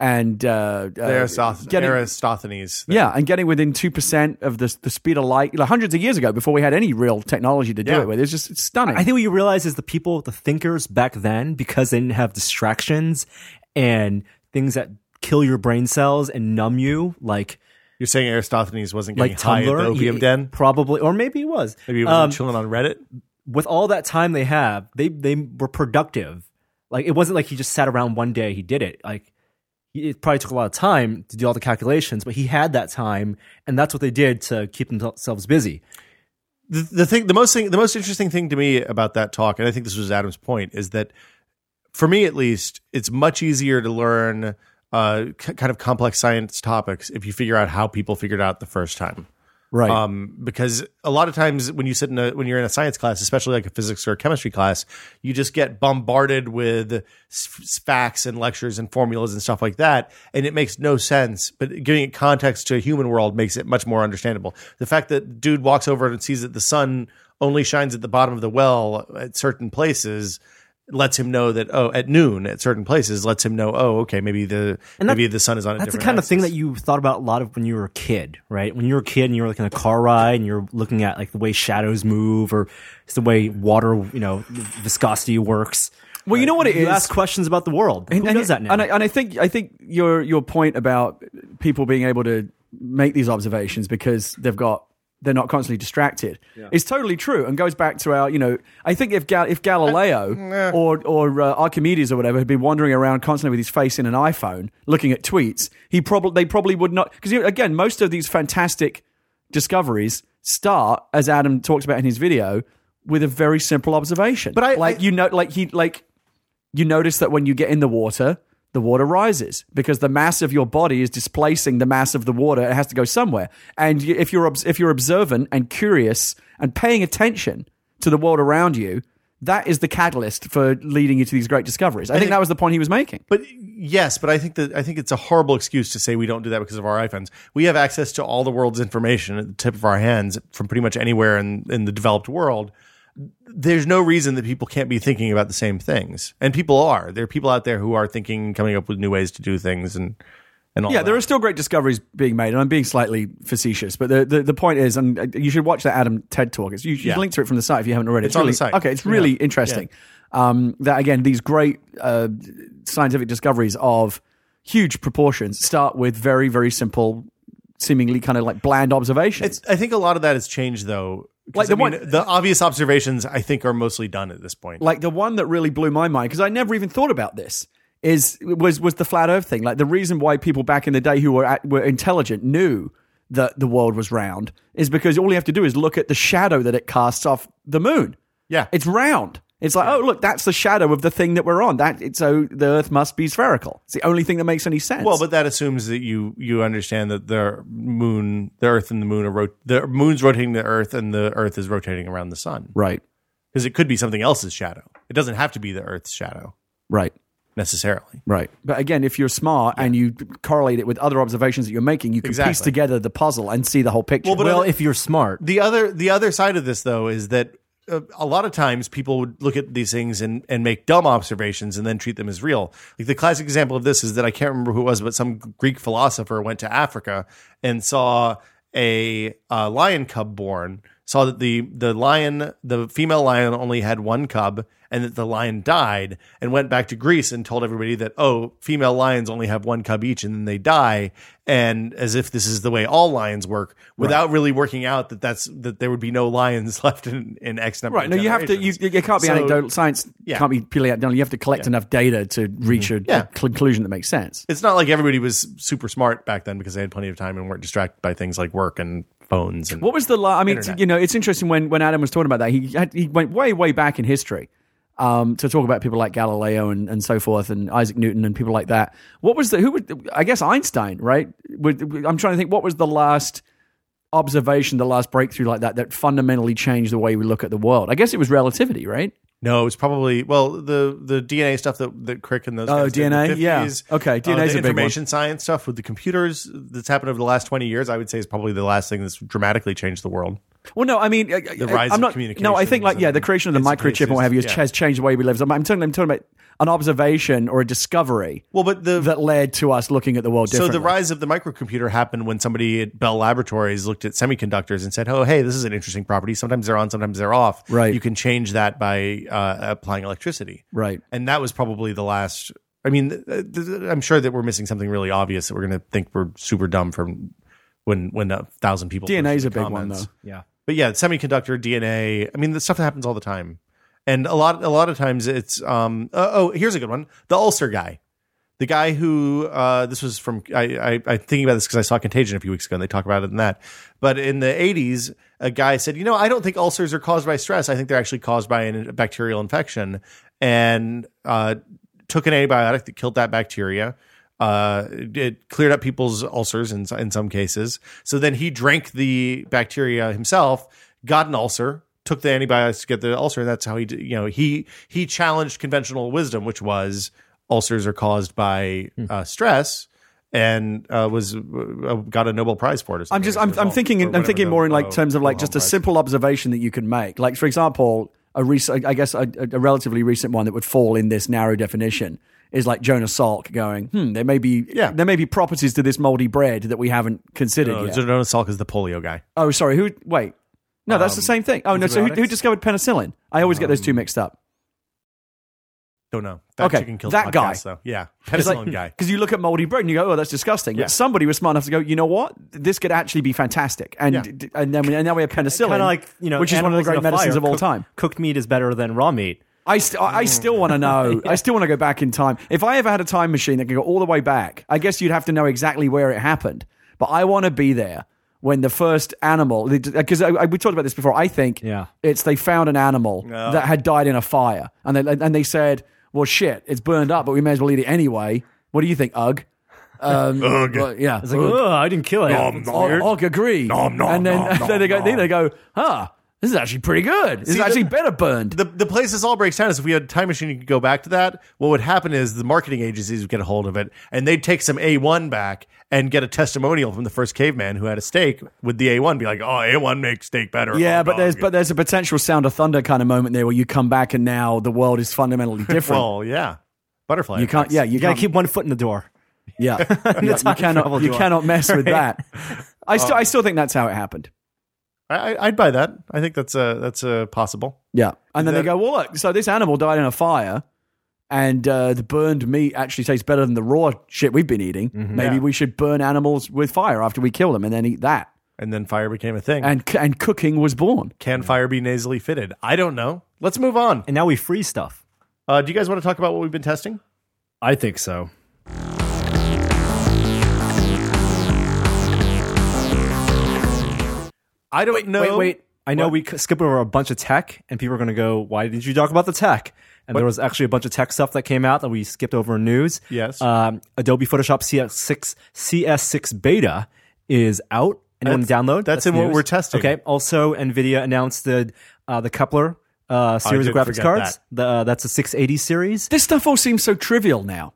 and uh, uh, Aristoth- getting- Aristophanes. yeah, and getting within two percent of the the speed of light, like hundreds of years ago, before we had any real technology to do Yeah. it with. It's just it's stunning. I think what you realize is the people, the thinkers back then, because they didn't have distractions and things that kill your brain cells and numb you, like You're saying Aristophanes wasn't getting like high Tumblr, at the opium y- den? probably, or maybe he was. Maybe he was Um, chilling on Reddit. with all that time they have, they they were productive. Like it wasn't like he just sat around one day he did it. Like he- it probably took a lot of time to do all the calculations, but he had that time, and that's what they did to keep themselves busy. the, the thing the most thing the most interesting thing to me about that talk and i think this was adam's point is that for me at least it's much easier to learn uh, k- kind of complex science topics if you figure out how people figured it out the first time right. um, because a lot of times when you sit in a when you're in a science class, especially like a physics or a chemistry class, you just get bombarded with s- s- facts and lectures and formulas and stuff like that, and it makes no sense. But giving it context to a human world makes it much more understandable. The fact that dude walks over and sees that the sun only shines at the bottom of the well at certain places lets him know that oh at noon at certain places lets him know oh okay maybe the And that- maybe the sun is on a That's the different kind of thing axis. that you thought about a lot of when you were a kid, right? When you were a kid and you were like in a car ride and you're looking at like the way shadows move or it's the way water, you know, viscosity works. well, you know what it is. You ask questions about the world. Who does that now? And I, and I think I think your your point about people being able to make these observations because they've got they're not constantly distracted is totally true and goes back to our you know I think if Gal- if Uh, Galileo or or uh, Archimedes or whatever had been wandering around constantly with his face in an iPhone looking at tweets he probably they probably would not because again most of these fantastic discoveries start as Adam talks about in his video with a very simple observation but I- like I- you know like he like you notice that when you get in the water, the water rises because the mass of your body is displacing the mass of the water. It has to go somewhere. And you- if you're obs- if you're observant and curious and paying attention to the world around you, that is the catalyst for leading you to these great discoveries. I think that was the point he was making. But yes, but I think that I think it's a horrible excuse to say we don't do that because of our iPhones. We have access to all the world's information at the tip of our hands from pretty much anywhere in, in the developed world. There's no reason that people can't be thinking about the same things, and people are. There are people out there who are thinking, coming up with new ways to do things, and and all. Yeah, that. there are still great discoveries being made, and I'm being slightly facetious, but the, the, the point is, and uh, you should watch that Adam TED talk. It's, you should Yeah. link to it from the site if you haven't already. It's on the really- site. Okay, it's really interesting. Um, that again, these great uh, scientific discoveries of huge proportions start with very very simple, seemingly kind of like bland observations. It's, I think a lot of that has changed though. 'Cause, Like the I mean, one- the obvious observations, I think, are mostly done at this point. like the one that really blew my mind because I never even thought about this is was was the flat Earth thing. Like the reason why people back in the day who were at, were intelligent knew that the world was round is because all you have to do is look at the shadow that it casts off the moon. Yeah. it's round. It's like, oh, look, that's the shadow of the thing that we're on. That so the Earth must be spherical. It's the only thing that makes any sense. Well, but that assumes that you you understand that the moon, the Earth, and the moon are rot- the moon's rotating the Earth, and the Earth is rotating around the sun. right, Because it could be something else's shadow. It doesn't have to be the Earth's shadow right. necessarily. Right. But again, if you're smart and you correlate it with other observations that you're making, you can piece Exactly. together the puzzle and see the whole picture. Well, but well, other- if you're smart, The other the other side of this though is that uh, a lot of times people would look at these things and and make dumb observations and then treat them as real. Like the classic example of this is that I can't remember who it was, but some Greek philosopher went to Africa and saw a uh, lion cub born. Saw that the the lion the female lion only had one cub and that the lion died and went back to Greece and told everybody that oh female lions only have one cub each and then they die and as if this is the way all lions work without really working out that that's that there would be no lions left in, in X number right. of No, you have to. You, generations. it can't be So- anecdotal. Science Yeah. can't be purely anecdotal. You have to collect enough data to reach a, Yeah. a conclusion that makes sense. it's not like everybody was super smart back then because they had plenty of time and weren't distracted by things like work and phones and What was the? La- I mean, Internet. you know, it's interesting when when Adam was talking about that. He had, he went way way back in history um, to talk about people like Galileo and, and so forth, and Isaac Newton and people like that. What was the? Who would? I guess Einstein, right? Would, I'm trying to think. What was the last observation, the last breakthrough like that that fundamentally changed the way we look at the world? I guess it was relativity, right? No, it's probably well the the DNA stuff that that Crick and those Oh, guys did in the DNA? Yeah. 50s. Okay, DNA uh, is the a big one. information science stuff with the computers that's happened over the last twenty years. I would say is probably the last thing that's dramatically changed the world. Well, no, I mean, the rise I'm of not, No, I communications think like yeah, and the creation of the it's- microchip and what have you yeah. has changed the way we live. So I'm, I'm talking, I'm talking about an observation or a discovery Well, but the that led to us looking at the world so differently. the rise of the microcomputer happened when somebody at Bell Laboratories looked at semiconductors and said, "Oh, hey, this is an interesting property. Sometimes they're on, sometimes they're off. Right. You can change that by uh, applying electricity. Right. And that was probably the last. I mean, th- th- th- I'm sure that we're missing something really obvious that we're going to think we're super dumb from when when a thousand people DNA posted is a the big one, comments. though. yeah. but yeah, semiconductor DNA. I mean, the stuff that happens all the time, and a lot, a lot of times it's. Um, uh, oh, here's a good one: the ulcer guy, the guy who uh, this was from. I, I I'm thinking about this because I saw Contagion a few weeks ago, and they talk about it in that. But in the 80s, a guy said, "You know, I don't think ulcers are caused by stress. I think they're actually caused by an- a bacterial infection," and uh, took an antibiotic that killed that bacteria. Uh, it- it cleared up people's ulcers in in some cases. So then he drank the bacteria himself, got an ulcer, took the antibiotics to get the ulcer, and that's how he did- you know he he challenged conventional wisdom, which was ulcers are caused by Hmm. uh, stress, and uh, was uh, got a Nobel Prize for it. Or something I'm just as a I'm, I'm result, or thinking I'm whatever thinking the- more in uh, like terms of like just a Nobel Prize. simple observation that you can make. Like for example, a recent I guess a, a relatively recent one that would fall in this narrow definition is like Jonah Salk going, hmm, there may be Yeah. Oh, there may be properties to this moldy bread that we haven't considered No, yet. Jonah Salk is the polio guy. Oh, sorry. Who? Wait. No, that's Um, the same thing. Oh no. So who, who antibiotics? discovered penicillin? I always get those Um, two mixed up. Don't know. That Okay, chicken killed that the guy. podcast, Though. Yeah, penicillin guy. Because you look at moldy bread and you go, oh, that's disgusting. Yeah. But somebody was smart enough to go, you know what? This could actually be fantastic. And Yeah. d- and then we, and now we have penicillin, Kind of like you know, which is one of the animals in a great medicines fire. of all Cook- time. Cooked meat is better than raw meat. I, st- I I still want to Mm. know. I still want to go back in time. If I ever had a time machine that can go all the way back, I guess you'd have to know exactly where it happened. But I want to be there when the first animal, because I, I, we talked about this before. I think Yeah. it's they found an animal that had died in a fire, and they and they said, "Well, shit, it's burned up, but we may as well eat it anyway." What do you think, Ugg? Um, Ugh. well, yeah. It's like, oh, I didn't kill it. Nom, nom. Ugg, Ugg agree. Nom, nom, and then, nom, nom, then they go, nom. they go, huh? This is actually pretty good. This is the- actually better burned. the the place this all breaks down is if we had a time machine, you could go back to that. What would happen is the marketing agencies would get a hold of it, and they'd take some A one back and get a testimonial from the first caveman who had a steak with the A one, be like, "Oh, A one makes steak better." Yeah, hot but there's dog." but there's a potential sound of thunder kind of moment there where you come back and now the world is fundamentally different. well, yeah, butterfly. you can't. effects. Yeah, you You gotta can't. keep one foot in the door. yeah, yeah, you, time cannot. travel You door. cannot mess with that. I still. I still think that's how it happened. I, I- I'd buy that. I think that's uh that's uh possible. Yeah, and then That- they go, well, look. So this animal died in a fire, and uh, the burned meat actually tastes better than the raw shit we've been eating. Maybe Yeah. we should burn animals with fire after we kill them and then eat that. And then fire became a thing. And c- and cooking was born. Can fire be nasally fitted? I don't know. Let's move on. And now we free stuff. Uh, do you guys want to talk about what we've been testing? I think so. I don't know. Wait, wait. I know we we skip over a bunch of tech, and people are going to go, "Why didn't you talk about the tech?" And there was actually a bunch of tech stuff that came out that we skipped over in news. Yes. um, Adobe Photoshop CS6 CS6 beta is out. Anyone That's- download? that's in what we're testing. Okay. Also, NVIDIA announced the uh, the Kepler uh, series of did graphics forget cards. that. The uh, that's a 680 series. This stuff all seems so trivial now.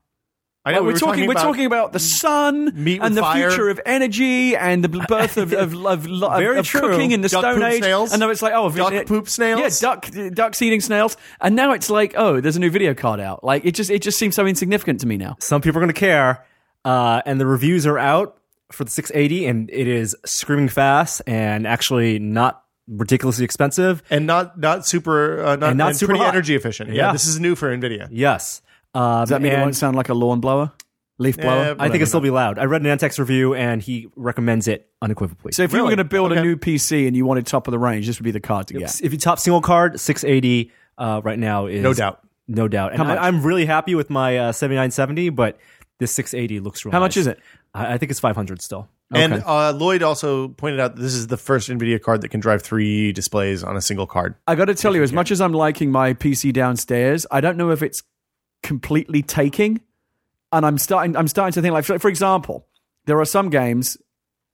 I know Like, we we're, were talking, we're about- talking about the sun Meat with and the fire. Uh, future of energy and the birth of of, of, of, Very of true. cooking in the Duck Stone poop Age. snails. And now it's like oh, Duck it- poop snails. Yeah, duck ducks eating snails. And now it's like oh, there's a new video card out. Like it just it just seems so insignificant to me now. Some people are going to care, uh, and the reviews are out for the 680, and it is screaming fast and actually not ridiculously expensive. and not not super uh, not, And not and super pretty hot. energy efficient. Yeah, Yeah. this is new for Nvidia. Yes. Um, Does that mean it and- won't sound like a lawn blower, leaf blower? Eh, I think whatever. it'll still be loud. I read an Antex review and he recommends it unequivocally. so if you were Really? going to build a Okay. new PC and you wanted top of the range, this would be the card to get. if you top single card, 680 uh, right now is No doubt. No doubt. And I, am really happy with my uh, 7970, but this 680 looks real How much nice. is it? I, I think it's 500 still. And uh, Lloyd also pointed out that this is the first Nvidia card that can drive three displays on a single card. I got to tell you, as much as I'm liking my PC downstairs, I don't know if it's completely taking. And I'm starting. I'm starting to think like, for, for example, there are some games,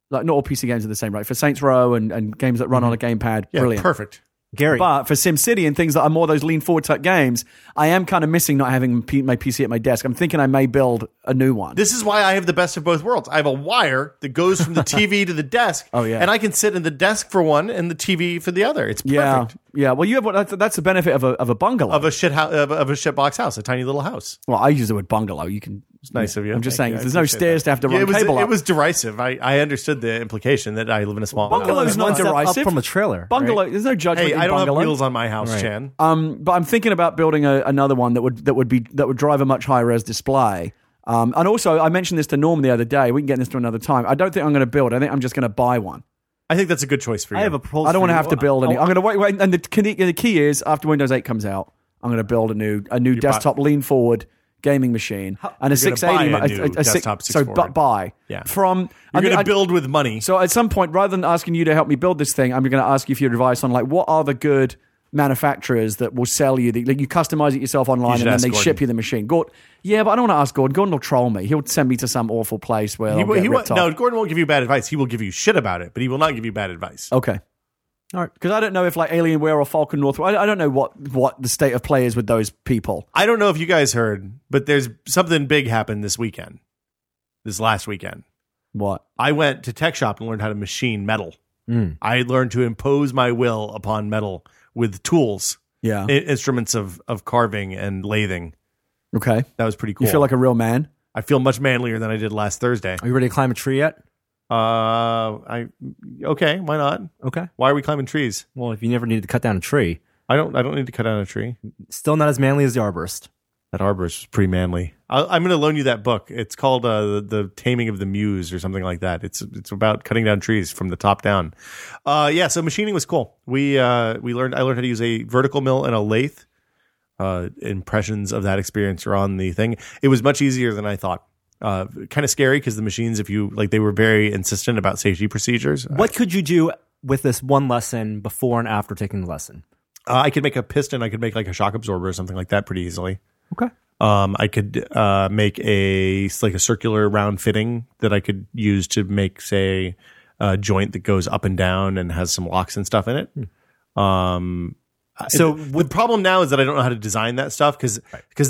like not all PC games are the same, right? For Saints Row and, and games that run on a gamepad, Mm-hmm. Yeah, brilliant. perfect. Gary, But for SimCity and things that are more those lean forward type games, I am kind of missing not having P- my PC at my desk. I'm thinking I may build a new one. This is why I have the best of both worlds. I have a wire that goes from the TV to the desk. Oh, yeah. and I can sit in the desk for one and the TV for the other. It's perfect. yeah, yeah. Well, you have what? That's, that's the benefit of a of a bungalow. Of a shit house, of, a- of a shitbox house, a tiny little house. well, I use the word bungalow. You can. It's Nice of you. I'm just Thank saying, you. I there's no appreciate stairs that. to have to Yeah, run it was, cable It up. was derivation. I, I understood the implication that I live in a small Bungalow house. is not One step up derisive from a trailer, Bungalow. There's no judgment. Hey, in I don't bungalow. have wheels on my house, Chan. Um, but I'm thinking about building a, another one that would that would be that would drive a much higher res display. Um, and also, I mentioned this to Norm the other day. We can get this to another time. I don't think I'm going to build. I think I'm just going to buy one. I think that's a good choice for you. I have a proposal. I don't want to for you. Oh. have to build oh. any. I'm going to wait, wait. And the key, the key is after Windows 8 comes out, I'm going to build a new a new desktop lean forward gaming machine and a You're gonna buy 680 a mi- new six- desktop so 640. bu- buy Yeah. from. You're I mean, going I- to build with money. So at some point, rather than asking you to help me build this thing, I'm going to ask you for your advice on like what are the good manufacturers that will sell you the like you customize it yourself online should and then ask they Gordon. ship you the machine. Gord, yeah, but I don't want to ask Gordon. Gordon will troll me. He'll send me to some awful place where He I'll will- get he ripped won't- off. no, Gordon won't give you bad advice. He will give you shit about it, but he will not give you bad advice. Okay. All right, because I don't know if like Alienware or Falcon North. I, I don't know what what the state of play is with those people. I don't know if you guys heard, but there's something big happened this weekend. This last weekend, What? I went to tech shop and learned how to machine metal. Mm. I learned to impose my will upon metal with tools, Yeah. i- instruments of of carving and lathing. okay. That was pretty cool. You feel like a real man. I feel much manlier than I did last Thursday. Are you ready to climb a tree yet? Uh, I okay, why not? Okay. Why are we climbing trees? Well, if you never needed to cut down a tree, I don't. I don't need to cut down a tree. still not as manly as the arborist. That arborist was pretty manly. I, I'm going to loan you that book. It's called uh, the, the Taming of the Muse or something like that. It's it's about cutting down trees from the top down. Uh, yeah, so machining was cool. We uh, we learned I learned how to use a vertical mill and a lathe. Uh, impressions of that experience are on the thing. It was much easier than I thought. Uh, kind of scary because the machines, if you like, they were very insistent about safety procedures. What could you do with this one lesson before and after taking the lesson? Uh, I could make a piston. I could make like a shock absorber or something like that pretty easily. Okay. Um, I could uh, make a like a circular round fitting that I could use to make say a joint that goes up and down and has some locks and stuff in it. Um, So so the problem now is that I don't know how to design that stuff because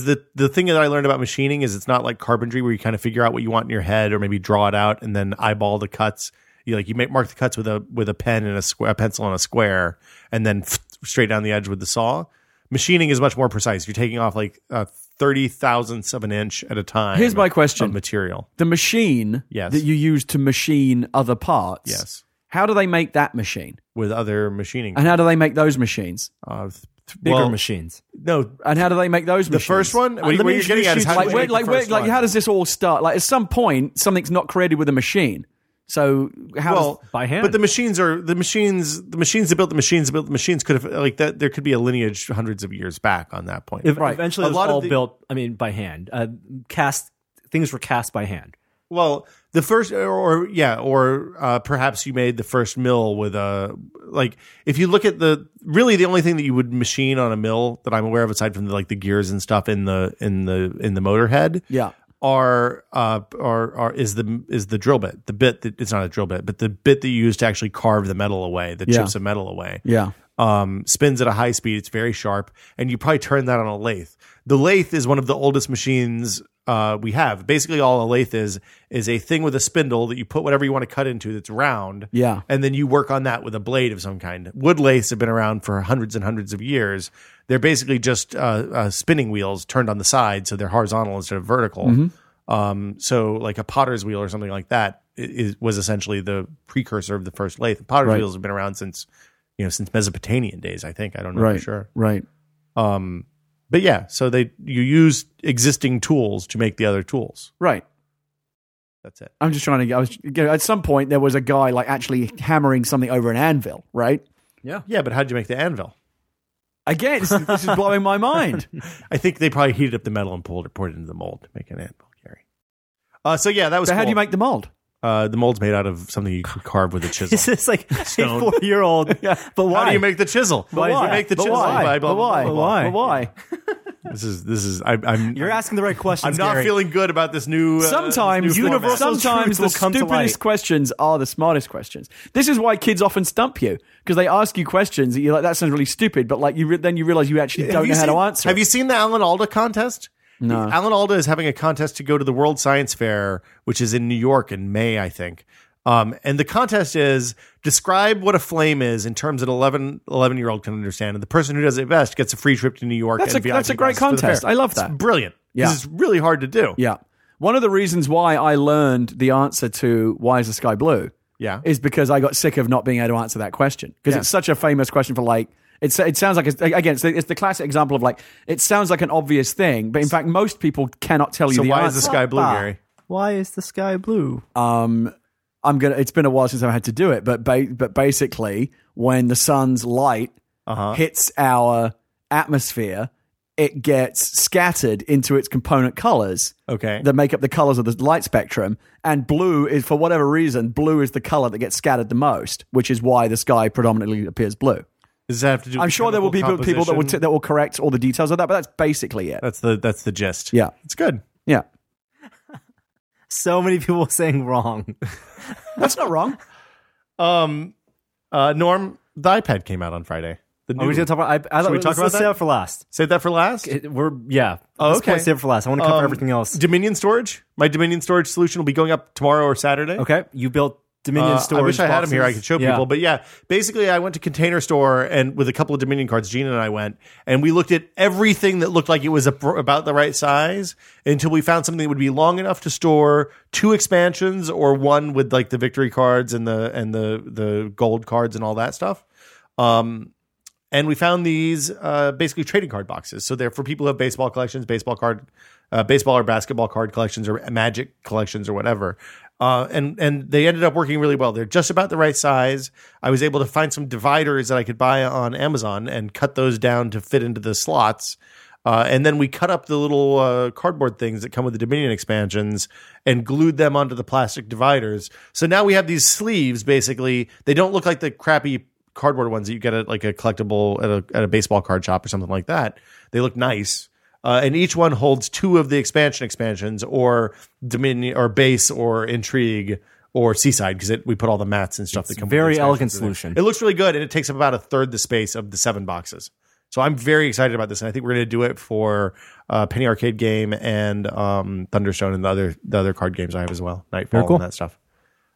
the the thing that I learned about machining is it's not like carpentry where you kind of figure out what you want in your head or maybe draw it out and then eyeball the cuts. You like you make mark the cuts with a with a pen and a square a pencil and a square and then straight down the edge with the saw. Machining is much more precise. You're taking off like uh, thirty thousandths of an inch at a time. Here's my of question. material. The machine Yes. that you use to machine other parts. Yes. How do they make that machine? With other machining, And how do they make those machines? uh, th- Bigger well, machines. no, And how do they make those? the first one. What, the what you're machine- getting at is how do like you where, make the like where, first like one? how does this all start? Like at some point, something's not created with a machine. So how? well does, by hand. But the machines are the machines. The machines that built the machines that built the machines could have like that. There could be a lineage hundreds of years back on that point. If, Right. Eventually, A it was lot of all the- built. I mean, by hand. Uh, cast things were cast by hand. well, the first or, or yeah or uh, perhaps you made the first mill with a like if you look at the really the only thing that you would machine on a mill that i'm aware of aside from the, like the gears and stuff in the in the in the motor head Yeah. are uh are are is the is the drill bit the bit that it's not a drill bit but the bit that you use to actually carve the metal away that Yeah. chips the metal away Yeah. um, spins at a high speed. It's very sharp, and you probably turn that on a lathe. The lathe is one of the oldest machines uh, we have. Basically, all a lathe is is a thing with a spindle that you put whatever you want to cut into that's round, Yeah. and then you work on that with a blade of some kind. Wood lathes have been around for hundreds and hundreds of years. They're basically just uh, uh, spinning wheels turned on the side, so they're horizontal instead of vertical. Mm-hmm. Um, so, like a potter's wheel or something like that i- is, was essentially the precursor of the first lathe. Potter's Right. wheels have been around since you know since Mesopotamian days, I think. I don't know Right. for sure. Right. Um, but yeah, so they you use existing tools to make the other tools. Right. That's it. I'm just trying to. I was you know, at some point there was a guy like actually hammering something over an anvil. Right. Yeah, but how'd you make the anvil? Again, this is, this is blowing my mind. I think they probably heated up the metal and pulled it, poured it into the mold to make an anvil carry. Uh, so yeah, that was. So how cool. do you make the mold? Uh, the mold's made out of something you could carve with a chisel. This is like a four year old. But why? How do you make the chisel? Why is You that? make the But chisel why? by blah, But why? blah, blah, blah. Why? But why? This is this is I, I'm. You're asking the right I'm questions. not Gary. feeling good about this new. Uh, Sometimes this new format. universal sometimes truths will the come to stupidest light. questions are the smartest questions. This is why kids often stump you because they ask you questions that you're like, that sounds really stupid, but like you re- then you realize you actually Have don't you know how to seen- answer. Have it. you seen the Alan Alda contest? No. Alan Alda is having a contest to go to the World Science Fair, which is in New York in May, I think. Um, and the contest is describe what a flame is in terms that 11, 11 year old can understand. And the person who does it best gets a free trip to New York. That's and a- that's VIP a great passes for the contest. fair. I love It's that. brilliant. Yeah. This is really hard to do. Yeah. One of the reasons why I learned the answer to why is the sky blue Yeah. is because I got sick of not being able to answer that question because Yeah. it's such a famous question for like it's, it sounds like it's, again it's the, it's the classic example of like it sounds like an obvious thing but in fact most people cannot tell you so the why answer. is the sky blue, Ah. Gary? Why is the sky blue? um, I'm gonna. It's been a while since I have had to do it, but ba- but basically, when the sun's light Uh-huh. hits our atmosphere, it gets scattered into its component colors Okay. that make up the colors of the light spectrum. And blue is, for whatever reason, blue is the color that gets scattered the most, which is why the sky predominantly appears blue. Does that have to do I'm with sure there will be chemical people that will t- composition? Uh, that will correct all the details of that, but that's basically it. that's the that's the gist. Yeah. It's good. Yeah, So many people saying wrong. that's not wrong. Um uh Norm, the iPad came out on Friday. The Oh, Are we new- going to talk about? I, I thought we talk let's- let's about save that? it for last. Save that for last? It- we're yeah. Oh, Let's okay. point Save it for last. I want to cover Um, everything else. Dominion storage. My Dominion storage solution will be going up tomorrow or Saturday. Okay, you built Dominion Uh, storage. I wish I had them here. I boxes. could show Yeah. people. But yeah, basically, I went to Container Store and with a couple of Dominion cards, Gina and I went, and we looked at everything that looked like it was ap- about the right size until we found something that would be long enough to store two expansions or one with like the victory cards and the and the the gold cards and all that stuff. Um, and we found these uh, basically trading card boxes. So they're for people who have baseball collections, baseball card, uh, baseball or basketball card collections, or magic collections, or whatever. Uh, and and they ended up working really well. They're just about the right size. I was able to find some dividers that I could buy on Amazon and cut those down to fit into the slots. Uh, and then we cut up the little uh, cardboard things that come with the Dominion expansions and glued them onto the plastic dividers. So now we have these sleeves. Basically, they don't look like the crappy cardboard ones that you get at like a collectible at a at a baseball card shop or something like that. They look nice. Uh, and each one holds two of the expansion expansions or dominion or base or intrigue or seaside because we put all the mats and stuff that come with the very expansions elegant in there. solution. It looks really good and it takes up about a third the space of the seven boxes. So I'm very excited about this and I think we're going to do it for uh, Penny Arcade game and um, Thunderstone and the other the other card games I have as well. Nightfall cool. and that stuff.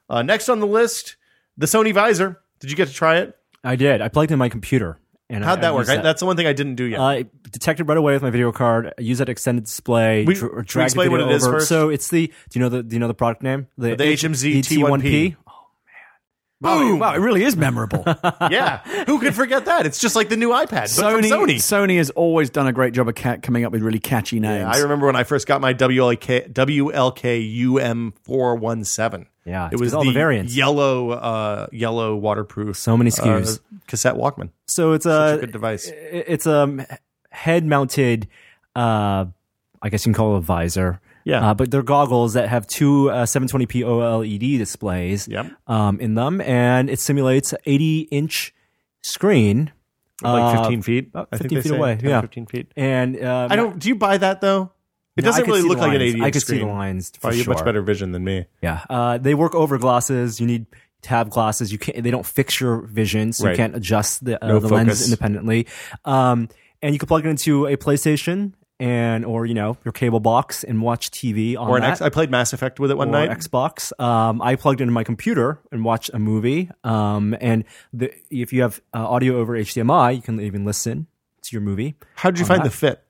Uh, next on the list, the Sony Visor. Did you get to try it? I did. I plugged in my computer. And I- How'd I that work? used I, that's the one thing I didn't do yet. I detected right away with my video card. I use that extended display. We- dr- we drag the explain what video it is over. first? So it's the. Do you know the? Do you know the product name? The HMZ T1P. Wow, wow, it really is memorable. yeah, who could forget that? It's just like the new iPad, but from Sony, Sony. Sony has always done a great job of ca- coming up with really catchy names. I remember when I first got my WLK WLK UM417. Yeah, it it's was 'cause all the variants. Yellow, uh, yellow waterproof. So many SKUs. uh, cassette Walkman. So it's Such a, a good device. i- It's a head mounted. Uh, I guess you can call it a visor. Yeah. Uh, but they're goggles that have two uh, 720p OLED E displays Yep. um, in them, and it simulates 80 inch screen. like uh, 15 feet. about I think 15 they feet say, away, 10, yeah. 15 feet. And um, I don't. Do you buy that though? It no, I doesn't could really see look the like an lines. 80 I could screen. see the lines. For Oh, you have sure. much better vision than me. Yeah, uh, they work over glasses. You need to have glasses. You can't. They don't fix your vision, so Right. you can't adjust the, uh, No the lens focus. independently. Um, and you can plug it into a PlayStation and or you know your cable box and watch TV on Or an that. X. I played Mass Effect with it one or night. Xbox. Um, I plugged into my computer and watched a movie. Um, and the, if you have uh, audio over HDMI, you can even listen to your movie. How did you on find that. the fit?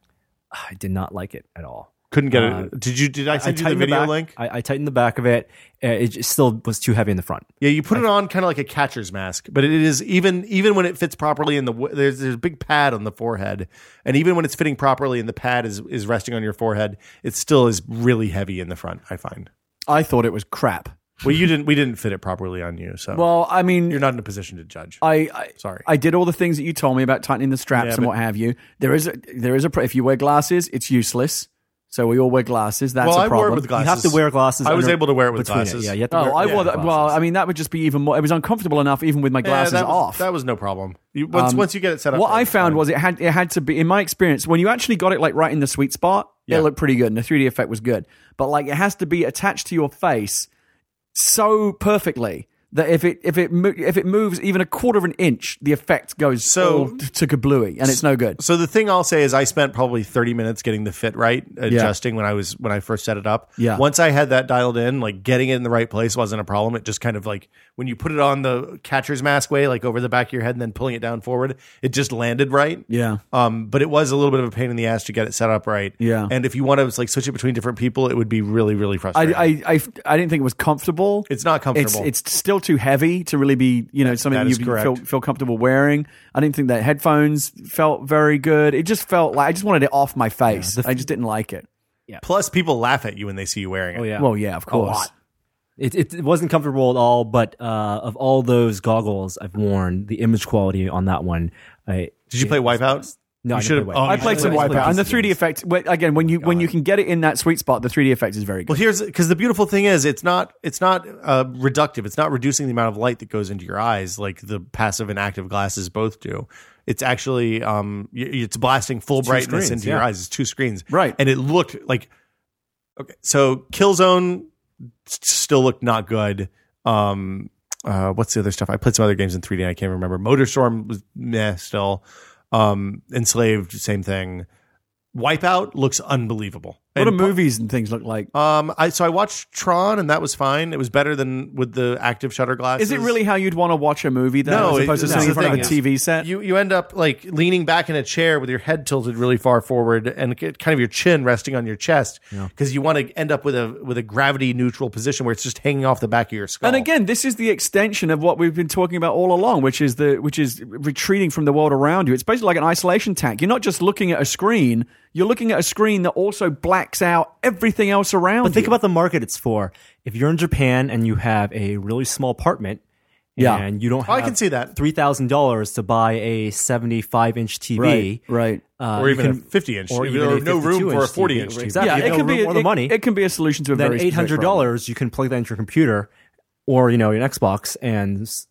I did not like it at all. Couldn't get Uh, it. Did you? Did I send you the tightened video back- link? I, I tightened the back of it. Uh, It just still was too heavy in the front. Yeah, you put it on kind of like a catcher's mask, but it is even even when it fits properly in the w- there's there's a big pad on the forehead, and even when it's fitting properly and the pad is is resting on your forehead, it still is really heavy in the front. I find. I thought it was crap. Well, you didn't we didn't fit it properly on you, so Well, I mean, you're not in a position to judge. I, I Sorry. I did all the things that you told me about tightening the straps Yeah, and but- what have you. There is a, there is a pr- if you wear glasses, it's useless. So we all wear glasses. That's well, I a wore problem. it with glasses. You have to wear glasses. I was under- able to wear it with between glasses. Yeah, you have to Oh, wear, I yeah, wore that. glasses. Well, I mean, that would just be even more. It was uncomfortable enough, even with my Yeah, glasses that was, off. That was no problem. You, once Um, once you get it set up, what I it's found fine. was it had it had to be in my experience when you actually got it like right in the sweet spot, Yeah. it looked pretty good and the 3D effect was good. But like it has to be attached to your face so perfectly that if it if it mo- if it moves even a quarter of an inch, the effect goes So- all t- to kablooey and it's no good. So the thing I'll say is I spent probably 30 minutes getting the fit right, adjusting when I was when I first set it up. Yeah. Once I had that dialed in, like getting it in the right place wasn't a problem. It just kind of like when you put it on the catcher's mask way, like over the back of your head and then pulling it down forward, it just landed right. Yeah. Um, but it was a little bit of a pain in the ass to get it set up right. Yeah. And if you want to like switch it between different people, it would be really, really I, frustrating. I, I, I didn't think it was comfortable. it's not it's comfortable. it's still too heavy to really be you know something That that you is correct. feel, feel comfortable wearing. I didn't think that headphones felt very good. It just felt like I just wanted it off my face. I just didn't like it. Plus, people laugh at you when they see you wearing it. oh yeah. Well, yeah, of course. lot. it, it, it wasn't comfortable at all. But uh, of all those goggles I've worn, the image quality on that one, I Did you play Wipeout? no, You I, should've- didn't play oh, Wipeout. you I played some Yeah, it's Wipeout, and the Wipeout. 3D effect. well, Again, when Oh you when you can get it in that sweet spot, the 3D effect is very good. Well, here's because the beautiful thing is it's not it's not uh, reductive. It's not reducing the amount of light that goes into your eyes like the passive and active glasses both do. It's actually um y- it's blasting full brightness screens, into yeah. your eyes. It's two screens, Right. And it looked like okay. So Killzone s- still looked not good. Um, uh, what's the other stuff? I played some other games in 3D. I can't remember. Motorstorm was meh still. Um, Enslaved, same thing. Wipeout looks unbelievable. what do And movies and Oh, things look like? um, I so I watched Tron and that was fine. It was better than with the active shutter glasses. Is it really how you'd want to watch a movie? Though, No, as it- opposed to no. sitting in That's the front of a thing TV set. You you end up like leaning back in a chair with your head tilted really far forward and get kind of your chin resting on your chest because you want to end up with a with a gravity neutral position where it's just hanging off the back of your skull. And again, this is the extension of what we've been talking about all along, which is the which is retreating from the world around you. It's basically like an isolation tank. You're not just looking at a screen; you're looking at a screen that also blacks out everything else around. But think you. about the market it's for. If you're in Japan and you have a really small apartment, Yeah. and you don't Oh, have I uh, can see that. three thousand dollars to buy a seventy-five inch TV, right, right. Uh, or you even can- a fifty inch, or or, even a no room for a 52 -inch forty TV. inch. Exactly. yeah, you it have can no be room or the it- money. It can be a solution to a then very eight specific hundred problem. dollars you can plug that into your computer or you know your Xbox and s-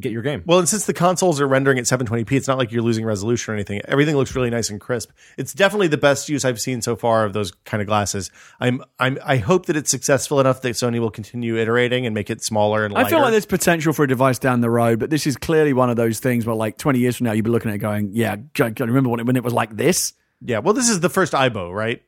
get your game. Well, and since the consoles are rendering at 720p, it's not like you're losing resolution or anything. Everything looks really nice and crisp. It's definitely the best use I've seen so far of those kind of glasses. I'm, I'm, I hope that it's successful enough that Sony will continue iterating and make it smaller and lighter. I feel like there's potential for a device down the road, but this is clearly one of those things where, like, 20 years from now, you'll be looking at it going, "Yeah, God, God, remember when it, when it was like this?" yeah. Well, this is the first IBO, right?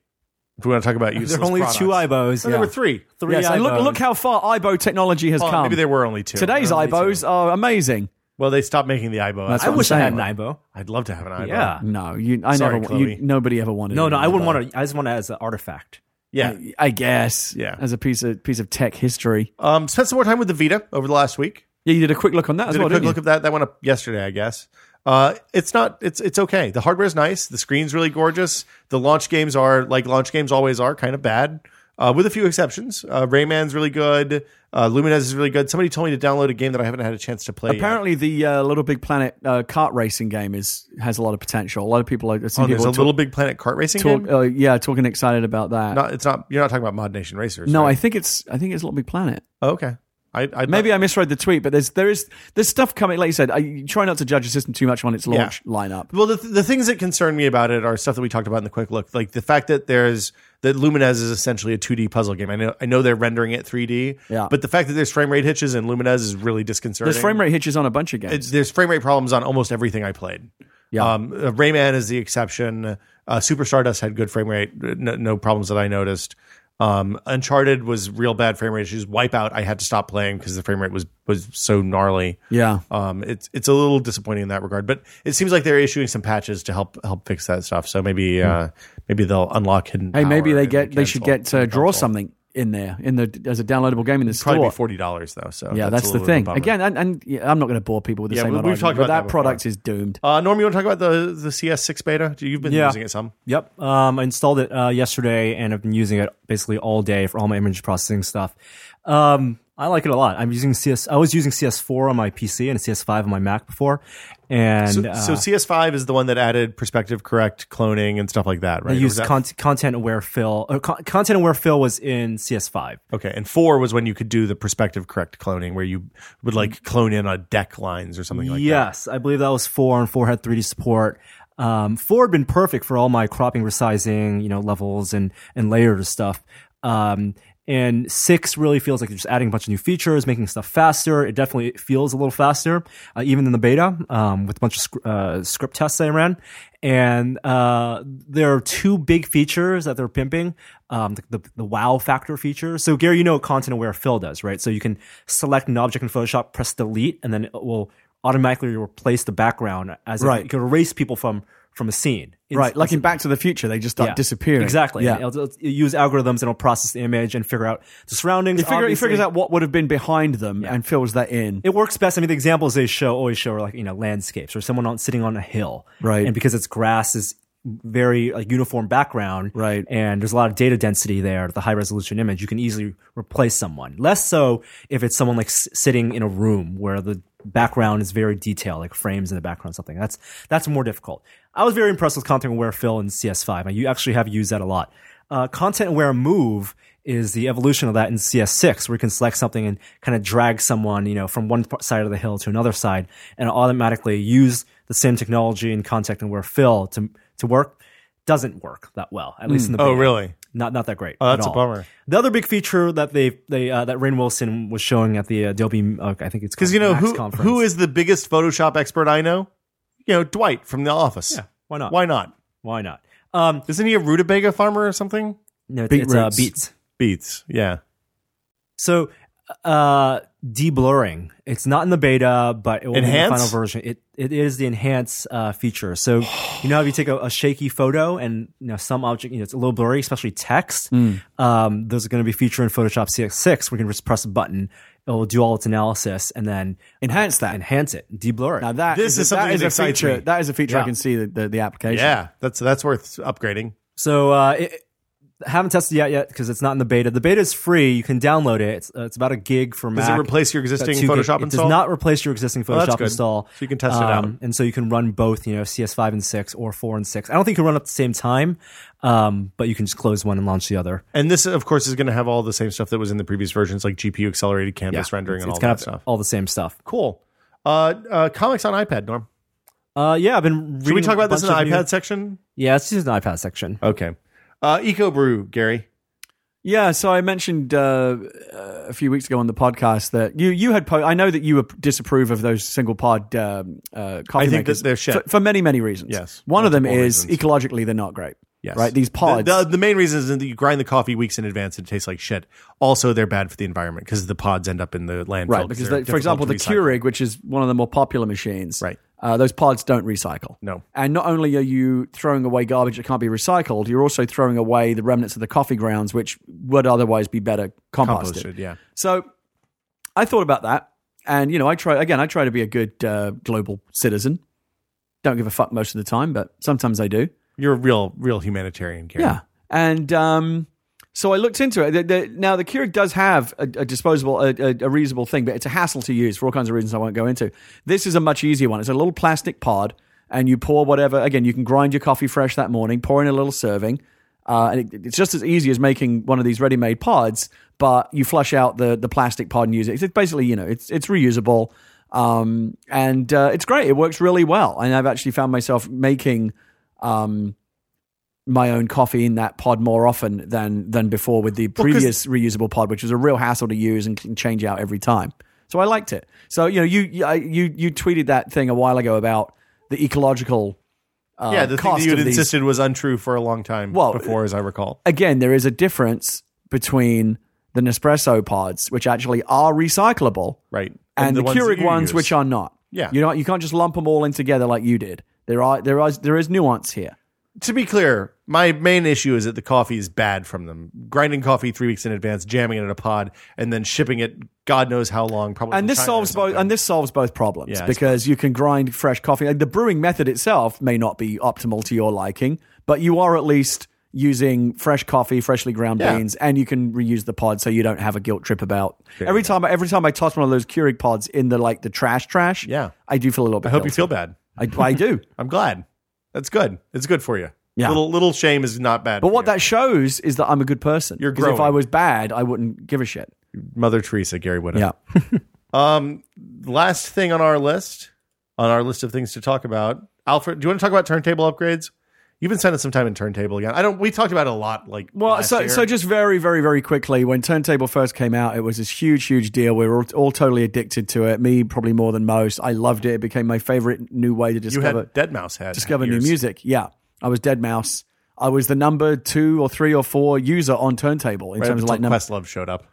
If we want to talk about useless there are only products. two IBOs. No, There were three. Three Yes, and look, iPhones. look how far IBO technology has Oh, come. maybe there were only two. Today's There were only IBOs two. are amazing. Well, they stopped making the IBO. That's I what I'm wish I had an saying. IBO. I'd love to have an IBO. Yeah. No, you, I Sorry, never, you, Chloe. nobody ever wanted. No, no, an I wouldn't iBo. want to. I just want it as an artifact. Yeah. I- I guess. Yeah. As a piece of piece of tech history. Um, spent some more time with the Vita over the last week. Yeah, you did a quick look on that as did well. a quick didn't look you? at that. That went up yesterday, I guess. Uh, it's not. It's it's okay. The hardware's nice. The screen's really gorgeous. The launch games are like launch games always are, kind of bad. uh, with a few exceptions. Uh, Rayman's really good. Uh, Lumines is really good. Somebody told me to download a game that I haven't had a chance to play. yet. Apparently, the uh, Little Big Planet uh, kart racing game is has a lot of potential. A lot of people, I've seen Oh, there's people a talk- Little Big Planet kart racing talk- game. uh, yeah, talking excited about that. Not, it's not. You're not talking about Mod Nation Racers. no, right? I think it's I think it's Little Big Planet. Oh, okay. I, I Maybe I misread the tweet, but there's there is there's stuff coming. Like you said, I you try not to judge a system too much on its launch lineup. Well, the, the things that concern me about it are stuff that we talked about in the quick look, like the fact that there's that Lumines is essentially a 2D puzzle game. I know I know they're rendering it 3D, Yeah. but the fact that there's frame rate hitches in Lumines is really disconcerting. There's frame rate hitches on a bunch of games. It's- there's frame rate problems on almost everything I played. Yeah. Um, uh, Rayman is the exception. Uh, Super Stardust had good frame rate, uh, no, no problems that I noticed. Um, Uncharted was real bad frame rate issues. Wipeout, I had to stop playing because the frame rate was was so gnarly. yeah, Um, it's it's a little disappointing in that regard, but it seems like they're issuing some patches to help help fix that stuff. So maybe uh, maybe they'll unlock hidden. Hmm. hey, maybe power they and get they should cancel get uh, the draw console. something in there in the as a downloadable game in the Probably store. be forty dollars though. So yeah, that's, a little the bit of a thing. bummer. Again, and, and yeah, I'm not going to bore people with the Yeah, same. we- old we've argument, talked but about that that product before. is doomed. Uh, Norm, you want to talk about the the CS6 beta? You've been Yeah. using it some. Yep. Um, I installed it uh, yesterday and I've been using it basically all day for all my image processing stuff. Um, I like it a lot. I'm using CS. I was using CS4 on my PC and CS5 on my Mac before, and So, uh, so CS5 is the one that added perspective correct cloning and stuff like that, right? I Or was used that- con- content aware fill. Or con- content aware fill was in CS5. okay, and four was when you could do the perspective correct cloning, where you would like clone in on deck lines or something like that. yes, I believe that was four, and four had 3D support. Um, four had been perfect for all my cropping, resizing, you know, levels and and layers stuff. Um, and six really feels like they're just adding a bunch of new features, making stuff faster. It definitely feels a little faster, uh, even in the beta, um, with a bunch of sc- uh, script tests I ran. And uh, there are two big features that they're pimping um, the, the, the wow factor feature. So, Gary, you know what content aware fill does, right? So, you can select an object in Photoshop, press delete, and then it will automatically replace the background as Right. if you can erase people from from a scene. It's- Right, like in Back to the Future, they just start yeah. disappearing. Exactly. Yeah. Yeah. It'll, it'll use algorithms and it'll process the image and figure out the surroundings. He, figure, he obviously. figures out what would have been behind them and fills that in. it works best. I mean, the examples they show always show are like you know landscapes or someone on, sitting on a hill, Right. And because it's grass is very like uniform background, Right. And there's a lot of data density there. The high resolution image, you can easily replace someone. Less so if it's someone like s- sitting in a room where the background is very detailed, like frames in the background, something. That's that's more difficult. I was very impressed with content aware fill in CS5. I you actually have used that a lot. Uh, content aware move is the evolution of that in CS6, where you can select something and kind of drag someone, you know, from one p- side of the hill to another side, and automatically use the same technology in contact and where fill to to work. Doesn't work that well, at least in the Oh, beta. really? Not not that great. Oh, that's at a all. bummer. The other big feature that they they uh, that Rain Wilson was showing at the Adobe, uh, I think it's Because you know Max who conference. who is the biggest Photoshop expert I know? You know Dwight from The Office. Yeah, why not? Why not? Why not? Um, Isn't he a rutabaga farmer or something? no, it's, Beat it's, uh, roots. Beats. Beats. Yeah. So uh deblurring. It's not in the beta, but it will be in the Enhance? final version. It it is the enhance uh, feature. So you know how if you take a, a shaky photo and you know some object, you know, it's a little blurry, especially text. Hmm. Um, there's going to be a feature in Photoshop CX6 where you can just press a button. It will do all its analysis and then Enhance that. enhance it, deblur it. Now that This is a- something that is that a excites feature. me. That is a feature I Yeah. can see the the, the application. Yeah. That's that's worth upgrading. So uh, it, haven't tested it out yet because it's not in the beta. The beta is free. You can download it. It's, uh, it's about a gig for Does Mac. it replace your About existing two gig. Photoshop It install? Oh, does not replace your existing that's Photoshop good. install. um, So you can test it out. and so you can run both, you know, CS5 and 6 or 4 and 6. I don't think you can run at the same time, um, but you can just close one and launch the other. And this, of course, is going to have all the same stuff that was in the previous versions, like GPU accelerated canvas rendering it's, and it's all kind that of stuff. all the same stuff. Cool. Uh, uh, comics on iPad, Norm. Uh, yeah, I've been. Reading Should we talk about this in a the bunch iPad of new- section? yeah, it's just an iPad section. Okay. Uh, EcoBrew, Gary. Yeah, so I mentioned uh, a few weeks ago on the podcast that you you had. Po- I know that you disapprove of those single pod um, uh, coffee I think makers that they're shit. for, for many many reasons. Yes, one of them multiple is reasons. ecologically they're not great. Yes. right. These pods. The, the, the main reason is that you grind the coffee weeks in advance and it tastes like shit. Also, they're bad for the environment because the pods end up in the landfill. Right, because they're they, for example, the difficult to recycle. Keurig, which is one of the more popular machines, Right. Uh, those pods don't recycle. No. and not only are you throwing away garbage that can't be recycled, you're also throwing away the remnants of the coffee grounds, which would otherwise be better composted. Composted, yeah. So, I thought about that, and you know, I try again. I try to be a good uh, global citizen. Don't give a fuck most of the time, but sometimes I do. You're a real, real humanitarian, Gary. Yeah. And um, So I looked into it. The- the- now the Keurig does have a, a disposable, a, a, a reusable thing, but it's a hassle to use for all kinds of reasons I won't go into. This is a much easier one. It's a little plastic pod, and you pour whatever. Again, you can grind your coffee fresh that morning, pour in a little serving, uh, and it, it's just as easy as making one of these ready-made pods. But you flush out the the plastic pod and use it. It's- It's basically, you know, it's it's reusable, um, and uh, it's great. It works really well, and I've actually found myself making. Um, my own coffee in that pod more often than than before with the 'cause- previous reusable pod, which was a real hassle to use and cl- change out every time. So I liked it. So you know, you you I- you, you tweeted that thing a while ago about the ecological. Uh, yeah, the thing cost that you of had these. insisted was untrue for a long time Well, before, as I recall. Again, there is a difference between the Nespresso pods, which actually are recyclable, Right. and, the, ones that Keurig you ones, use. which are not. Yeah. you know, you can't just lump them all in together like you did. There are there is there is nuance here. to be clear, my main issue is that the coffee is bad from them. Grinding coffee three weeks in advance, jamming it in a pod, and then shipping it God knows how long. Probably and from this China or solves both something. and this solves both problems it's- because you can grind fresh coffee Like, the brewing method itself may not be optimal to your liking but you are at least using fresh coffee freshly ground Yeah. beans and you can reuse the pod so you don't have a guilt trip about every time every time i toss one of those keurig pods in the like the trash trash Yeah. i do feel a little bit I hope you guilty. feel bad. I, I do I'm glad. That's good. It's good for you. Yeah. Little little shame is not bad. but what that shows is that i'm a good person You're 'Cause if growing. i was bad i wouldn't give a shit Mother Teresa, Gary Whitta. yeah Um, last thing on our list, on our list of things to talk about, Alfred. Do you want to talk about turntable upgrades? You've been spending some time in turntable again. I don't. We talked about it a lot. Like Well, last so, year. so just very, very, very quickly, when Turntable first came out, it was this huge, huge deal. We were all, all totally addicted to it. Me, probably more than most. I loved it. It became my favorite new way to you discover had Dead Mouse had discover new years. music. Yeah, I was Dead Mouse. I was the number two or three or four user on Turntable in Right terms of until like number. Questlove showed up.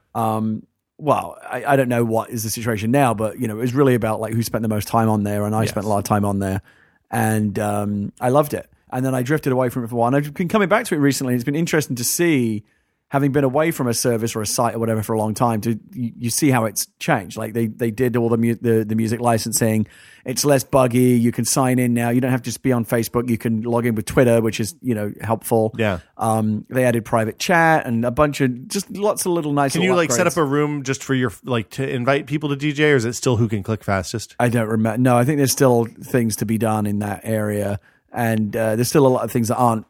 Well, I, I don't know what is the situation now, but you know, it was really about like who spent the most time on there, and I spent a lot of time on there, and um, I loved it. And then I drifted away from it for a while, and I've been coming back to it recently. and It's been interesting to see, having been away from a service or a site or whatever for a long time, to you, you see how it's changed. Like they they did all the, mu- the the music licensing, it's less buggy. You can sign in now. You don't have to just be on Facebook. You can log in with Twitter, which is you know helpful. Yeah. Um, they added private chat and a bunch of just lots of little nice. Can you like set upgrades. up a room just for your like to invite people to DJ, or is it still who can click fastest? I don't remember. No, I think there's still things to be done in that area, and uh, there's still a lot of things that aren't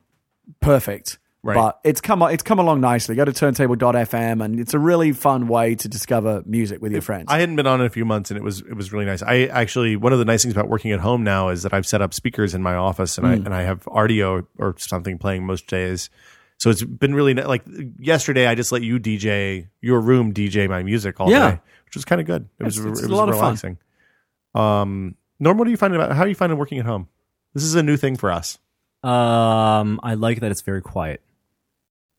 perfect. Right. But it's come it's come along nicely. Go to turntable.fm, and it's a really fun way to discover music with your friends. I hadn't been on in a few months, and it was it was really nice. I actually one of the nice things about working at home now is that I've set up speakers in my office, and I Mm. and I have RDO or something playing most days. So it's been really ni- like yesterday. I just let you DJ your room, DJ my music all Yeah. day, which was kind of good. It was It's- it it's was a lot of fun. relaxing. Um, Norm, what do you find about how do you find working at home? This is a new thing for us. Um, I like that it's very quiet.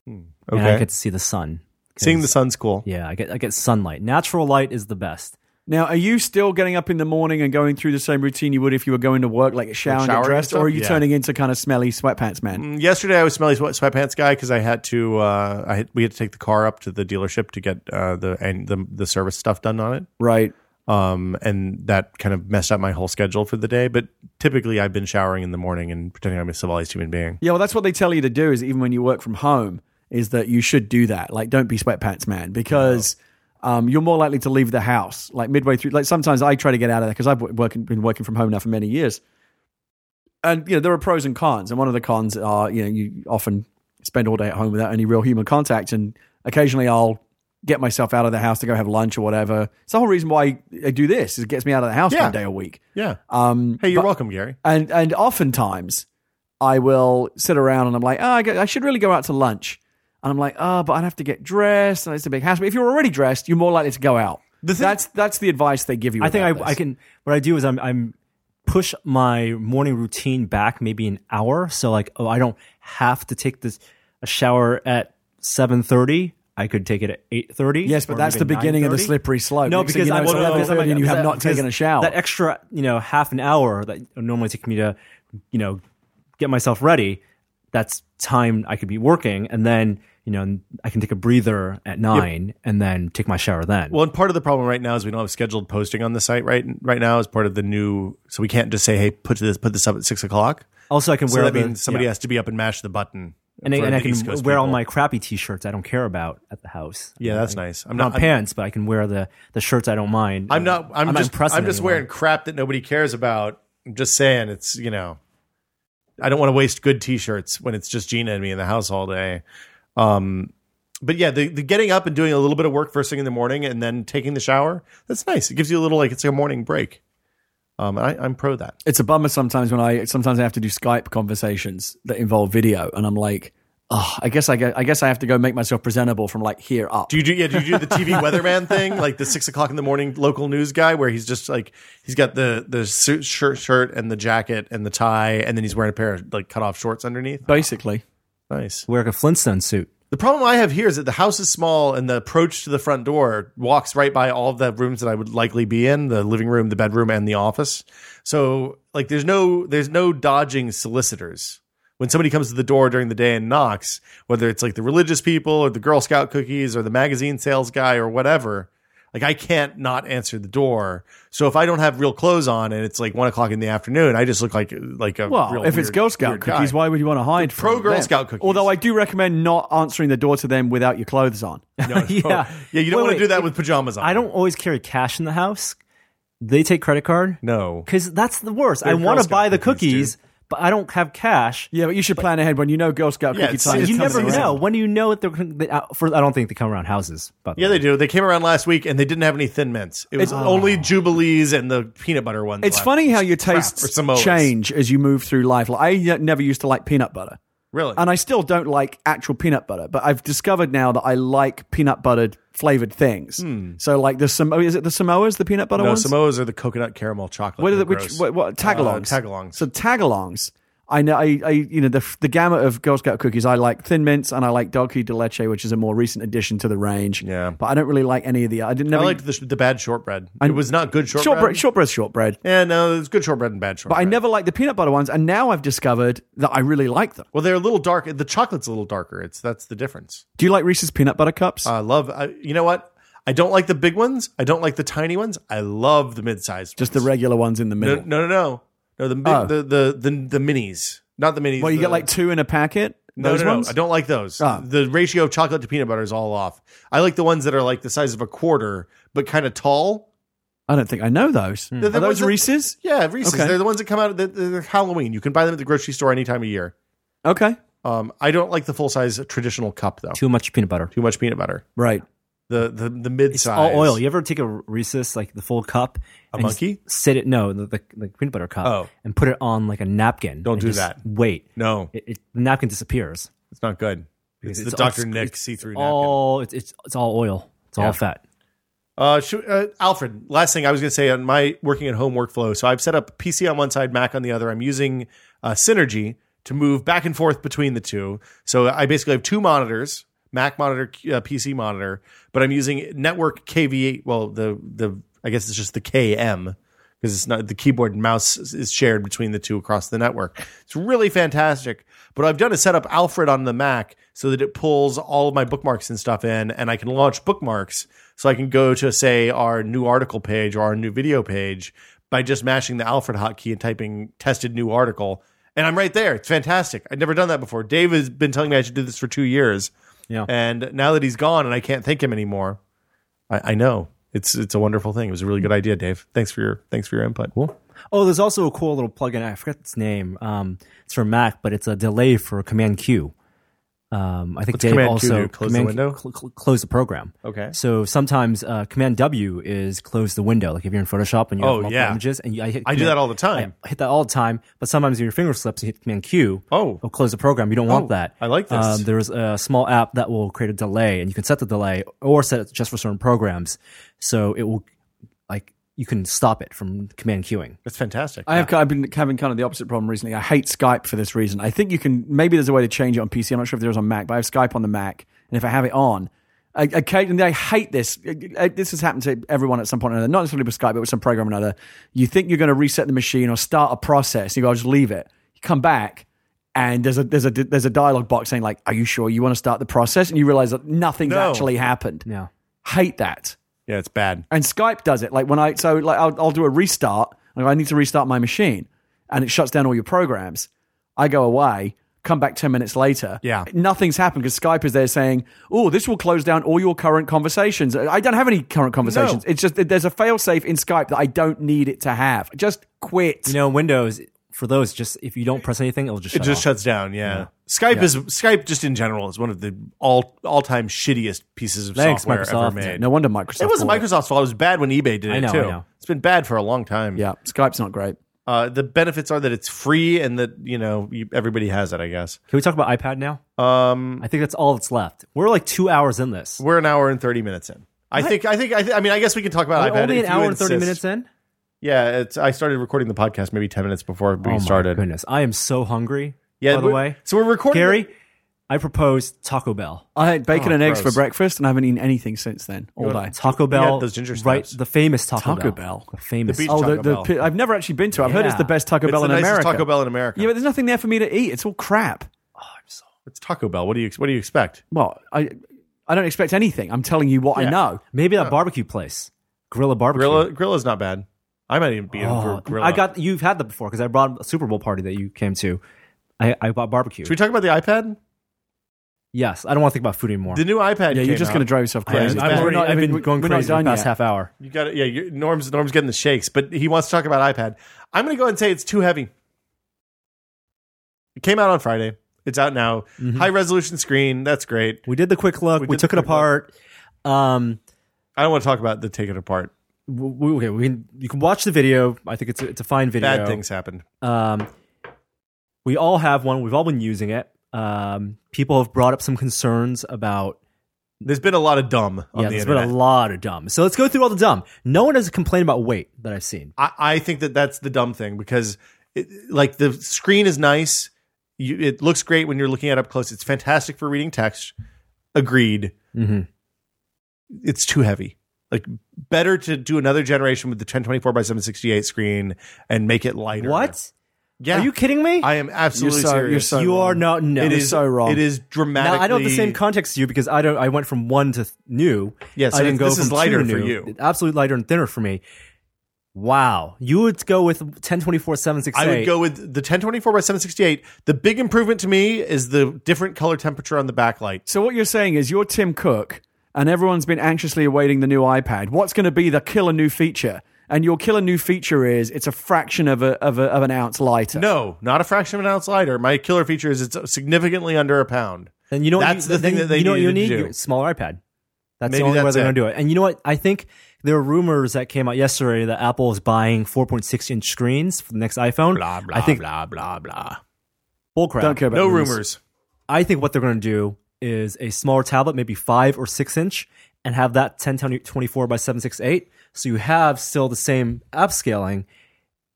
And I Okay, get to see the sun. 'Cause- seeing the sun's cool. Yeah, I get I get sunlight. Natural light is the best. now, are you still getting up in the morning and going through the same routine you would if you were going to work, like showering, showering and and dressed, stuff? or are you Yeah. turning into kind of smelly sweatpants man? Mm, Yesterday, I was smelly sweat, sweatpants guy because I had to. Uh, I had, we had to take the car up to the dealership to get uh, the and the the service stuff done on it. Right. Um, and that kind of messed up my whole schedule for the day. But typically, I've been showering in the morning and pretending I'm a civilized human being. Yeah, well, that's what they tell you to do. Is even when you work from home, is that you should do that. Like, don't be sweatpants man because um, you're more likely to leave the house like midway through. Like sometimes I try to get out of there because I've wo- working, been working from home now for many years, and you know there are pros and cons. And one of the cons are you know you often spend all day at home without any real human contact, and occasionally I'll get myself out of the house to go have lunch or whatever. It's the whole reason why I do this is it gets me out of the house Yeah. one day a week. Yeah. Um, Hey, you're welcome, Gary. and and oftentimes I will sit around and I'm like, oh, I, go- I should really go out to lunch, and I'm like, oh, but I'd have to get dressed, and it's a big hassle. But if you're already dressed, you're more likely to go out. that's that's the advice they give you. I think about I, this. I can. What I do is I'm I'm push my morning routine back maybe an hour. So like, oh, I don't have to take this a shower at seven thirty. I could take it at eight thirty. Yes, but that's the beginning of the slippery slope. No, Next thing because you know, I it's well, no, 11:30 because I'm- and you have that- not taken a because shower. That extra, you know, half an hour that would normally take me to, you know, get myself ready. That's time I could be working, and then you know I can take a breather at nine, and then take my shower then. Well, and part of the problem right now is we don't have scheduled posting on the site right right now as part of the new. So we can't just say, "Hey, put this put this up at six o'clock." also, I can So wear that the- means somebody yeah. has to be up and mash the button and, I- For and I the can East Coast wear all people. my crappy T-shirts I don't care about at the house. Yeah, that's nice. I'm I'm not. not I'm, pants, but I can wear the the shirts I don't mind. Uh, I'm not. I'm, just. impressing I'm just anyone. wearing crap that nobody cares about. I'm just saying it's you know, I don't want to waste good T-shirts when it's just Gina and me in the house all day. Um, but yeah, the, the getting up and doing a little bit of work first thing in the morning and then taking the shower. That's nice. It gives you a little like it's like a morning break. Um, and I, I'm pro that. it's a bummer sometimes when I sometimes I have to do Skype conversations that involve video, and I'm like, oh, I guess I, get- I guess I have to go make myself presentable from like here up. Do you do yeah? Do you do the TV weatherman thing, like the six o'clock in the morning local news guy, where he's just like he's got the the suit, shirt, shirt and the jacket and the tie, and then he's wearing a pair of like cut off shorts underneath. Basically, Nice. wear like a Flintstone suit. The problem I have here is that the house is small, and the approach to the front door walks right by all of the rooms that I would likely be in: the living room, the bedroom, and the office. So like, there's no there's no dodging solicitors. When somebody comes to the door during the day and knocks, whether it's like the religious people or the Girl Scout cookies or the magazine sales guy or whatever, like I can't not answer the door. So if I don't have real clothes on and it's like one o'clock in the afternoon, I just look like like a well, real if it's weird- Girl Scout weird guy. cookies, why would you want to hide Pro from Girl them? Scout cookies. Although I do recommend not answering the door to them without your clothes on. yeah, yeah, you don't Wait, want wait, to do that with pajamas on. I don't always carry cash in the house. They take credit card No. because that's the worst. I They're want Girl to Scout buy the cookies, cookies, but I don't have cash. Yeah, but you should plan ahead when you know Girl Scout Yeah, cookie it's- time. is you coming never around. know. When do you know what they're? They, uh, for, I don't think they come around houses. But Yeah, they do. They came around last week and they didn't have any thin mints. It was only Jubilees and the peanut butter ones. Oh. It's left. funny how your or tastes Samoas. change as you move through life. Like I ne- never used to like peanut butter, Really? and I still don't like actual peanut butter. But I've discovered now that I like peanut buttered flavored things. So like the Samo- is it the Samoas, the peanut butter Hmm. no, ones? Samoas are the coconut caramel chocolate. What are the, They're which gross. what, what tagalongs? Uh, tagalongs. So tagalongs. I know. I, I you know the the gamut of Girl Scout cookies. I like thin mints and I like doggy de leche, which is a more recent addition to the range. Yeah. but I don't really like any of the. I didn't I never liked the, sh- the bad shortbread. it was not good shortbread. shortbread. Shortbread, shortbread. yeah, no, it was good shortbread and bad But shortbread. I never liked the peanut butter ones, and now I've discovered that I really like them. Well, they're a little dark. The chocolate's a little darker. It's that's the difference. Do you like Reese's peanut butter cups? I love. I, you know what? I don't like the big ones. I don't like the tiny ones. I love the mid-sized. Just the ones. regular ones in the No, middle. no, no, no. No, the, mi- Oh. the, the the the minis, not the minis. well, you the- get like two in a packet. No, those no, no. ones. I don't like those. Ah. The ratio of chocolate to peanut butter is all off. I like the ones that are like the size of a quarter, but kind of tall. I don't think I know those. They're the Are ones those that- Reese's? Yeah, Reese's. Okay. They're the ones that come out. They're, they're Halloween. You can buy them at the grocery store any time of year. Okay, Um, I don't like the full size traditional cup though. Too, too much peanut butter. much peanut butter. right. The the the mid It's size. all oil. You ever take a Reese's like the full cup? A and just monkey? Sit it. No, the, the, the peanut butter cup. Oh. and put it on like a napkin. Don't and do just that. Wait, No, it, it, the napkin disappears. it's not good. It's, Because the it's Dr. obsc- Nick it's see through napkin. All it's, it's it's all oil. It's Yeah. all fat. Uh, should, uh, Alfred, last thing I was going to say on my working at home workflow. So I've set up PC on one side, Mac on the other. I'm using uh, Synergy to move back and forth between the two. So I basically have two monitors, Mac monitor, uh, PC monitor, but I'm using network KV8. Well, the the I guess it's just the KM because it's not the keyboard and mouse is- is shared between the two across the network. It's really fantastic. But I've done is set up Alfred on the Mac so that it pulls all of my bookmarks and stuff in, and I can launch bookmarks. So I can go to say our new article page or our new video page by just mashing the Alfred hotkey and typing "tested new article," and I'm right there. It's fantastic. I'd never done that before. Dave has been telling me I should do this for two years. Yeah. And now that he's gone and I can't thank him anymore, I, I know it's it's a wonderful thing. It was a really good idea, Dave. Thanks for your thanks for your input. Oh, there's also a cool little plugin. I forget its name. Um, it's for Mac, but it's a delay for Command Q. Um, I think Dave Command Q also do? Close the Command Q- window? cl- cl- close the program. Okay. So sometimes uh, Command W is close the window. Like if you're in Photoshop and you have Oh, multiple yeah. images, and you, I, hit I do Command- that all the time. I hit that all the time. But sometimes your finger slips, you hit Command Q. Oh. it'll close the program. You don't want Oh, that. I like this. Um, there's a small app that will create a delay, and you can set the delay or set it just for certain programs. So it will like you can stop it from Command queuing. That's fantastic. I have I've been having kind of the opposite problem recently. I hate Skype for this reason. I think you can maybe there's a way to change it on PC. I'm not sure if there's on Mac, but I have Skype on the Mac, and if I have it on, I, occasionally I hate this. I- I- This has happened to everyone at some point or another, not necessarily with Skype, but with some program or another. You think you're going to reset the machine or start a process, you go, I'll just leave it. You come back. And there's a there's a there's a dialogue box saying like, "Are you sure you want to start the process?" And you realize that nothing's No. actually happened. Yeah. Hate that yeah, it's bad. and Skype does it. Like when I so like I'll, I'll do a restart. I go, I need to restart my machine, and it shuts down all your programs. I go away, come back 10 minutes later. Yeah. Nothing's happened because Skype is there saying, oh, this will close down all your current conversations. I don't have any current conversations. It's just that there's a failsafe in Skype that I don't need it to have. Just quit. You know, Windows for those just if you don't press anything, it'll just It shut just off. shuts down. Yeah. Skype is Skype just in general is one of the all all time shittiest pieces of Thanks, software ever Microsoft. made. no wonder Microsoft. it wasn't bought it. Microsoft's fault. It was bad when eBay did I it know, I too. know. It's been bad for a long time. Yeah. Skype's not great. Uh, the benefits are that it's free and that you know you, everybody has it. I guess. Can we talk about iPad now? Um, I think that's all that's left. We're like two hours in this. we're an hour and thirty minutes in. I think. I think. I, th- I mean, I guess we can talk about We're iPad. only if an you hour and thirty insist. minutes in. Yeah, it's. I started recording the podcast maybe ten minutes before we oh my started. goodness, I am so hungry. Yeah. by the we're- way, so we're recording. Gary, I proposed Taco Bell. I had bacon Oh, and eggs gross. for breakfast and I haven't eaten anything since then all day. Taco Bell, those ginger right? snaps. The famous Taco, Taco Bell. the famous. The beach- Oh, Taco the, the Bell. pi- I've never actually been to. it. I've heard it's Yeah. the best Taco It's Bell the in nicest America. Taco Bell in America. Yeah, but there's nothing there for me to eat. It's all crap. it's Taco Bell. What do you ex- What do you expect? Well, I I don't expect anything. I'm telling you what I Yeah. know. Maybe Oh. that barbecue place, Gorilla Barbecue. Grilla Grilla's not bad. I might even be in for Oh, Grilla. I got you've had that before because I brought a Super Bowl party that you came to. I, I bought barbecue. Should we talk about the iPad? yes, I don't want to think about food anymore. The new iPad. Yeah, came you're just out. going to drive yourself Yeah, crazy. it's I've, bad. already, We're not- I I've mean, been going we're not crazy for the done past yet. half hour. You got to Yeah, you Norm's Norm's getting the shakes, but he wants to talk about iPad. I'm going to go ahead and say it's too heavy. It came out on Friday. It's out now. Mm-hmm. High resolution screen. That's great. We did the quick look. We, did took the it quick look. apart. Um, I don't want to talk about the take it apart. w- w- okay, we can, you can watch the video. I think it's a, it's a fine video. Bad things happened. Um, we all have one. We've all been using it. Um, people have brought up some concerns about There's been a lot of dumb on yeah. the There's internet. been a lot of dumb. So let's go through all the dumb. No one has complained about weight that I've seen. I, I think that that's the dumb thing because it, like the screen is nice. You, it looks great when you're looking at it up close. It's fantastic for reading text. Agreed. Mm-hmm. It's too heavy. Like better to do another generation with the 1024 by 768 screen and make it lighter. What? Yeah. Are you kidding me? I am absolutely You're so- serious. you're so you are not. No, it you're is so wrong. It is dramatically. Now, I don't have the same context as you because I don't. I went from one to th- new. Yeah, so I didn't this- go this from is lighter two to for new. you. Absolutely lighter and thinner for me. Wow, you would go with 1024 I 768. would go with the 1024 by 768. The big improvement to me is the different color temperature on the backlight. So what you're saying is you're Tim Cook, and everyone's been anxiously awaiting the new iPad. What's going to be the killer new feature? And your killer new feature is it's a fraction of a of, a, of an ounce lighter. No, not a fraction of an ounce lighter. My killer feature is it's significantly under a pound. And you know what that's you- the thing then that they you know what you needed need to do. Your smaller iPad. That's Maybe the only way that's they're it. going to do it. And you know what? I think there are rumors that came out yesterday that Apple is buying 4.6 inch screens for the next iPhone. Blah, blah, I think blah blah blah. bullcrap. Don't care about No rumors. rumors. I think what they're going to do is a smaller tablet, maybe five or six inch, and have that 1024 by 768. So you have still the same upscaling,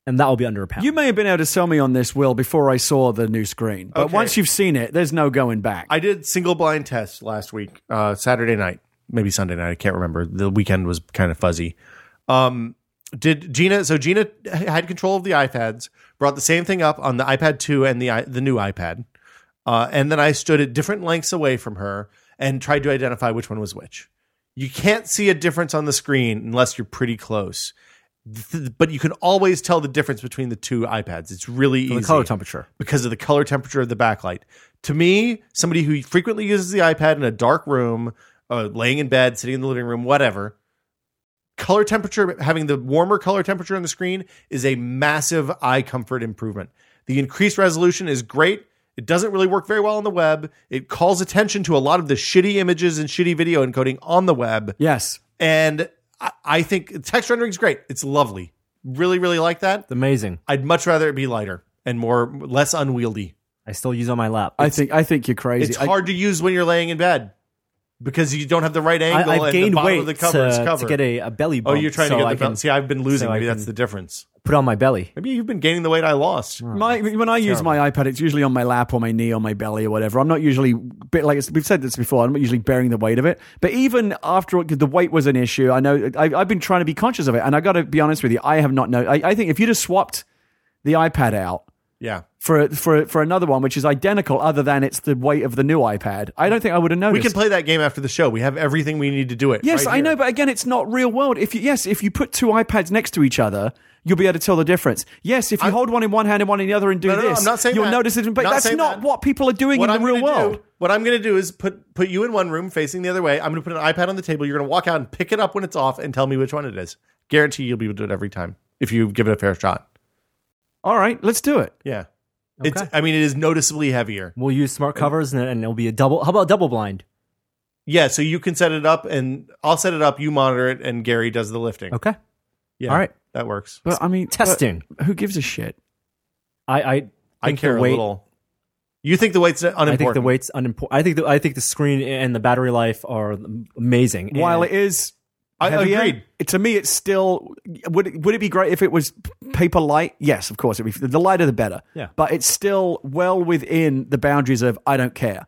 and that will be under a pound. You may have been able to sell me on this, Will, before I saw the new screen. But Okay. once you've seen it, there's no going back. I did single blind test last week, uh, Saturday night, maybe Sunday night. I can't remember. The weekend was kind of fuzzy. Um, did Gina? So Gina had control of the iPads. Brought the same thing up on the iPad 2 and the i- the new iPad, uh, and then I stood at different lengths away from her and tried to identify which one was which. You can't see a difference on the screen unless you're pretty close. Th- But you can always tell the difference between the two iPads. It's really the easy color temperature. because of the color temperature of the backlight. To me, somebody who frequently uses the iPad in a dark room, uh, laying in bed, sitting in the living room, whatever, color temperature, having the warmer color temperature on the screen is a massive eye comfort improvement. The increased resolution is great. It doesn't really work very well on the web. It calls attention to a lot of the shitty images and shitty video encoding on the web. yes. And I, I think text rendering is great. It's lovely. Really, really like that. Amazing. I'd much rather it be lighter and more less unwieldy. I still use on my lap. I think I think you're crazy. It's I- hard to use when you're laying in bed because you don't have the right I, angle I've and the gained bottom weight of the cover is to, covered. to get a, a belly oh, bump. you're trying to so get the I belt. can See, I've been losing. so I Maybe that's can- the difference. put on my belly. Maybe you've been gaining the weight I lost. Mm. My, when I use my iPad, it's usually on my lap or my knee or my belly or whatever. I'm not usually bit like it's, we've said this before. I'm not usually bearing the weight of it. But even after all- 'cause the weight was an issue, I know I, I've been trying to be conscious of it. And I got to be honest with you, I have not known. I, I think if you'd have swapped the iPad out Yeah. for for for another one which is identical, other than it's the weight of the new iPad. I don't think I would have noticed. We can play that game after the show. We have everything we need to do it. Yes, right I here. know, but again, it's not real world. If you, yes, if you put two iPads next to each other, you'll be able to tell the difference. Yes, if you hold one in one hand and one in the other and do No, no, no, this, I'm not saying you'll that. notice it. But Not that's saying not that. what people are doing What in I'm the real gonna do- world. what I'm going to do is put put you in one room facing the other way. I'm going to put an iPad on the table. You're going to walk out and pick it up when it's off and tell me which one it is. Guarantee you'll be able to do it every time if you give it a fair shot. All right, let's do it. Yeah. It's I mean it is noticeably heavier. We'll use smart covers, and, and it'll be a double. How about double blind? Yeah, so you can set it up and I'll set it up, you monitor it and Gary does the lifting. Okay, Yeah. all right. That works. But I mean, but testing. Who gives a shit? I I, I think the care a weight- little. You think the weight's unimportant? I think the weight's unimportant. I think the, I think the screen and the battery life are amazing. And While it is. I- heavier, agreed. it- To me, it's still would it, would it be great if it was paper light? Yes, of course. It'd be, the lighter, the better. Yeah. but it's still well within the boundaries of I don't care.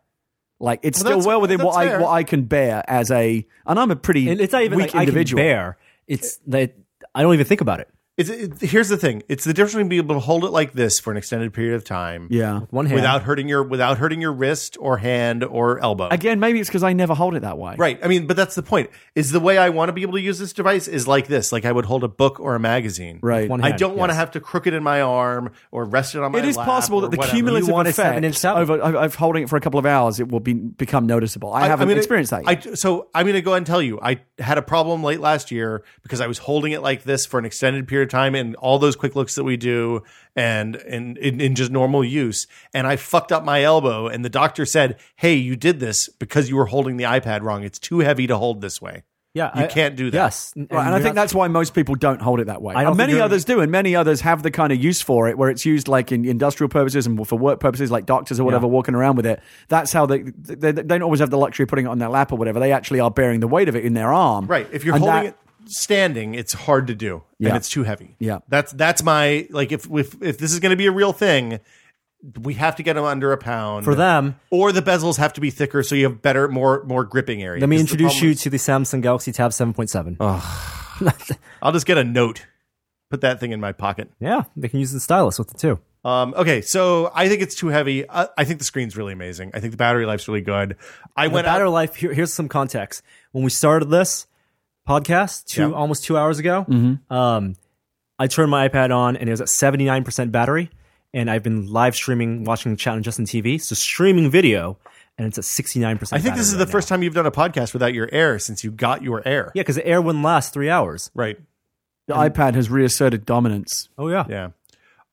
Like it's Well, that's- still well within what that's I fair. what I can bear as a, and I'm a pretty and it's not even weak like individual. I can bear. It's that I don't even think about it. It's, it, here's the thing. It's the difference between being able to hold it like this for an extended period of time. Yeah. One hand Without hurting your without hurting your wrist or hand or elbow. Again, maybe it's because I never hold it that way. Right. I mean, but that's the point. Is the way I want to be able to use this device is like this. Like I would hold a book or a magazine. Right. One I hand, don't want to yes. have to crook it in my arm or rest it on my. It is lap possible or that the whatever. cumulative You want a effect seven-inch tablet. over of, of holding it for a couple of hours, it will be become noticeable. I, haven't mean, experienced that. Yet. I, so I'm going to go ahead and tell you, I had a problem late last year because I was holding it like this for an extended period of time and all those quick looks that we do and and in, in just normal use, and I fucked up my elbow. And the doctor said, "Hey, you did this because you were holding the iPad wrong. It's too heavy to hold this way. Yeah, You I- can't do that." Yes, Right, and I you're think not- that's why most people don't hold it that way. I don't And think many you're- others do, and many others have the kind of use for it where it's used like in industrial purposes and for work purposes, like doctors or whatever walking around with it. That's how they, they they don't always have the luxury of putting it on their lap or whatever. They actually are bearing the weight of it in their arm. Right. If you're And holding that- it standing, it's hard to do, Yeah. and it's too heavy. Yeah. That's that's my like if if, if this is going to be a real thing, we have to get them under a pound for them. or the bezels have to be thicker so you have better, more more gripping area. Let me This is Uh. the introduce problem. you to the Samsung Galaxy Tab 7.7. I'll just get a note, put that thing in my pocket. yeah, they can use the stylus with it too. Um, okay, so I think it's too heavy. I, I think the screen's really amazing. I think the battery life's really good. I The went out. battery life. Here, here's some context. When we started this podcast two Yeah. Mm-hmm. almost two hours ago, um, I turned my iPad on and it was at 79 percent battery, and I've been live streaming, watching chat on Justin TV, so streaming video, and it's at 69 percent. I think this is the first time you've done a podcast without your air since you got your air. Yeah, because the air wouldn't last three hours. Right. The iPad has reasserted dominance. Oh yeah, Yeah.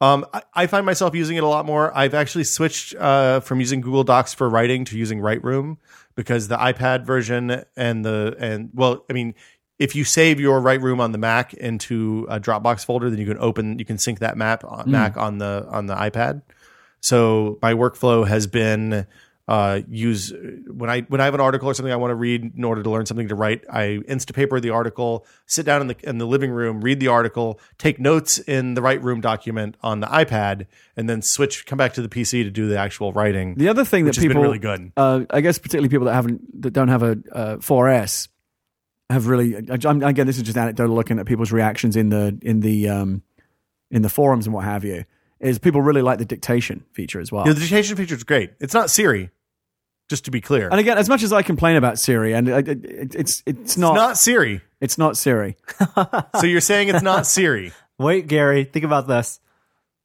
Um, I, I find myself using it a lot more. I've actually switched uh, from using Google Docs for writing to using Writeroom because the iPad version and the and well, I mean, if you save your Writeroom on the Mac into a Dropbox folder, then you can open you can sync that map on, Mac on the on the iPad. So my workflow has been uh, use when I when I have an article or something I want to read in order to learn something to write. I instapaper the article, sit down in the in the living room, read the article, take notes in the write room document on the iPad, and then switch come back to the PC to do the actual writing. The other thing which that has people been really good. uh, I guess particularly people that haven't that don't have a uh, 4S have really. I, I'm, again, this is just anecdotal looking at people's reactions in the in the um, in the forums and what have you. Is people really like the dictation feature as well? You know, the dictation feature is great. It's not Siri, just to be clear. and again, as much as I complain about Siri, and I, it, it, it's it's not, it's not Siri. it's not Siri. So you're saying it's not Siri. Wait, Gary, think about this.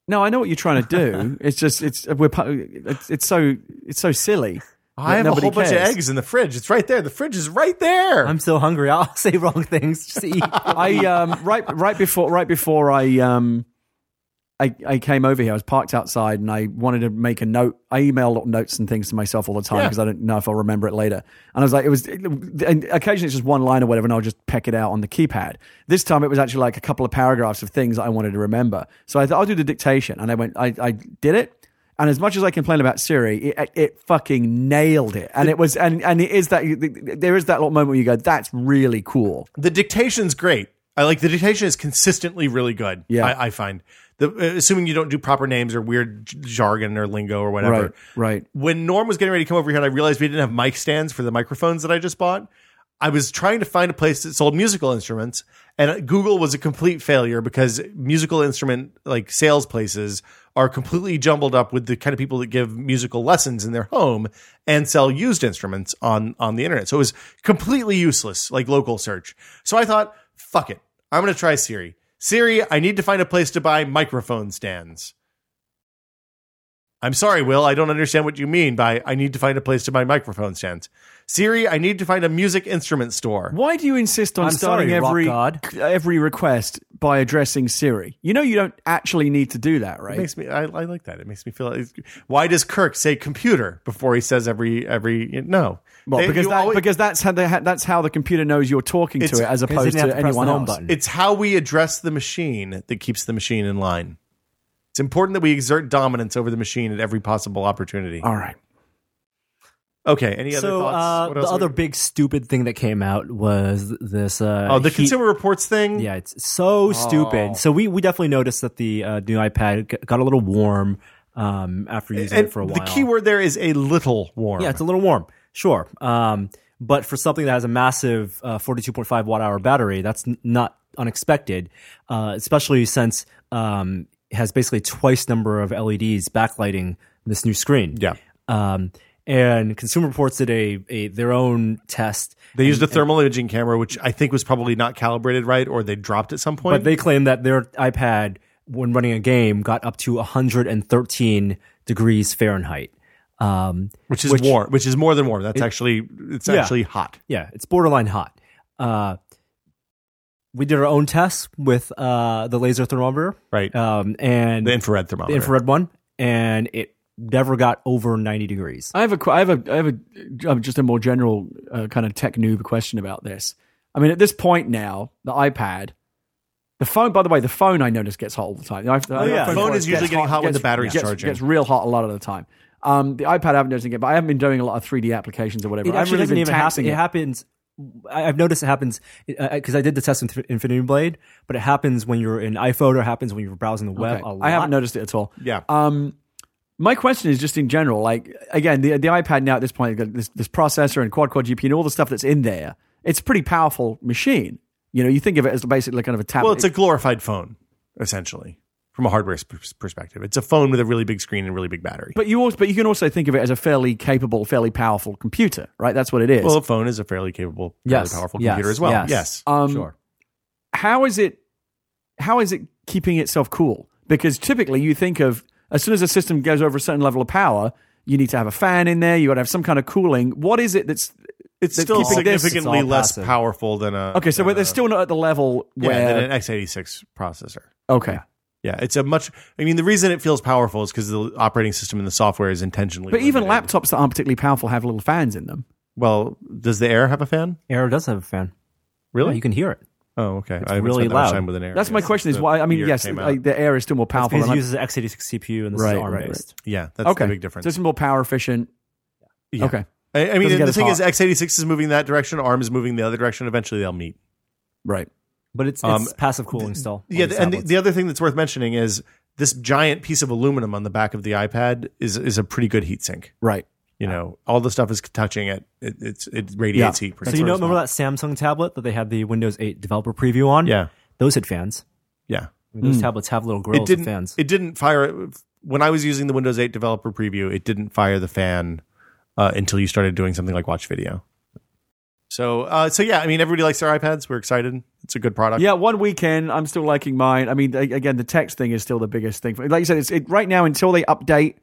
No, I know what you're trying to do. it's just it's we're pu- it's, it's so it's so silly. I that have a nobody whole bunch of cares. eggs in the fridge. It's right there. The fridge is right there. I'm so hungry. I'll say wrong things. Just eat. I um, right right before right before I um I, I came over here. I was parked outside and I wanted to make a note. I email little notes and things to myself all the time Yeah. because I don't know if I'll remember it later. And I was like, it was, and occasionally it's just one line or whatever, and I'll just peck it out on the keypad. This time it was actually like a couple of paragraphs of things that I wanted to remember. So I thought I'll do the dictation, and I went, I, I did it. And as much as I complain about Siri, it, it fucking nailed it. And it was, and and it is that there is that little moment where you go, that's really cool. the dictation's great. I like the dictation is consistently really good. Yeah. I, I find the uh, assuming you don't do proper names or weird j- jargon or lingo or whatever. Right, right. When Norm was getting ready to come over here, and I realized we didn't have mic stands for the microphones that I just bought. I was trying to find a place that sold musical instruments, and Google was a complete failure because musical instrument like sales places are completely jumbled up with the kind of people that give musical lessons in their home and sell used instruments on on the internet. So it was completely useless, like local search. So I thought, fuck it, I'm gonna try Siri. Siri, I need to find a place to buy microphone stands. I'm sorry, Will. I don't understand what you mean by I need to find a place to buy microphone stands. Siri, I need to find a music instrument store. Why do you insist on I'm starting sorry, rock god. every every request by addressing Siri? You know you don't actually need to do that, It right? makes me. I, I like that. It makes me feel. Like, why does Kirk say computer before he says every every no? Well, They- because you that, always- because that's how the, that's how the computer knows you're talking to It's- it Because as they opposed didn't have to to press anyone the home else. button. it's how we address the machine that keeps the machine in line. It's important that we exert dominance over the machine at every possible opportunity. All right. Okay. Any other Uh, so thoughts? uh, What the else other we- big stupid thing that came out was this. Uh, oh, the heat- Consumer Oh. Reports thing. Yeah, it's so stupid. So we we definitely noticed that the uh, new iPad g- got a little warm um, after using And it for a while. the key word there is a little warm. Yeah, it's a little warm. Sure. Um, but for something that has a massive uh, 42.5 watt hour battery, that's n- not unexpected, uh, especially since um, it has basically twice number of LEDs backlighting this new screen. Yeah. Um, and Consumer Reports did a, a their own test. They used a thermal imaging camera, which I think was probably not calibrated right, or they dropped at some point. But they claim that their iPad, when running a game, got up to 113 degrees Fahrenheit. Um, which is warm, which is more than warm. That's actually it's Yeah. actually hot. yeah, it's borderline hot. Uh, we did our own tests with uh, the laser thermometer, Right. Um, and the infrared the thermometer. infrared one, and it never got over 90 degrees. I have a, que- I have a, I have a, uh, just a more general uh, kind of tech noob question about this. I mean, at this point now, the iPad, the phone. By the way, the phone I notice gets hot all the time. The iPhone, Oh, yeah. iPhone Phone is gets usually getting hot when the battery's gets, charging. Gets real hot a lot of the time. Um, the iPad, I haven't noticed it, but I haven't been doing a lot of 3D applications or whatever. It I haven't actually really doesn't been even taxing happen. It it. happens. I- I've noticed it happens because I did the test with Infinity Blade, but it happens when you're in iPhoto. It happens when you're browsing the web. Okay. A lot. I haven't noticed it at all. Yeah. Uh, Um, my question is just in general, like again, the the iPad now at this point, got this this processor and quad core GPU and all the stuff that's in there, it's a pretty powerful machine. You know, you think of it as basically kind of a tablet. well, it's a glorified phone, essentially, from a hardware sp- perspective. It's a phone with a really big screen and a really big battery. but you also, but you can also think of it as a fairly capable, fairly powerful computer, right? That's what it is. well, a phone is a fairly capable, fairly Yes, powerful yes, computer as well. yes. Uh, yes. um, sure. how is it how is it keeping itself cool? Because typically you think of as soon as a system goes over a certain level of power, you need to have a fan in there, you got to have some kind of cooling. What is it that's It's they're still keeping this- significantly it's all less passive. powerful than a. Okay, so than they're a- still not at the level yeah, where than an x86 processor. Okay. Yeah, it's a much. I mean, the reason it feels powerful is because the operating system and the software is intentionally. But even limited. laptops that aren't particularly powerful have little fans in them. Well, does the Air have a fan? Air does have a fan. Really? Yeah, you can hear it. oh, okay. It's I haven't really spent that much loud. time with an Air. That's my Yes, question is the why I mean year yes, came out. like the air is still more powerful Because than it I- uses x86 CPU and this Right, is right, ARM right. based. yeah, that's Okay. the big difference. So it's more power efficient. Yeah. Okay. I, I mean, Doesn't get the as thing hot. is, x86 is moving that direction. ARM is moving the other direction. Eventually, they'll meet. Right. But it's, it's Um, passive cooling still. Yeah, on these and the, tablets. the other thing that's worth mentioning is this giant piece of aluminum on the back of the iPad is is a pretty good heat sink. Right. You know, all the stuff is touching it. It it's, it radiates Yeah. heat. so you know, remember that Samsung tablet that they had the Windows 8 developer preview on? Yeah, those had fans. yeah. I mean, those tablets have little It grills and didn't. fans. It didn't fire. When I was using the Windows 8 developer preview, it didn't fire the fan uh, until you started doing something like watch video. So, uh, so yeah, I mean, everybody likes their iPads. We're excited. It's a good product. Yeah, one weekend. I'm still liking mine. I mean, a- again, the text thing is still the biggest thing. Like you said, it's it, right now until they update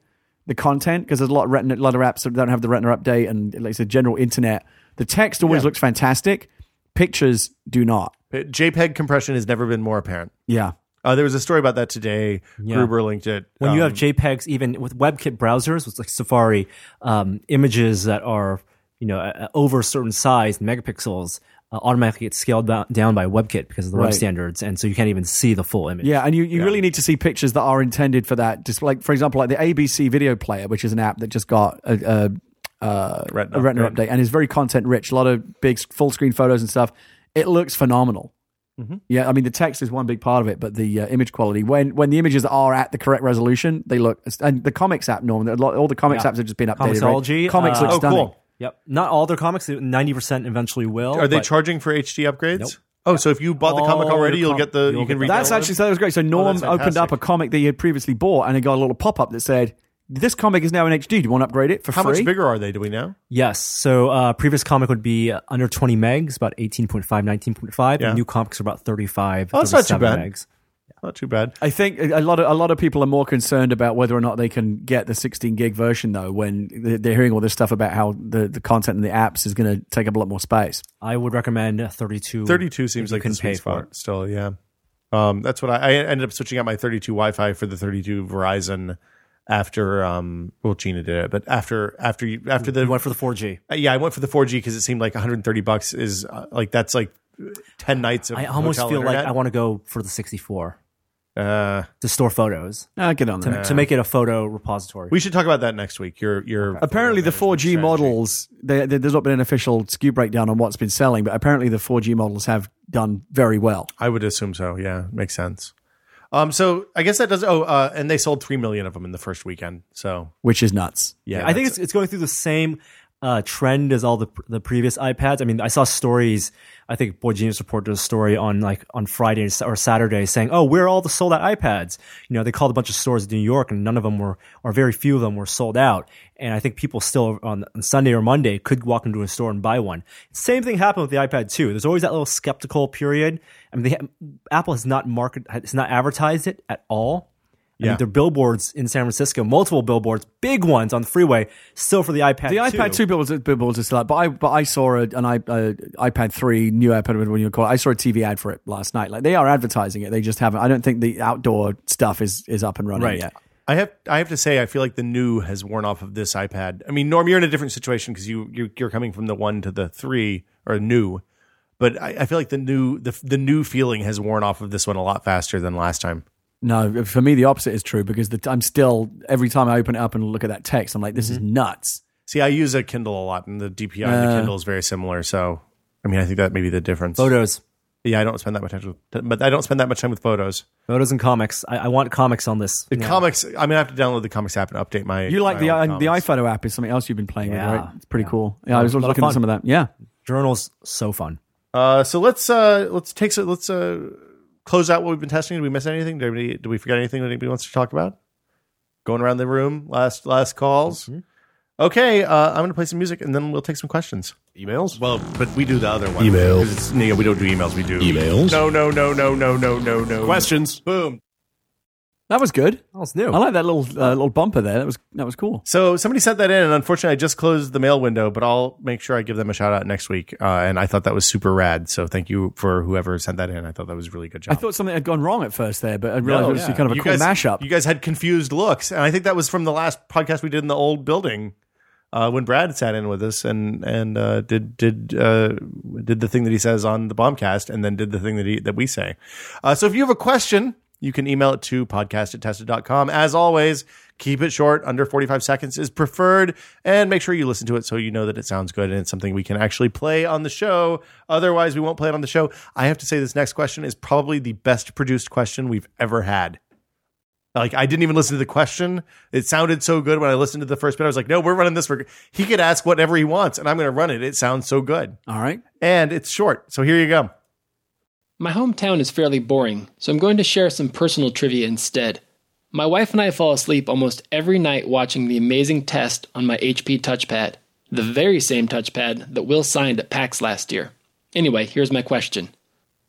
the content because there's a lot of retina, a lot of apps that don't have the retina update, and like I said, general internet. The text always looks fantastic. Pictures do not. JPEG compression has never been more apparent. Yeah. Uh, there was a story about that today. Gruber linked it. when you Um, have JPEGs, even with WebKit browsers, with like Safari, um, images that are you know uh, over a certain size megapixels uh, automatically get scaled ba- down by WebKit because of the Right. web standards, and so you can't even see the full image. Yeah, and you, you really need to see pictures that are intended for that. Just like, for example, like the ABC Video Player, which is an app that just got a, a, a, Retina a retina update and is very content rich. A lot of big s- full screen photos and stuff. It looks phenomenal. Mm-hmm. Yeah, I mean the text is one big part of it, but the uh, image quality when when the images are at the correct resolution, they look and the comics app Norman, a lot- all the comics apps have just been updated. right? Comicsology, Comics uh, look oh, stunning. cool. Yep. Not all their comics. Ninety percent eventually will. Are they but charging for HD upgrades? Nope. Oh, so if you bought the All comic the already, you'll com- get the you'll you can get read. that. That's actually so that was great. So Norm Oh, that's opened up fantastic. a comic that he had previously bought, and it got a little pop up that said, "This comic is now in HD. Do you want to upgrade it for how free?" much bigger are they? Do we know? yes. So uh, previous comic would be uh, under twenty megs, about 18.5, 19.5. Yeah. And new comics are about 35, Oh, that's not too 37 bad. megs. Not too bad. I think a a lot of a lot of people are more concerned about whether or not they can get the 16 gig version though. When they- they're hearing all this stuff about how the, the content in the apps is going to take up a lot more space. I would recommend a 32. 32 seems you like can the pay sweet for spot still yeah um, that's what I, I ended up switching out my 32 wi-fi for the 32 verizon after um well gina did it but after after you after the You went for the 4G. Uh, yeah i went for the 4g because it seemed like 130 bucks is uh, like that's like 10 nights of I almost hotel feel like internet. I want to go for the 64 uh, to store photos Ah, get on to, that. to make it a photo repository. we should talk about that next week your your Apparently, the 4G strategy. models there there- there's not been an official SKU breakdown on what's been selling, but apparently the 4G models have done very well. i would assume so yeah makes sense um so i guess that does oh uh and they sold 3 million of them in the first weekend so which is nuts. yeah I think that's- it's, it's going through the same uh, trend as all the the previous iPads. I mean, I saw stories. I think Boy Genius reported a story on like on Friday or Saturday saying, "Oh, where are all the sold out iPads?" You know, they called a bunch of stores in New York, and none of them were, or very few of them were sold out. And I think people still on, on Sunday or Monday could walk into a store and buy one. Same thing happened with the iPad 2. There's always that little skeptical period. I mean, they, ha- Apple has not market has not advertised it at all. I Yeah. mean, there are billboards in San Francisco, multiple billboards, big ones on the freeway, still for the iPad. The iPad 2 billboards, billboards are still out, but I, but I saw a, an I, uh, iPad 3, new iPad, whatever you call it. I saw a TV ad for it last night. Like they are advertising it. They just haven't. I don't think the outdoor stuff is, is up and running Right. yet. I have I have to say I feel like the new has worn off of this iPad. I mean, Norm, you're in a different situation because you you're, you're coming from the one to the three or new, but I, I feel like the new the the new feeling has worn off of this one a lot faster than last time. No, for me, the opposite is true because the, I'm still, every time I open it up and look at that text, I'm like, this is Mm-hmm. nuts. See, I use a Kindle a lot, and the DPI on Uh. the Kindle is very similar. So, I mean, I think that may be the difference. photos, Yeah, I don't spend that much time with, but I don't spend that much time with photos. photos and comics. I, I want comics on this. The comics, I'm gonna have to download the comics app and update my. You like my the old uh, the comics. iPhoto app is something else you've been playing Yeah. with, right? It's pretty cool. Yeah, I was A lot of looking at fun. some of that. Yeah. Journals, so fun. Uh, so let's uh let's take so let's uh close out what we've been testing. Did we miss anything? Did we did we forget anything that anybody wants to talk about? Going around the room, last last calls. Mm-hmm. Okay, uh, I'm gonna play some music and then we'll take some questions. Emails? Well, but we do the other one. Email. 'Cause it's- Yeah, we don't do emails. We do Emails. No, no, no, no, no, no, no, no. Questions. Boom. That was good. That was new. I like that little uh, little bumper there. That was that was cool. So somebody sent that in, and unfortunately, I just closed the mail window. But I'll make sure I give them a shout out next week. Uh, and I thought that was super rad. So thank you for whoever sent that in. I thought that was a really good job. I thought something had gone wrong at first there, but I realized No, it was yeah. kind of a You cool guys- mashup. You guys had confused looks, and I think that was from the last podcast we did in the old building uh, when Brad sat in with us and and uh, did did uh, did the thing that he says on the bombcast, and then did the thing that he that we say. Uh, so if you have a question. You can email it to podcast at tested.com. As always, keep it short. Under 45 seconds is preferred. And make sure you listen to it so you know that it sounds good and it's something we can actually play on the show. Otherwise, we won't play it on the show. I have to say, this next question is probably the best produced question we've ever had. Like I didn't even listen to the question. It sounded so good when I listened to the first bit. I was like, no, we're running this for. He could ask whatever he wants, and I'm going to run it. It sounds so good, All right. and it's short. So here you go. My hometown is fairly boring, so I'm going to share some personal trivia instead. My wife and I fall asleep almost every night watching the amazing test on my HP touchpad, the very same touchpad that Will signed at PAX last year. Anyway, here's my question.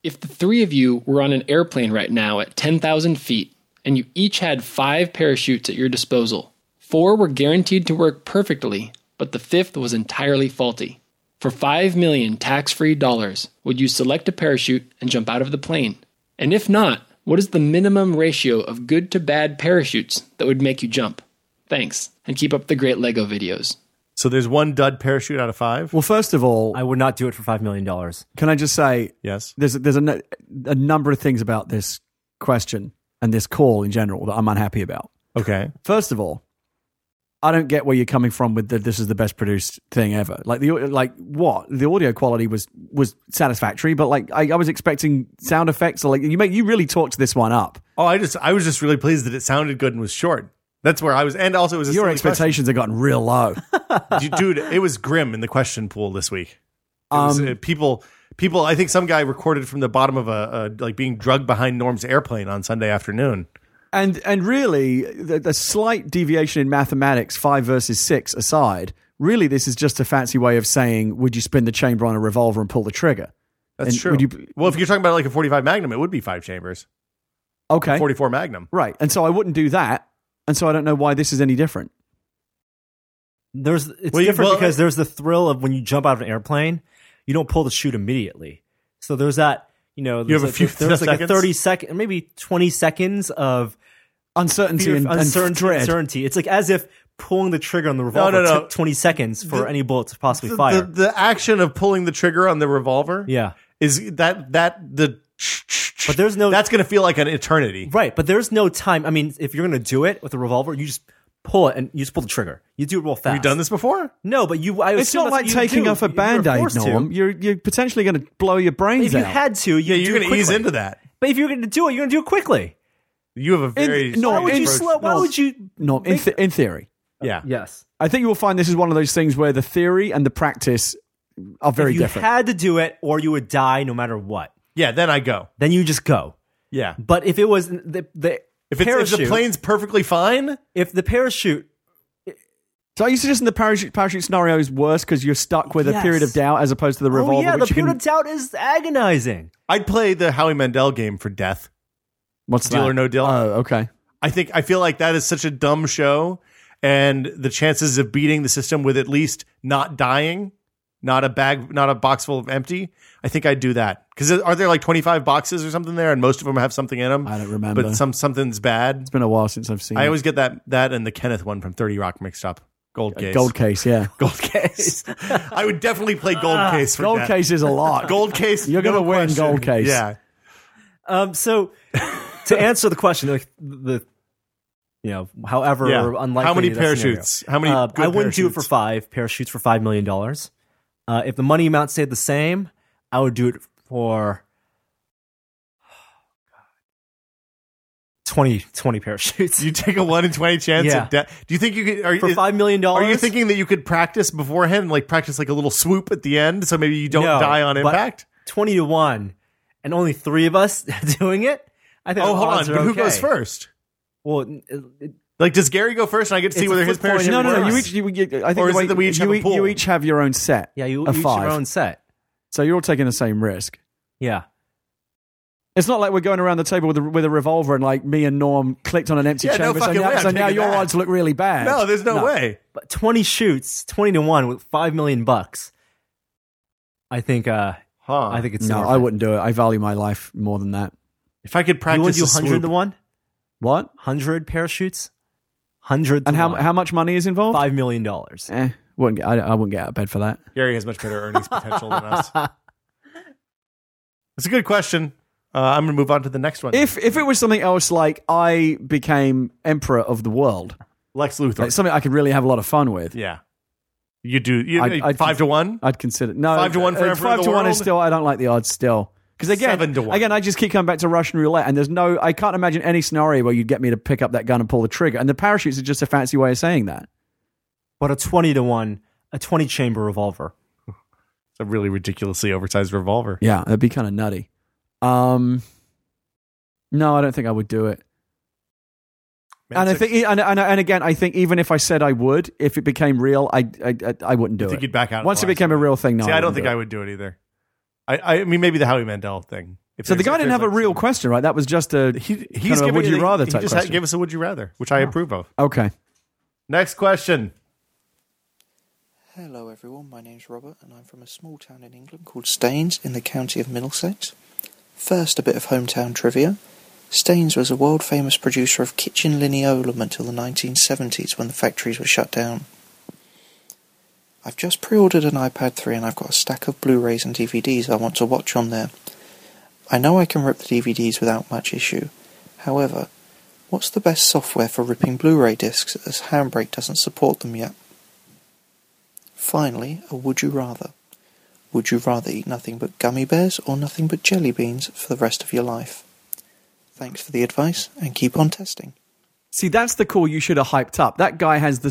If the three of you were on an airplane right now at 10,000 feet, and you each had five parachutes at your disposal, four were guaranteed to work perfectly, but the fifth was entirely faulty. For 5 million tax free dollars, would you select a parachute and jump out of the plane? And if not, what is the minimum ratio of good to bad parachutes that would make you jump? Thanks, and keep up the great Lego videos. So there's one dud parachute out of five. Well, first of all, I would not do it for $5 million. Well, can I just say Yes. there's there's a, nu- a number of things about this question and this call in general that I'm unhappy about. Okay. First of all, I don't get where you're coming from with the this is the best produced thing ever. Like the like what the audio quality was was satisfactory, but like I, I was expecting sound effects. Or like you make you really talked this one up. Oh, I just I was just really pleased that it sounded good and was short. That's where I was, and also it was a Your silly question. expectations have gotten real low. dude. It was grim in the question pool this week. It was, Um, uh, people, people. I think some guy recorded from the bottom of a, a like being drugged behind Norm's airplane on Sunday afternoon. And and really, the, the slight deviation in mathematics, five versus six aside, really this is just a fancy way of saying, would you spin the chamber on a revolver and pull the trigger? That's And true. would you- well, if you're talking about like a 45 Magnum, it would be five chambers. Okay, 44 Magnum. right. And so I wouldn't do that, and so I don't know why this is any different. There's it's Well, you- different well, because there's the thrill of when you jump out of an airplane, you don't pull the chute immediately. So there's that you know there's have a like- few there's like seconds? a thirty second maybe twenty seconds of Uncertainty fear, and, and uncertainty, dread. uncertainty. It's like as if pulling the trigger on the revolver no, no. took twenty seconds for any bullet to possibly The, fire. the, the action of pulling the trigger on the revolver yeah, is that that the but there's no that's going to feel like an eternity. Right, but there's no time. I mean, if you're gonna do it with a revolver, you just pull it and you just pull the trigger. You do it real fast. Have you done this before? No, but you. I It's not like taking off a band aid, Norm. You're you're potentially going to blow your brains If you out. had to, Yeah, you you're going going to ease into that. But if you're gonna do it, you're gonna do it quickly. You have a very no, Why would you in- approach- slow? Why no. would you? no, in, th- in theory, Yeah, Yes. I think you will find this is one of those things where the theory and the practice are very you different. had to do it, or you would die no matter what. yeah. Then I go. Then you just go. Yeah. But if it was the the If it's parachute, if the plane's perfectly fine, if the parachute, So are you suggesting the parachute parachute scenario is worse because you're stuck with a Yes. period of doubt as opposed to the revolver? oh yeah, the which you period can- of doubt is agonizing. I'd play the Howie Mandel game for death. what's Deal that? or no deal. Oh, okay. I think I feel like that is such a dumb show, and the chances of beating the system with at least not dying, not a bag, not a box full of empty. I think I'd do that because are there like twenty five boxes or something there, and most of them have something in them. I don't remember. but some something's bad. It's been a while since I've seen. I it. always get that that and the Kenneth one from Thirty Rock mixed up. Gold case, Uh, gold case. Yeah, gold case. I would definitely play gold case for Ah, gold that. case is a lot. Gold case. You're gonna no win question. gold case. Yeah. Um, so to answer the question, like the you know, however Yeah. unlikely How many that scenario. parachutes? How many Uh, good I wouldn't do it for parachutes? five parachutes for five million dollars. Uh, if the money amount stayed the same, I would do it for. oh, 20, 20 parachutes You take a one in twenty chance Yeah. at death. Do you think you could? Are, for is- five million dollars. Are you thinking that you could practice beforehand, like practice like a little swoop at the end, so maybe you don't No, die on but- impact? twenty to one, and only three of us doing it? I think. Oh, the hold on, odds but are who okay. goes first? Well, uh, it- it- Like, does Gary go first, and I get to see It's a whether his flip coin. parachute? No, no, no. works? You each. You, you, I think Or the is way- it that we each you, have a e- pool? you each have your own set. yeah, you of each five. your own set. So you're all taking the same risk. Yeah, It's not like we're going around the table with a, with a revolver and like me and Norm clicked on an empty Yeah, no chamber. so fucking now, way I'm so now taking your that. odds look really bad. no, there's no, way. but 20 shoots, 20 to 1 with 5 million bucks. I think uh Huh? I think it's No, worth I it. wouldn't do it. I value my life more than that. if I could You want practice to do a 100 swoop, to 1? What? 100 parachutes? 100 to And how one. how much money is involved? 5 million dollars. Eh, wouldn't get, I, I wouldn't get out of bed for that. Gary has much better earnings potential than us. It's a good question. Uh, I'm gonna move on to the next one. If if it was something else, like I became emperor of the world, Lex Luthor, like something I could really have a lot of fun with, yeah, you do you, uh, I'd- I'd- five to one. I'd consider. No, Five to one for uh, emperor of five the to one is world? still. I don't like the odds still. Because again, Seven to one. again, I just keep coming back to Russian roulette, and there's no. I can't imagine any scenario where you'd get me to pick up that gun and pull the trigger. And the parachutes are just a fancy way of saying that. But a 20 to 1, a 20 chamber revolver. It's a really ridiculously oversized revolver. Yeah, that'd be kind of nutty. Um, no, I don't think I would do it. Man, and I it's like- think, e, and, and and again, I think even if I said I would, if it became real, I I, I, I wouldn't do I think it. you'd back out. Once it at the last became a one. real thing, no. See, I don't wouldn't think do I it. would do it either. I, I mean, maybe the Howie Mandel thing. If So the there's- guy if didn't there's have a like real some- question, right? That was just a He, he's kind of a giving would you you the- rather He type just had- question. Oh. gave us a would you rather, which I approve of. okay. Next question. Hello, everyone. My name's Robert, and I'm from a small town in England called Staines in the county of Middlesex. First, a bit of hometown trivia. Staines was a world famous producer of kitchen linoleum until the 1970s when the factories were shut down. I've just pre ordered an iPad 3 and I've got a stack of Blu rays and DVDs I want to watch on there. I know I can rip the DVDs without much issue. However, what's the best software for ripping Blu ray discs as Handbrake doesn't support them yet? Finally, a would you rather. Would you rather eat nothing but gummy bears or nothing but jelly beans for the rest of your life? Thanks for the advice and keep on testing. See, that's the call you should have hyped up. That guy has the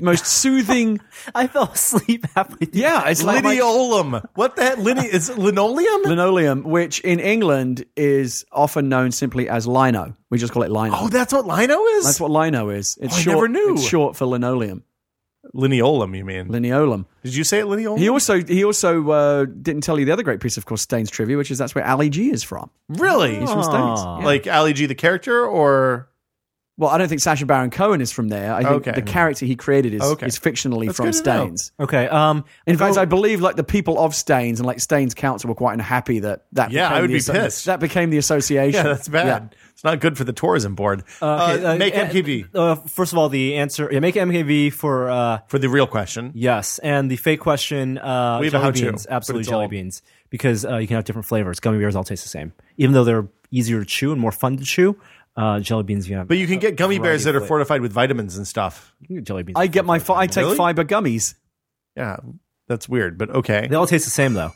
most soothing. I fell asleep halfway. through. yeah, it's like my- Linoleum. What the heck? Lin- is it linoleum? linoleum, which in England is often known simply as lino. We just call it lino. oh, that's what lino is? that's what lino is. It's Oh, I short. never knew. It's short for linoleum, Lineolum, you mean? lineolum. Did you say it lineolum? He also he also uh, didn't tell you the other great piece of course Staines trivia, which is that's where Ali G is from. really? Ah. He's from Staines. Aw. Yeah. Like Ali G, the character, or Well, I don't think Sasha Baron Cohen is from there. I think Okay. the character he created is, Okay. is fictionally That's from good to know. Staines. Okay. Um. In fact, I believe like the people of Staines and like Staines Council were quite unhappy that that Yeah, I became would the be asso- pissed. that became the association. yeah, that's bad. It's not good for the tourism board. Uh, okay, uh, make uh, MKV Uh, first of all, the answer. Yeah, make MKV for uh, for the real question. yes, and the fake question. Uh, We have a jelly how-to, beans, but absolutely it's jelly all- beans, because uh, you can have different flavors. Gummy bears all taste the same, even though they're easier to chew and more fun to chew. Uh, jelly beans, you can have. But you can get gummy bears that are flavor. fortified with vitamins and stuff. you can get jelly beans. I get my fi- I take Really? fiber gummies. Yeah, that's weird, but okay. They all taste the same though.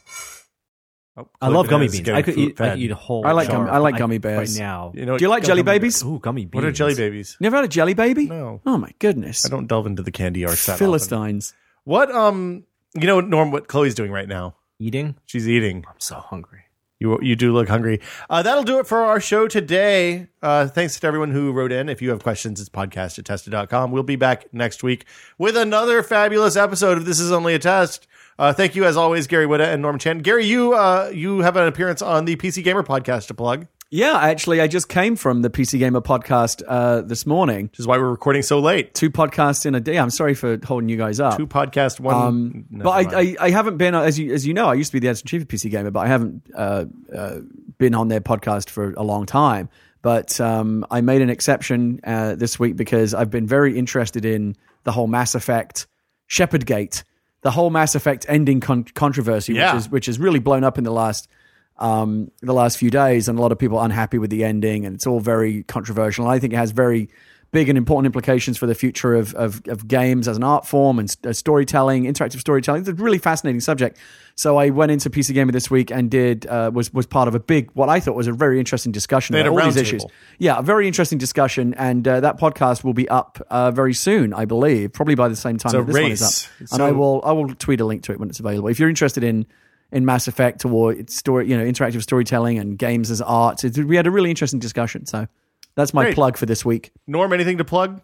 Oh, I love Clifton gummy is beans. getting I could, food eat, I fed. could eat a whole. I like jar gummy- I like right- gummy bears. right now. You know, Do you like jelly gummy babies? Ooh, gummy beans. What are jelly babies? Never had a jelly baby? No. Oh my goodness. I don't delve into the candy arts that often. Philistines. What um you know Norm what Chloe's doing right now? Eating. She's eating. I'm so hungry. You you do look hungry. Uh, that'll do it for our show today. Uh, thanks to everyone who wrote in. If you have questions, it's podcast at tested.com. We'll be back next week with another fabulous episode of This Is Only a Test. Uh, thank you as always, Gary Witta and Norm Chan. Gary, you uh, you have an appearance on the PC Gamer podcast to plug, which Yeah, actually, I just came from the PC Gamer podcast uh, this morning. is why we're recording so late. Two podcasts in a day. I'm sorry for holding you guys up. Two podcast, one. Um, Never but mind. I, I, I haven't been as you as you know I used to be the editor in chief of PC Gamer, but I haven't uh, uh, been on their podcast for a long time. But um, I made an exception uh, this week because I've been very interested in the whole Mass Effect Shepherd Gate, the whole Mass Effect ending con- controversy, Yeah. which is which has really blown up in the last um, the last few days, and a lot of people unhappy with the ending, and it's all very controversial. And I think it has very big and important implications for the future of, of, of games as an art form and s- uh, storytelling, interactive storytelling. It's a really fascinating subject. So I went into PC Gamer this week and did uh, was was part of a big what I thought was a very interesting discussion They had about a all these roundtable. issues. Yeah, a very interesting discussion, and uh, that podcast will be up uh, very soon, I believe, probably by the same time It's a that this one is race. up. and I So- will I will tweet a link to it when it's available. If you're interested in in Mass Effect or its story, you know, interactive storytelling and games as art, it, we had a really interesting discussion. So that's my Great. plug for this week. Norm, anything to plug?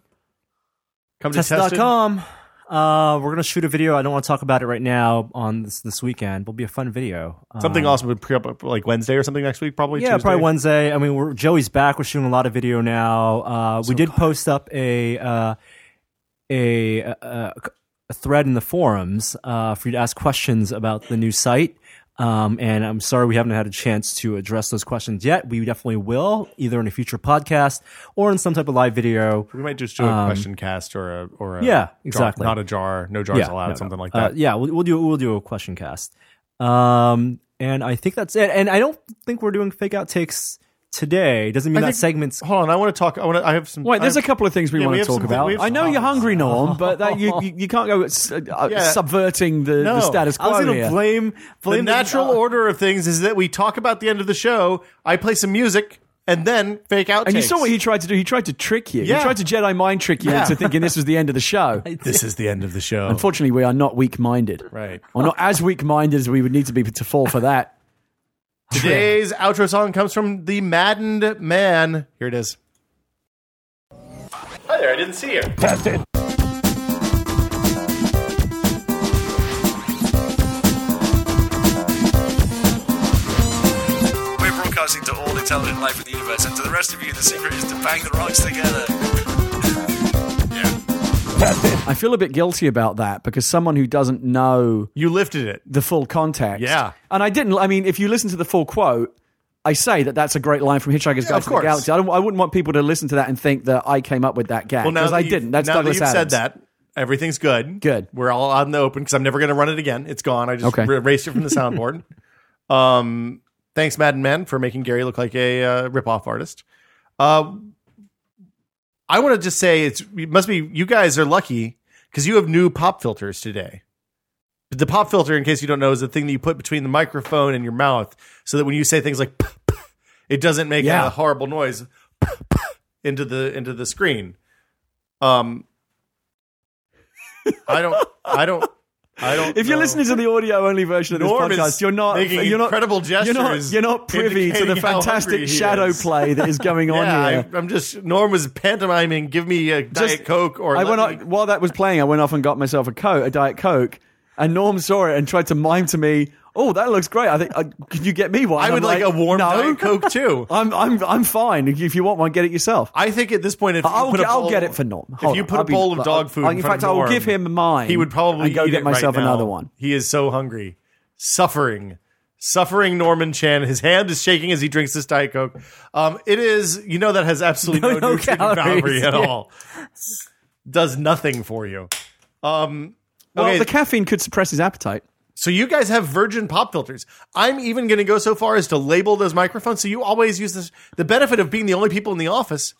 Come to Tested. Test.com. Uh, we're gonna shoot a video. I don't want to talk about it right now on this this weekend. It'll be a fun video. Uh, Something awesome would pre up like Wednesday or something next week, probably. yeah, Tuesday. probably Wednesday. I mean, we're, Joey's back. We're shooting a lot of video now. Uh, we did post up a uh, a, a a thread in the forums uh, for you to ask questions about the new site. Um, and I'm sorry we haven't had a chance to address those questions yet. We definitely will, either in a future podcast or in some type of live video. We might just do a Um, question cast or a or a yeah, jar- exactly. not a jar, no jars allowed, no, no. something like Uh, that. yeah, we'll, we'll do we'll do a question cast. Um, and I think that's it. And I don't think we're doing fake outtakes today. Doesn't mean I that think- segments. Hold on, I want to talk. I want to. I have some. Wait, there's I a have- couple of things we yeah, want we to have talk some- about. we have I some know you're topics. hungry, Norm, but that you, you, you can't go s- uh, Yeah. subverting the, the No. status quo. I was gonna here. blame The blame natural uh, order of things is that we talk about the end of the show. I play some music and then fake outtakes. and you saw what he tried to do. He tried to trick you. Yeah. He tried to Jedi mind trick you Yeah. into thinking this was the end of the show. This is the end of the show. Unfortunately, we are not weak minded. Right. Or not as weak minded as we would need to be to fall for that. Today's outro song comes from the Maddened Man. Here it is. Hi there. I didn't see you. We're broadcasting to all intelligent life in the universe, and to the rest of you, the secret is to bang the rocks together. I feel a bit guilty about that because someone who doesn't know You lifted it. the full context. Yeah. And I didn't, I mean, if you listen to the full quote, I say that that's a great line from Hitchhiker's Guide of to course. the Galaxy. I, don't, I wouldn't want people to listen to that and think that I came up with that gag. because that I you've- didn't. That's now Douglas that you've Adams. said that. Everything's good. Good. We're all out in the open because I'm never going to run it again. It's gone. I just Okay. re- erased it from the soundboard. um, thanks, Madden Man, for making Gary look like a uh, ripoff artist. Uh, I want to just say it's it must be you guys are lucky because you have new pop filters today. But The pop filter, in case you don't know, is the thing that you put between the microphone and your mouth, so that when you say things like, "P- p-," it doesn't make Yeah. a horrible noise. into the into the screen. Um, I don't, I don't, I don't. If you're know. listening to the audio only version of Norm this is podcast, you're not making you're not incredible you're not gestures you're not privy to the indicating how fantastic hungry he shadow is. play that is going on yeah, here. I, I'm just Norm was pantomiming. Give me a Just- diet coke or I let went me- on, while that was playing. I went off and got myself a coat, a diet coke, and Norm saw it and tried to mime to me. Oh, that looks great. I think uh, can you get me one? I I'm would like, a warm no, diet coke too. I'm I'm I'm fine. If you want one, get it yourself. I think at this point, if you I'll, put a I'll bowl- get it for Norm. if Hold you on, put I'll a be- bowl of dog I'll- food, front in fact, of I will Norm, give him mine. He would probably and go eat get it myself right now. another one. He is so hungry, suffering, suffering. Norman Chan, his hand is shaking as he drinks this diet coke. Um, it is, you know, that has absolutely no, No nutrient calories, value at yeah. all. Does nothing for you. Um, Well, okay, the caffeine could suppress his appetite. so you guys have virgin pop filters. I'm even going to go so far as to label those microphones. So you always use this. The benefit of being the only people in the office,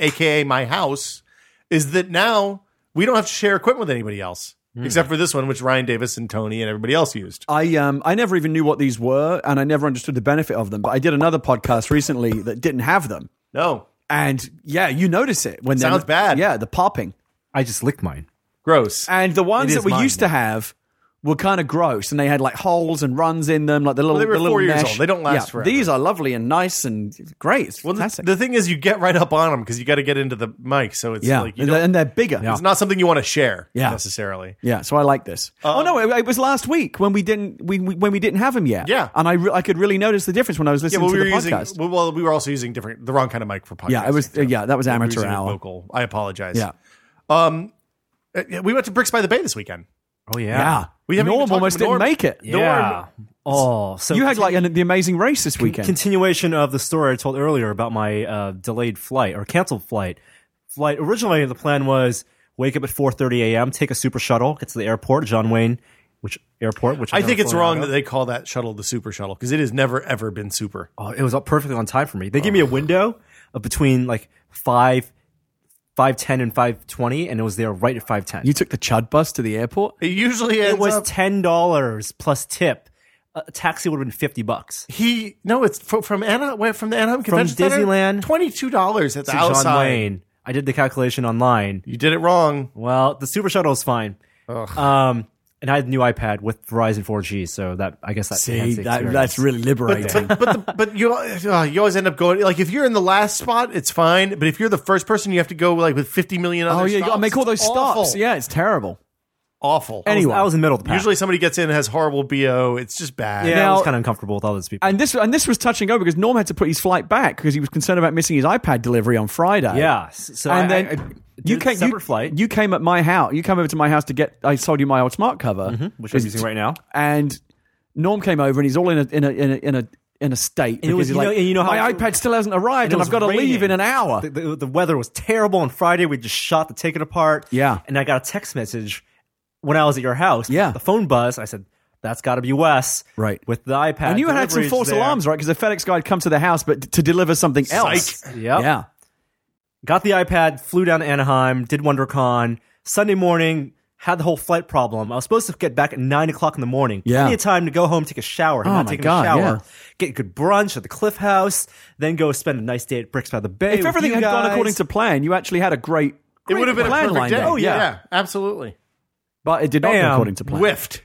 aka my house, is that now we don't have to share equipment with anybody else Hmm. except for this one, which Ryan Davis and Tony and everybody else used. I um I never even knew what these were, and I never understood the benefit of them. But I did another podcast recently that didn't have them, No, and yeah, you notice it when they're- Sounds bad. Yeah, the popping I just licked mine. gross. and the ones It that is we mine, used to have were kind of gross, and they had like holes and runs in them, like the little. they were the little four years mesh. old. They don't last yeah, forever. These are lovely and nice and great. It's Well, the, fantastic. the thing is, you get right up on them because you got to get into the mic. So it's yeah, like you and, don't, they're- and they're bigger. it's not something you want to share Yeah. necessarily. Yeah, so I like this. oh no, it, it was last week when we didn't we, we when we didn't have him yet. Yeah. and I re- I could really notice the difference when I was Yeah, listening well, we to were the using podcast. well, well, we were also using different the wrong kind of mic for podcast. yeah, it was yeah that was amateur hour. Vocal. I apologize. Yeah, Uh, yeah, we went to Bricks by the Bay this weekend. Oh yeah. yeah. We haven't even Norm talked almost about didn't Norm. make it. Yeah. Oh, so You had like an, the amazing race this weekend. continuation of the story I told earlier about my uh, delayed flight or canceled flight. Flight originally the plan was wake up at 4:30 a.m., take a super shuttle, get to the airport, John Wayne, which airport, which I think never it's flown wrong out that of. they call that shuttle the super shuttle because it has never ever been super. Oh, it was up perfectly on time for me. They gave me a window of between like 5 5:10 and 5:20 and it was there right at 5:10. you took the Chud bus to the airport. It usually ends it was up- $10 plus tip. A taxi would have been 50 bucks. he no, it's from, from Anna wait, from the Anaheim Convention Disneyland twenty two dollars at the to outside. John Wayne. I did the calculation online. You did it wrong. Well, the Super Shuttle is fine. Um, and I had a new iPad with Verizon 4G, so that I guess that's See, that, that's really liberating. But the, but you uh, you always end up going like if you're in the last spot, it's fine. But if you're the first person, you have to go like with fifty million. Other oh yeah, you stops. gotta make all those It's awful. stops. Yeah, it's terrible. awful. Anyway. I was in the middle of the pack. usually somebody gets in and has horrible bo. It's just bad. yeah, I Now- was kind of uncomfortable with all those people. And this and this was touch and go because Norm had to put his flight back because he was concerned about missing his iPad delivery on Friday. yeah, s- so I- and then I- I you did a came separate you, flight, You came at my house. You came over to my house to get. I sold you my old smart cover, Mm-hmm. which I'm using right now. and Norm came over and he's all in a in a in a in a, in a state because was- he's you like, know- and you know how- my iPad still hasn't arrived, it and was I've got to raining. leave in an hour. The, the, the weather was terrible on Friday. We just shot the ticket apart. Yeah. and I got a text message when I was at your house. Yeah. the phone buzzed. I said, "That's got to be Wes." Right. with the iPad. and you had some deliveries false there. alarms, right? Because the FedEx guy had come to the house, but to deliver something else. Psych. Yep. Yeah. got the iPad, flew down to Anaheim, did WonderCon. Sunday morning, had the whole flight problem. I was supposed to get back at nine o'clock in the morning. Yeah. plenty of time to go home, take a shower. Had Oh not my taken God, a shower. yeah. Get a good brunch at the Cliff House, then go spend a nice day at Bricks by the Bay. If with everything you had gone guys. according to plan, you actually had a great. It would have been a plan perfect lined day. up. Oh yeah, yeah, absolutely. but it did not go Bam. according to plan. Whiffed.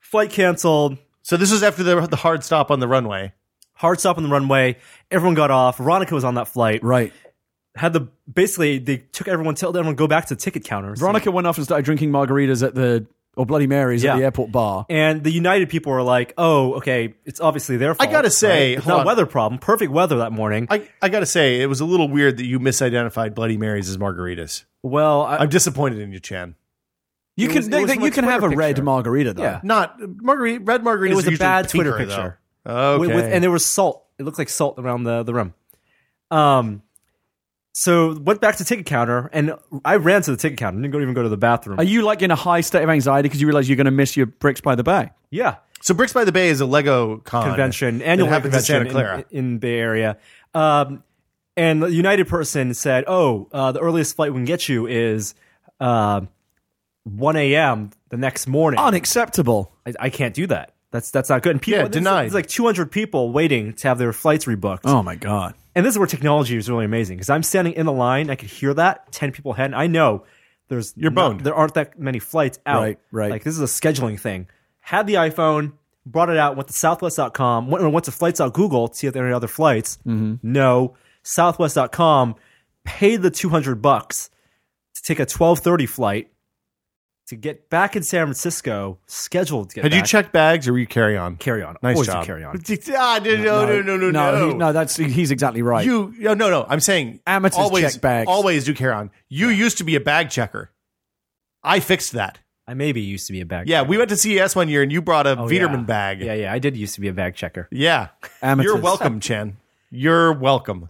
flight canceled, So this was after the the hard stop on the runway. hard stop on the runway. Everyone got off. Veronica was on that flight. Right. Had the basically they took everyone, told everyone to go back to the ticket counters. Veronica went off and started drinking margaritas at the or Bloody Marys at Yeah. the airport bar. And the United people were like, "Oh, okay, it's obviously their fault." gotta say, right? it's hold not on. a weather problem. Perfect weather that morning. I, I gotta say, it was a little weird that you misidentified Bloody Marys as margaritas. well, I, I'm disappointed in you, Chan. You It can was- it they, was they- from a you can have a Twitter red picture. margarita though. Yeah. Not margarita. Red margaritas. It was are a usually bad Twitter pinker, though. picture. Okay. with, with- and there was salt. It looked like salt around the the rim. Um, so went back to the ticket counter, and I ran to the ticket counter. Didn't go, even go to the bathroom. Are you like in a high state of anxiety because you realize you're going to miss your bricks by the bay? yeah, so Bricks by the Bay is a Lego con convention, that annual happens in Santa convention Clara. in, in Bay Area. Um, and the United person said, "Oh, uh, the earliest flight we can get you is uh, 1 a.m. the next morning. Unacceptable. I, I can't do that. That's that's not good." And people, Yeah, there's- denied. Oh, There's like 200 people waiting to have their flights rebooked. Oh my god. And this is where technology is really amazing because I'm standing in the line. I could hear that 10 people ahead. And I know there's You're not- boned. there aren't that many flights out. Right, right. Like this is a scheduling thing. Had the iPhone, brought it out, went to southwest.com, went, went to flights.google to see if there are any other flights. Mm-hmm. No. Southwest.com paid the 200 bucks to take a 1230 flight to get back in San Francisco, scheduled to get Had you back. checked bags or were you carry on? Carry on. Nice Always a job. carry on. Ah, no, no, no, no, no, no, no. he- no, that's he's exactly right. You no no no. I'm saying Amateurs always, check bags. Always do carry on. You used to be a bag checker. I fixed that. I maybe used to be a bag. Yeah, we went to CES one year and you brought a Oh, Viederman yeah. bag. Yeah, yeah. I did used to be a bag checker. Yeah. Amateurs. You're welcome, Chen. You're welcome.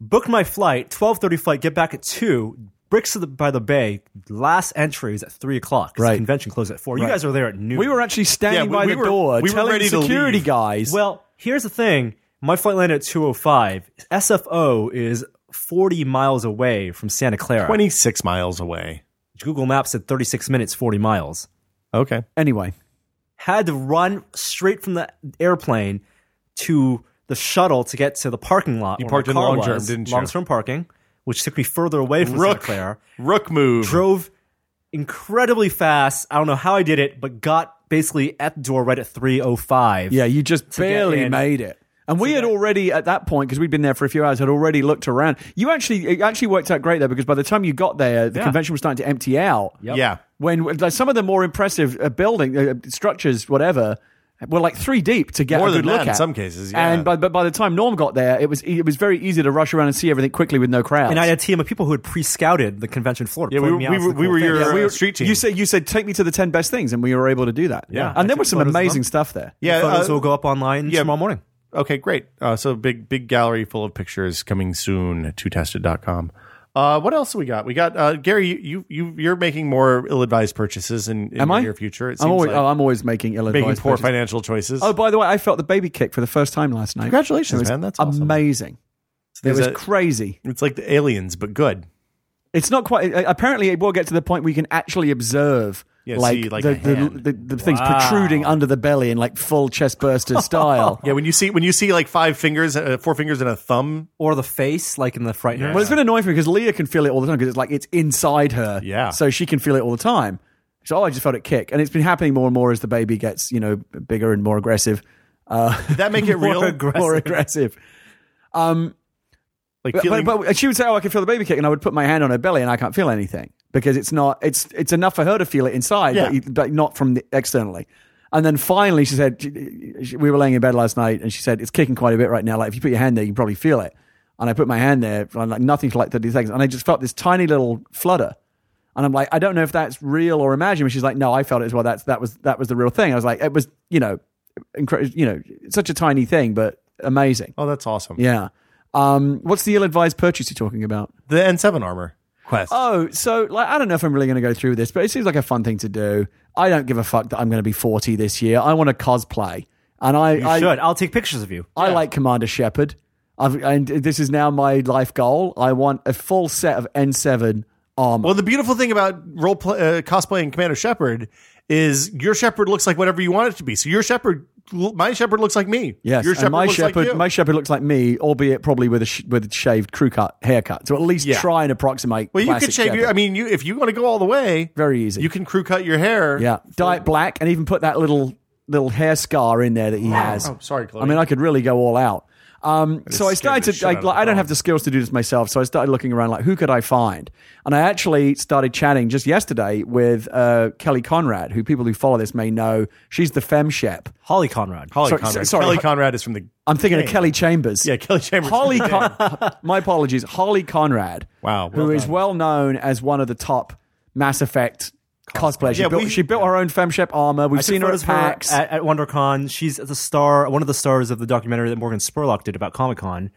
Booked my flight, twelve thirty flight. Get back at two. Bricks of the, by the Bay. Last entry is at three o'clock. 'cause Right. The convention closed at four. You Right. guys were there at noon. We were actually standing Yeah, we- by we the were- door we were telling ready to security leave. guys. Well, here's the thing. My flight landed at two o five. SFO is forty miles away from Santa Clara. Twenty six miles away. Google Maps said thirty six minutes, forty miles. Okay. anyway, had to run straight from the airplane to the shuttle to get to the parking lot. You where parked my in car long-term, was, didn't you? Long-term parking, which took me further away from Santa Rook. Clara. Rook move. Drove incredibly fast. I don't know how I did it, but got basically at the door right at 305. yeah, you just get barely in. made it. And we had already at that point because we'd been there for a few hours. Had already looked around. You actually it actually worked out great there because by the time you got there, the convention was starting to empty out. Yep. Yeah. When like, some of the more impressive uh, building uh, structures, whatever, were like three deep to get More a good than that look in at. some cases, yeah. And by, but by the time Norm got there, it was e- it was very easy to rush around and see everything quickly with no crowds. And I had a team of people who had pre-scouted the convention floor. to Yeah, we point were- me out we as were- the we cool were thing. your- Yeah, we uh, were- street team. You said you said take me to the ten best things, and we were able to do that. Yeah. and I there was took some photos of amazing them. stuff there. Yeah. Photos uh, will go up online yeah. tomorrow morning. Okay, great. Uh, so big big gallery full of pictures coming soon to tested.com. Uh, what else do we got? We got uh, Gary. You you you're making more ill-advised purchases in, in Am the I? near future. It seems I'm always, like oh, I'm always making ill making advised poor financial choices. Oh, by the way, I felt the baby kick for the first time last night. Congratulations, It was man. That's awesome. amazing. It There's was a- crazy. It's like the aliens, but good. It's not quite. uh, Apparently, it will get to the point where you can actually observe. Yeah, like, see, like the, a hand. the, the, the things protruding under the belly in like full chestburster style. Yeah, when you see when you see like five fingers, uh, four fingers, and a thumb. Or the face, like in the Frighteners. Well, it's been annoying for me because Leah can feel it all the time because it's like it's inside her. Yeah. So she can feel it all the time. So oh, I just felt it kick, and it's been happening more and more as the baby gets you know bigger and more aggressive. Uh, Did that make it real? more aggressive. Like But, feeling. but, but she would say, "Oh, I can feel the baby kick," and I would put my hand on her belly, and I can't feel anything because it's not. It's it's enough for her to feel it inside, Yeah. but, you- but not from the, externally. And then finally, she said, she- she- "We were laying in bed last night, and she said it's kicking quite a bit right now. Like if you put your hand there, you can probably feel it." And I put my hand there, and like nothing for like thirty seconds, and I just felt this tiny little flutter. And I'm like, I don't know if that's real or imagined. But she's like, No, I felt it as well. That's that was that was the real thing. I was like, it was you know, incre- you know, such a tiny thing, but amazing. oh, that's awesome. Yeah. Um, what's the ill-advised purchase you're talking about? The N7 armor quest. Oh, so like I don't know if I'm really going to go through with this, but it seems like a fun thing to do. I don't give a fuck that I'm going to be 40 this year. I want to cosplay, and I You I, should. I'll take pictures of you. I like Commander Shepard. I've, and this is now my life goal. I want a full set of N7 armor. well, the beautiful thing about role play, uh, cosplaying Commander Shepard is your Shepard looks like whatever you want it to be. So your Shepard, my Shepard looks like me. Yes, your and my looks like shepherd, you. my shepherd looks like me, albeit probably with a sh- with a shaved crew cut haircut. So at least Yeah. try and approximate. well, you classic could shave shepherd. your. I mean, you if you want to go all the way, Very easy. You can crew cut your hair. yeah, dye it black and even put that little little hair scar in there that he has. Oh, sorry, Chloe. I mean, I could really go all out. Um, so I scared the started shit to. I, out of like, the I don't dog. have the skills to do this myself, so I started looking around like who could I find, and I actually started chatting just yesterday with uh, Kelly Conrad, who people who follow this may know. She's the fem shep. Holly Conrad. Holly Sorry, Conrad. sorry, Kelly Ho- Conrad is from the. I'm thinking of Kelly Chambers. Yeah, Kelly Chambers. Holly. Con- my apologies, Holly Conrad. Wow, well who is done. well known as one of the top Mass Effect cosplayers. She, Yeah, built, we- she built her own fem shep armor. We've I took seen her at photos of PAX. at, at WonderCon. She's the star, one of the stars of the documentary that Morgan Spurlock did about Comic Con.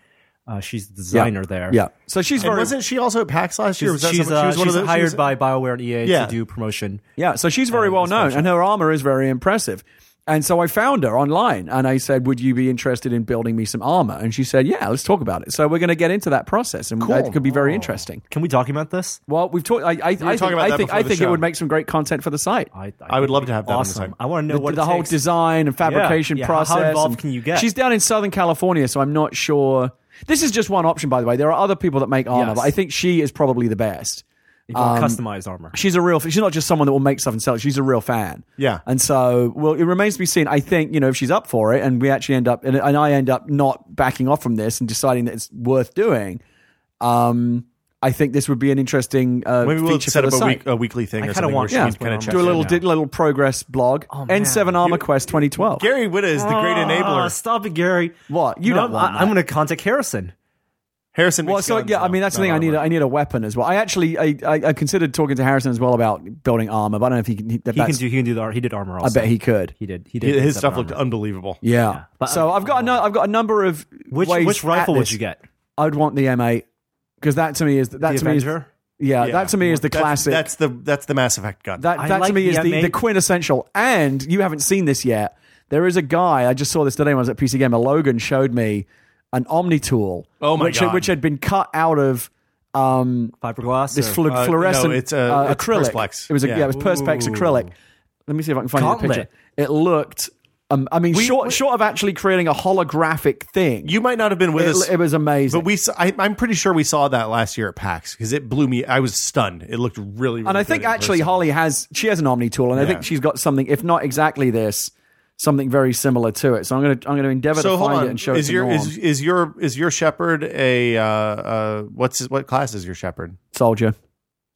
Uh, she's the Yeah. designer there. Yeah. So she's And very wasn't she also at PAX last year? she's, Was that she's, someone- uh, she was one of the, she's she hired was- by BioWare and EA Yeah. to do promotion. Yeah, so she's Oh, very well known, and her armor is very impressive. And so I found her online, and I said, "Would you be interested in building me some armor?" And she said, "Yeah, let's talk about it." So we're going to get into that process, and it could be Oh. very interesting. Can we document this? Well, we've talked. I, I, I think, talking about I that think, before I the think it show. would make some great content for the site. I, I would love to have that on the Awesome. site. I want to know the what the it whole takes. design and fabrication Yeah, how process. involved and- can you get? She's down in Southern California, so I'm not sure. This is just one option, by the way. There are other people that make armor, Yes. but I think she is probably the best. You can Um, customize armor. She's a real. She's not just someone that will make stuff and sell it. She's a real fan. Yeah. And so, well, it remains to be seen. I think you know if she's up for it, and we actually end up, and, and I end up not backing off from this and deciding that it's worth doing. Um, I think this would be an interesting uh, Maybe we'll feature set for up the a, site. week, a weekly thing I or kinda something where want she to can ask kind what of check do a in. little Yeah. did a little progress blog. man. N7 Armor Quest 2012. Gary Witta is the great enabler. Ah, stop it, Gary. What? You No, don't want I, am that. going to contact Harrison. Harrison. Well, makes so guns, yeah, I though, mean that's the not thing. I need armor. a, I need a weapon as well. I actually I, I, I considered talking to Harrison as well about building armor, but I don't know if he can. He, He can do. He can do the. ar- He did armor. I Also. bet he could. He did. He did. His N7 stuff looked armor. unbelievable. Yeah. Yeah, but- so I've got a no, I've got a number of Which ways which at rifle would this. you get? I'd want the M8 because that to me is that The to me is, yeah, Avenger? that to me is the That's- classic That's, the that's the Mass Effect gun. that I that like to me the is the, the M8. quintessential. And you haven't seen this yet. There is a guy I just saw this today when I was at PC Gamer. Logan showed me an Omni tool, Oh my which God. which had been cut out of um, Fiberglass. this or- flu- uh, fluorescent no, it's, uh, uh, it's acrylic. Perspex. It was a, Yeah. yeah, it was perspex Ooh. acrylic. Let me see if I can find you the Gauntlet. picture. It looked. Um, I mean, short, short of actually creating a holographic thing, you might not have been with it, us. it was amazing. but we, saw, I, I'm pretty sure we saw that last year at PAX because it blew me. I was stunned. It looked really. really and I good think in actually person. Holly has she has an Omni tool, and I Yeah. think she's got something, if not exactly this, something very similar to it. So I'm gonna I'm gonna endeavor So to hold find on. it and show is it to your Norm. is, is your is your shepherd a uh, uh, what's his, what class is your shepherd? soldier.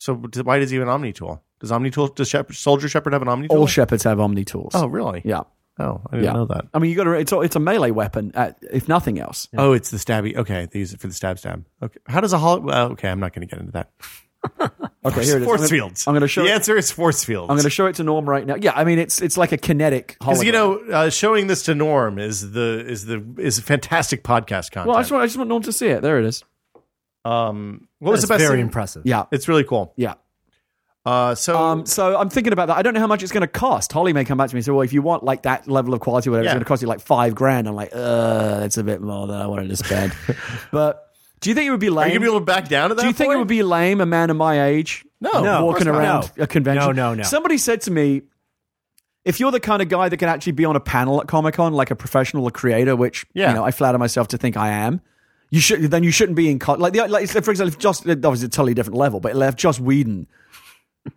So d- why does he have an omni tool? Does omni tool does shepherd, soldier shepherd have an omni All tool? shepherds have Omni tools. oh really? yeah, Oh, I didn't Yeah. know that. I mean you got to it's a- it's a melee weapon, at, if nothing else. Oh, it's the stabby. Okay, they use it for the stab stab. Okay, how does a hol? Well, okay, I'm not going to get into that. Okay, here it Force is. I'm gonna, fields. I'm gonna show The it, answer is force fields. I'm gonna show it to Norm right now. Yeah, I mean it's it's like a kinetic. because you hologram. know uh, showing this to Norm is the is the is fantastic podcast content. Well, I just want I just want Norm to see it. There it is. um, what was That's the best? Very thing? impressive. Yeah, It's really cool. yeah. Uh, so Um, so I'm thinking about that. I don't know how much it's going to cost. Holly may come back to me and say, "Well, if you want like that level of quality, whatever, Yeah. it's going to cost you like five grand." I'm like, "Uh, that's a bit more than I wanted to spend." but do you think it would be are you lame? gonna be able to back down to that? do you think it point? would be lame a man of my age No, No, of course walking not. around No. a convention? No, no, no. Somebody said to me, "If you're the kind of guy that can actually be on a panel at Comic Con, like a professional, a creator, which Yeah. you know, I flatter myself to think I am." You should then you shouldn't be in con- like the like for example if just obviously a totally different level but if Joss Whedon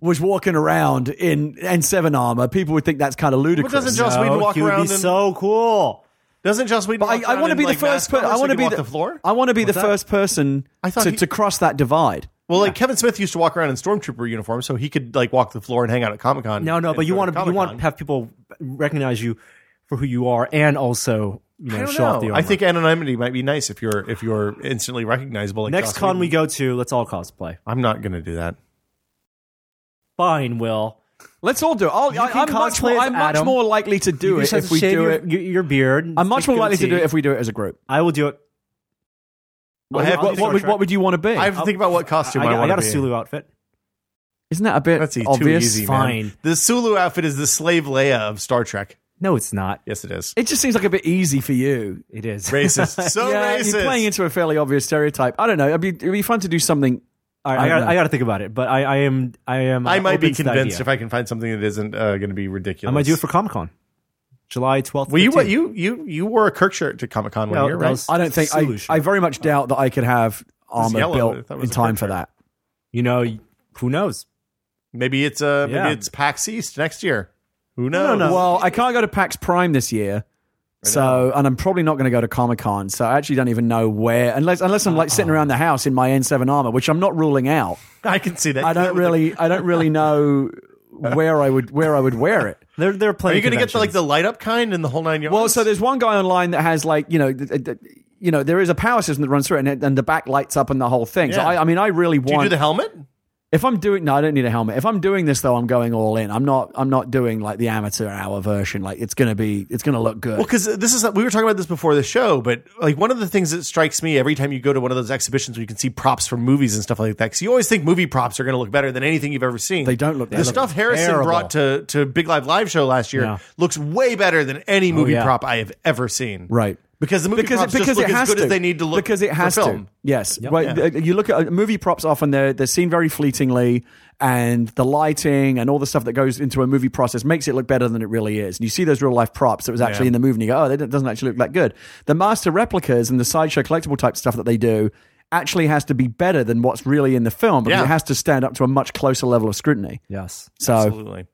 was walking around in N7 armor, people would think that's kind of ludicrous. doesn't Joss No, Whedon walk he would around be and- so cool. Doesn't Joss Whedon? But I, I want to be the first. Per- I want to be the, the, floor. I want to be the that? first person I thought to, he- to cross that divide. well, like Kevin Smith used to walk around in stormtrooper uniform, so he could like walk the floor and hang out at Comic Con. No, no, but you want to you want to have people recognize you for who you are, and also you know I don't show off the. know. I Armor. think anonymity might be nice if you're if you're instantly recognizable. Like next Joss con Whedon. we go to, let's all cosplay. I'm not gonna do that. Fine, Will. Let's all do it. I'll, I, can am much cosplay more. as I'm much Adam. more likely to do You it just have if to we do shave your, it. Your, your beard. I'm much more likely to do it goatee. if we do it as a group. I will do it. I What, have to what, do what would, Star Trek. what would you want to be? I have to think about what costume I, I, got- I want got to a be. in. Sulu outfit. Isn't that a bit That's e- too obvious? easy, man. Fine. The Sulu outfit is the slave Leia of Star Trek. No, it's not. Yes, it is. It just seems like a bit easy for you. It is. Racist. So yeah, racist. you're playing into a fairly obvious stereotype. I don't know. It'd be, it'd be fun to do something. All right, I I, don't got. know. I got to think about it, but I, I am. I am. I might be open to the convinced idea. if I can find something that isn't uh, going to be ridiculous. I might do it for Comic Con, July twelfth. Well, you what you you you wore a Kirk shirt to Comic Con one No, year, that right? was- I don't think. I, Sulu shirt. I very much doubt that I could have armor yellow. I built thought it in was a time picture. for that. You know, who knows? Maybe it's uh Yeah. maybe it's PAX East next year. Who knows? Well, I can't go to PAX Prime this year. So, and I'm probably not going to go to Comic Con. So, I actually don't even know where, unless unless I'm like sitting Uh-huh. around the house in my N7 armor, which I'm not ruling out. I can see that. I don't really, I don't really know where I would where I would wear it. There, there are Are plenty. you going to to get the, like the light up kind and the whole nine yards? Well, so there's one guy online that has like you know, th- th- th- you know, there is a power system that runs through it, and, it, and the back lights up and the whole thing. So, Yeah. I, I mean, I really do you want. do the helmet? if I'm doing, no, I don't need a helmet. If I'm doing this though, I'm going all in. I'm not, I'm not doing like the amateur hour version. Like it's gonna be, it's gonna look good. Well, because this is we were talking about this before the show, but like one of the things that strikes me every time you go to one of those exhibitions where you can see props from movies and stuff like that, because you always think movie props are going to look better than anything you've ever seen. They don't look- they the look stuff Harrison terrible. brought to to Big Live Live Show last year Yeah. looks way better than any movie yeah. prop I have ever seen. Right. because the movie props just look as good as they need to look because it has for film. to. Yes, Well, uh, you look at uh, movie props often; they're they're seen very fleetingly, and the lighting and all the stuff that goes into a movie process makes it look better than it really is. And you see those real life props that was actually in the movie, and you go, oh, that doesn't actually look that good. The master replicas and the sideshow collectible type stuff that they do actually has to be better than what's really in the film because Yeah. it has to stand up to a much closer level of scrutiny. Yes. So Absolutely.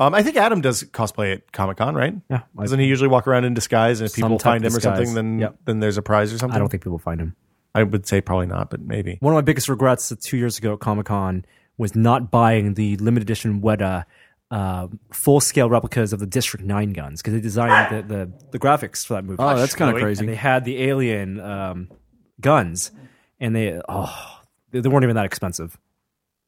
Um, I think Adam does cosplay at Comic Con, right? Yeah. Doesn't he usually walk around in disguise? And if Some people type find him of or something, disguise. then Yep. then there's a prize or something. I don't think people find him. I would say probably not, but maybe. One of my biggest regrets two years ago at Comic Con was not buying the limited edition Weta uh, full scale replicas of the District Nine guns because they designed the, the the graphics for that movie. Oh, that's kinda And crazy. they had the alien um, guns, and they oh they, they weren't even that expensive.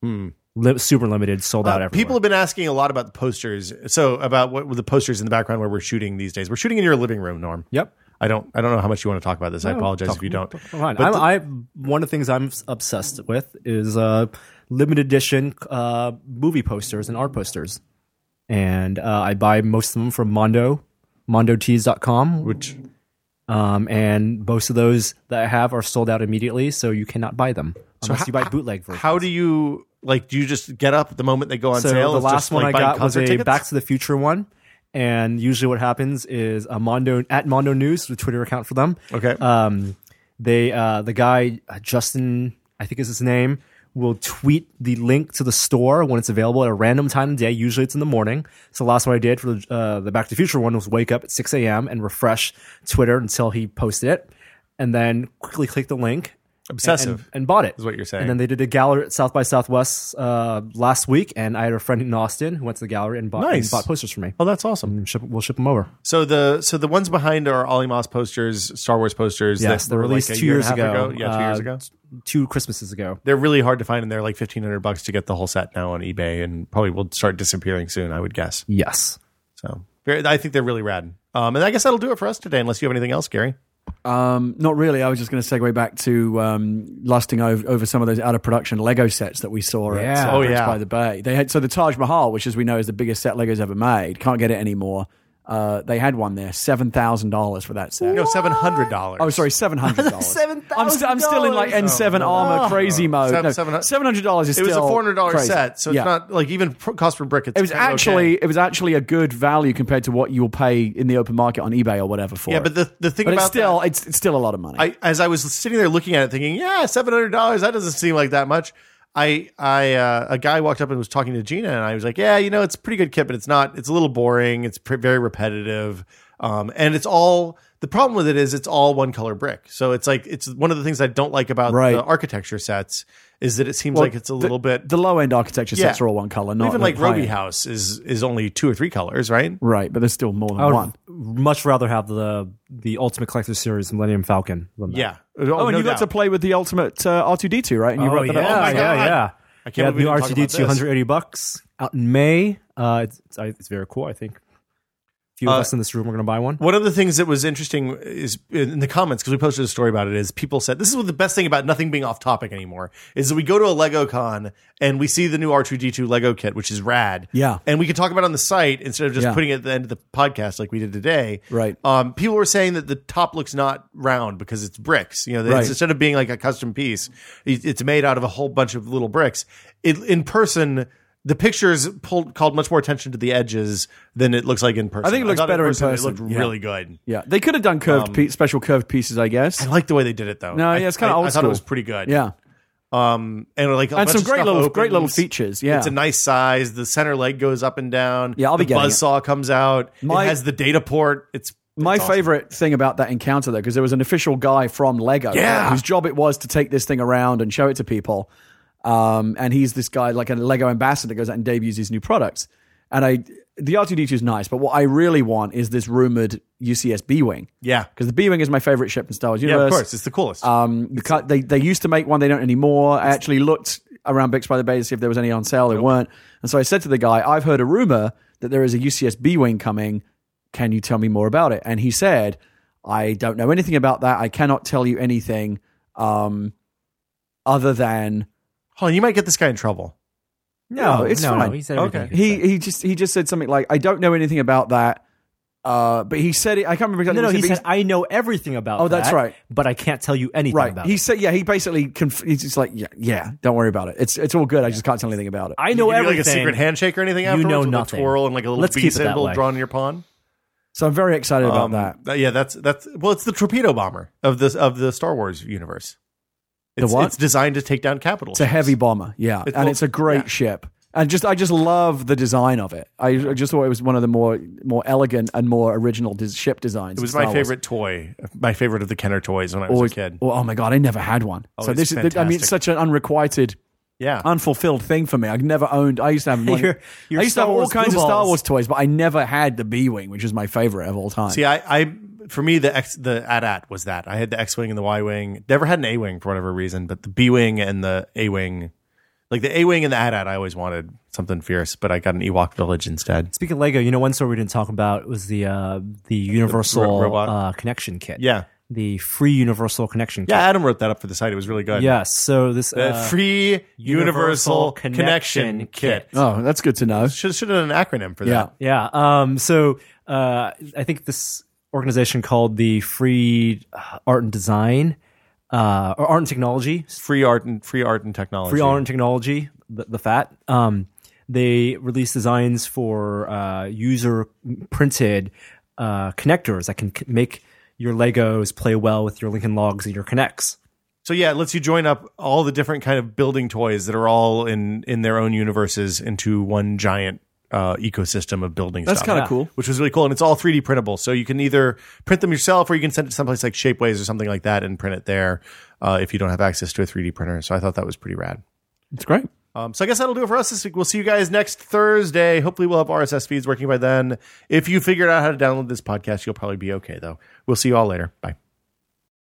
Hmm. Li- super limited, sold Uh, out. everywhere. people have been asking a lot about the posters. So about what the posters in the background where we're shooting these days. We're shooting in your living room, Norm. Yep. I don't. I don't know how much you want to talk about this. I apologize Talk- if you don't. talk- fine. But I'm, the- I one of the things I'm s- obsessed with is uh, limited edition uh, movie posters and art posters, and uh, I buy most of them from Mondo, MondoTees.com, which, um, and most of those that I have are sold out immediately, so you cannot buy them unless ho- you buy bootleg versions. How do you like? Do you just get up the moment they go on so sale? the It's just last one like I buying got was concert a tickets? Back to the Future one. And usually, what happens is a Mondo at Mondo News, the Twitter account for them. Okay. Um, they uh, the guy uh, Justin, I think is his name, will tweet the link to the store when it's available at a random time of day. Usually, it's in the morning. So the last one I did for the, uh, the Back to the Future one was wake up at six a.m. and refresh Twitter until he posted it, and then quickly click the link Obsessive. and, and bought it. Is what you're saying. And then they did a gallery at South by Southwest uh, last week, and I had a friend in Austin who went to the gallery and bought, and Nice. bought posters for me. oh, that's awesome. And ship- we'll ship them over. So the so the ones behind are Ollie Moss posters, Star Wars posters. Yes, that they were released like a two year and years a half ago. Yeah, two years Uh, ago. Two Christmases ago. They're really hard to find, and they're like fifteen hundred bucks to get the whole set now on eBay, and probably will start disappearing soon. I would guess. Yes. So very, I think they're really rad. Um, and I guess that'll do it for us today, unless you have anything else, Gary. Um, not really. I was just going to segue back to um, lusting over, over some of those out of production Lego sets that we saw at Yeah. uh, Oh, Bricks yeah. by the Bay. They had so the Taj Mahal, which as we know is the biggest set Lego's ever made, can't get it anymore. Uh, they had one there, seven thousand dollars for that set. No, seven hundred dollars. Oh, sorry, seven hundred dollars. I'm, st- I'm still in like $7,000. N seven armor crazy Oh, mode. Seven- No, seven- seven hundred dollars is It was a still four hundred dollars crazy. set, so Yeah. it's not like even pr- cost per brick. It's It was kind of actually okay. it was actually a good value compared to what you'll pay in the open market on eBay or whatever for. yeah, it. but the the thing but about it's still that- it's, it's still a lot of money. I as I was sitting there looking at it, thinking, yeah, seven hundred dollars. That doesn't seem like that much. I I uh, a guy walked up and was talking to Gina, and I was like, yeah, you know, it's a pretty good kit, but it's not. It's a little boring. It's pre- very repetitive, um, and it's all. The problem with it is it's all one color brick. So it's like it's one of the things I don't like about Right. the architecture sets is that it seems Well, like it's a the- little bit the low end architecture Yeah. sets are all one color, not even not like high Roby end. House is is only two or three colors, right? Right, but there's still more than I would one. much rather have the the Ultimate Collector Series Millennium Falcon. Than that. Yeah. Oh, and no you got doubt. to play with the ultimate uh, R2D2, right? And you Oh, wrote yeah, that up. Oh my yeah, God. yeah. I can't yeah, believe we new didn't talk about RTD this. 280 bucks out in May. Uh, it's, it's, it's very cool. I think a few of Uh, us in this room are going to buy one. One of the things that was interesting is in the comments because we posted a story about it. Is people said this is the best thing about nothing being off topic anymore is that we go to a Lego con and we see the new R two D two Lego kit, which is rad. Yeah. and we can talk about it on the site instead of just Yeah. putting it at the end of the podcast like we did today. Right. Um, people were saying that the top looks not round because it's bricks. You know, that it's- Right. instead of being like a custom piece, it- it's made out of a whole bunch of little bricks. It, in person. The pictures pulled called much more attention to the edges than it looks like in person. I think it looks thought better in It person, looked yeah. really good. Yeah, they could have done curved pe- special curved pieces, I guess. Um, I like the way they did it though. No, I- yeah, it's kinda I- old I thought it school. was pretty good. Yeah, um, and like a and bunch some of great stuff little great little opens. features. Yeah, It's a nice size. The center leg goes up and down. Yeah, I'll be the getting it. buzzsaw comes out. My- it has the data port. It's My it's awesome. favorite thing about that encounter, though, because there was an official guy from Lego Yeah. whose job it was to take this thing around and show it to people. Um, and he's this guy, like a Lego ambassador, goes out and debuts his new products. And I, the R2D2 is nice, but what I really want is this rumored UCS B Wing. Yeah, Because the B Wing is my favorite ship in Star Wars yeah. Universe. Of course, it's the coolest. Um, you can't- they they used to make one, they don't anymore. I actually looked around Bix by the Bay to see if there was any on sale. There weren't, and so I said to the guy, "I've heard a rumor that there is a UCS B wing coming. Can you tell me more about it?" And he said, "I don't know anything about that. I cannot tell you anything um, other than." Hold on, you might get this guy in trouble. No, it's fine. he said everything Okay. he could He he just he just said something like, "I don't know anything about that. Uh, but he said it. I can't remember exactly. No, no, what he but said, I know everything about Oh, that's that, right. But I can't tell you anything Right. about He it. said, yeah, he basically, conf- he's just like, yeah, yeah, don't worry about it. It's it's all good. I just can't tell anything about it. I know you do, everything. like a secret handshake or anything You afterwards know with nothing. a twirl and like a little Let's bee keep it that symbol way. drawn in your pawn. so I'm very excited about Um, that. th- yeah, that's that's well, it's the torpedo bomber of this of the Star Wars universe. The It's, what? it's designed to take down capital. It's a heavy bomber, yeah, It's and all- it's a great yeah. ship. And just, I just love the design of it. I I just thought it was one of the more more elegant and more original des- ship designs. It was in Star my Wars. favorite toy, my favorite of the Kenner toys when I was Always- a kid. Oh, oh my god, I never had one. Oh, so it's this is, I mean, it's fantastic. such an unrequited, Yeah, unfulfilled thing for me. I've never owned. I used to have. Money. Your- your I used Star to have all Wars kinds of blue Star balls. Wars toys, but I never had the B wing, which is my favorite of all time. See, I, I for me the X the AT-AT was that. I had the X wing and the Y wing. Never had an A wing for whatever reason, but the B wing and the A wing, like the A wing and the AT-AT, I always wanted something fierce, but I got an Ewok village instead. Speaking of Lego, you know one story we didn't talk about was the uh, the Universal ro- robot? uh, Connection Kit. Yeah, the free Universal Connection Kit. yeah. Adam wrote that up for the site. It was really good. Yes. So this the uh, free universal, Universal connection, Connection kit. Kit. oh, that's good to know. Should should have an acronym for Yeah. that. Yeah. Um, so uh, I think this organization called the Free uh, Art and Design uh, or Art and Technology, Free art and free art and technology. Free Art and Technology, the, the FAT. Um, they release designs for uh, user printed uh, connectors that can c- make your Legos play well with your Lincoln Logs and your Connects. So yeah, it lets you join up all the different kind of building toys that are all in in their own universes into one giant uh, ecosystem of building. That's stuff. kinda Yeah. cool. which was really cool, and it's all 3D printable. So you can either print them yourself, or you can send it to someplace like Shapeways or something like that and print it there uh, if you don't have access to a 3D printer. So I thought that was pretty rad. It's great. Um, so I guess that'll do it for us this week. We'll see you guys next Thursday. Hopefully, we'll have RSS feeds working by then. If you figured out how to download this podcast, you'll probably be okay though. We'll see you all later. Bye.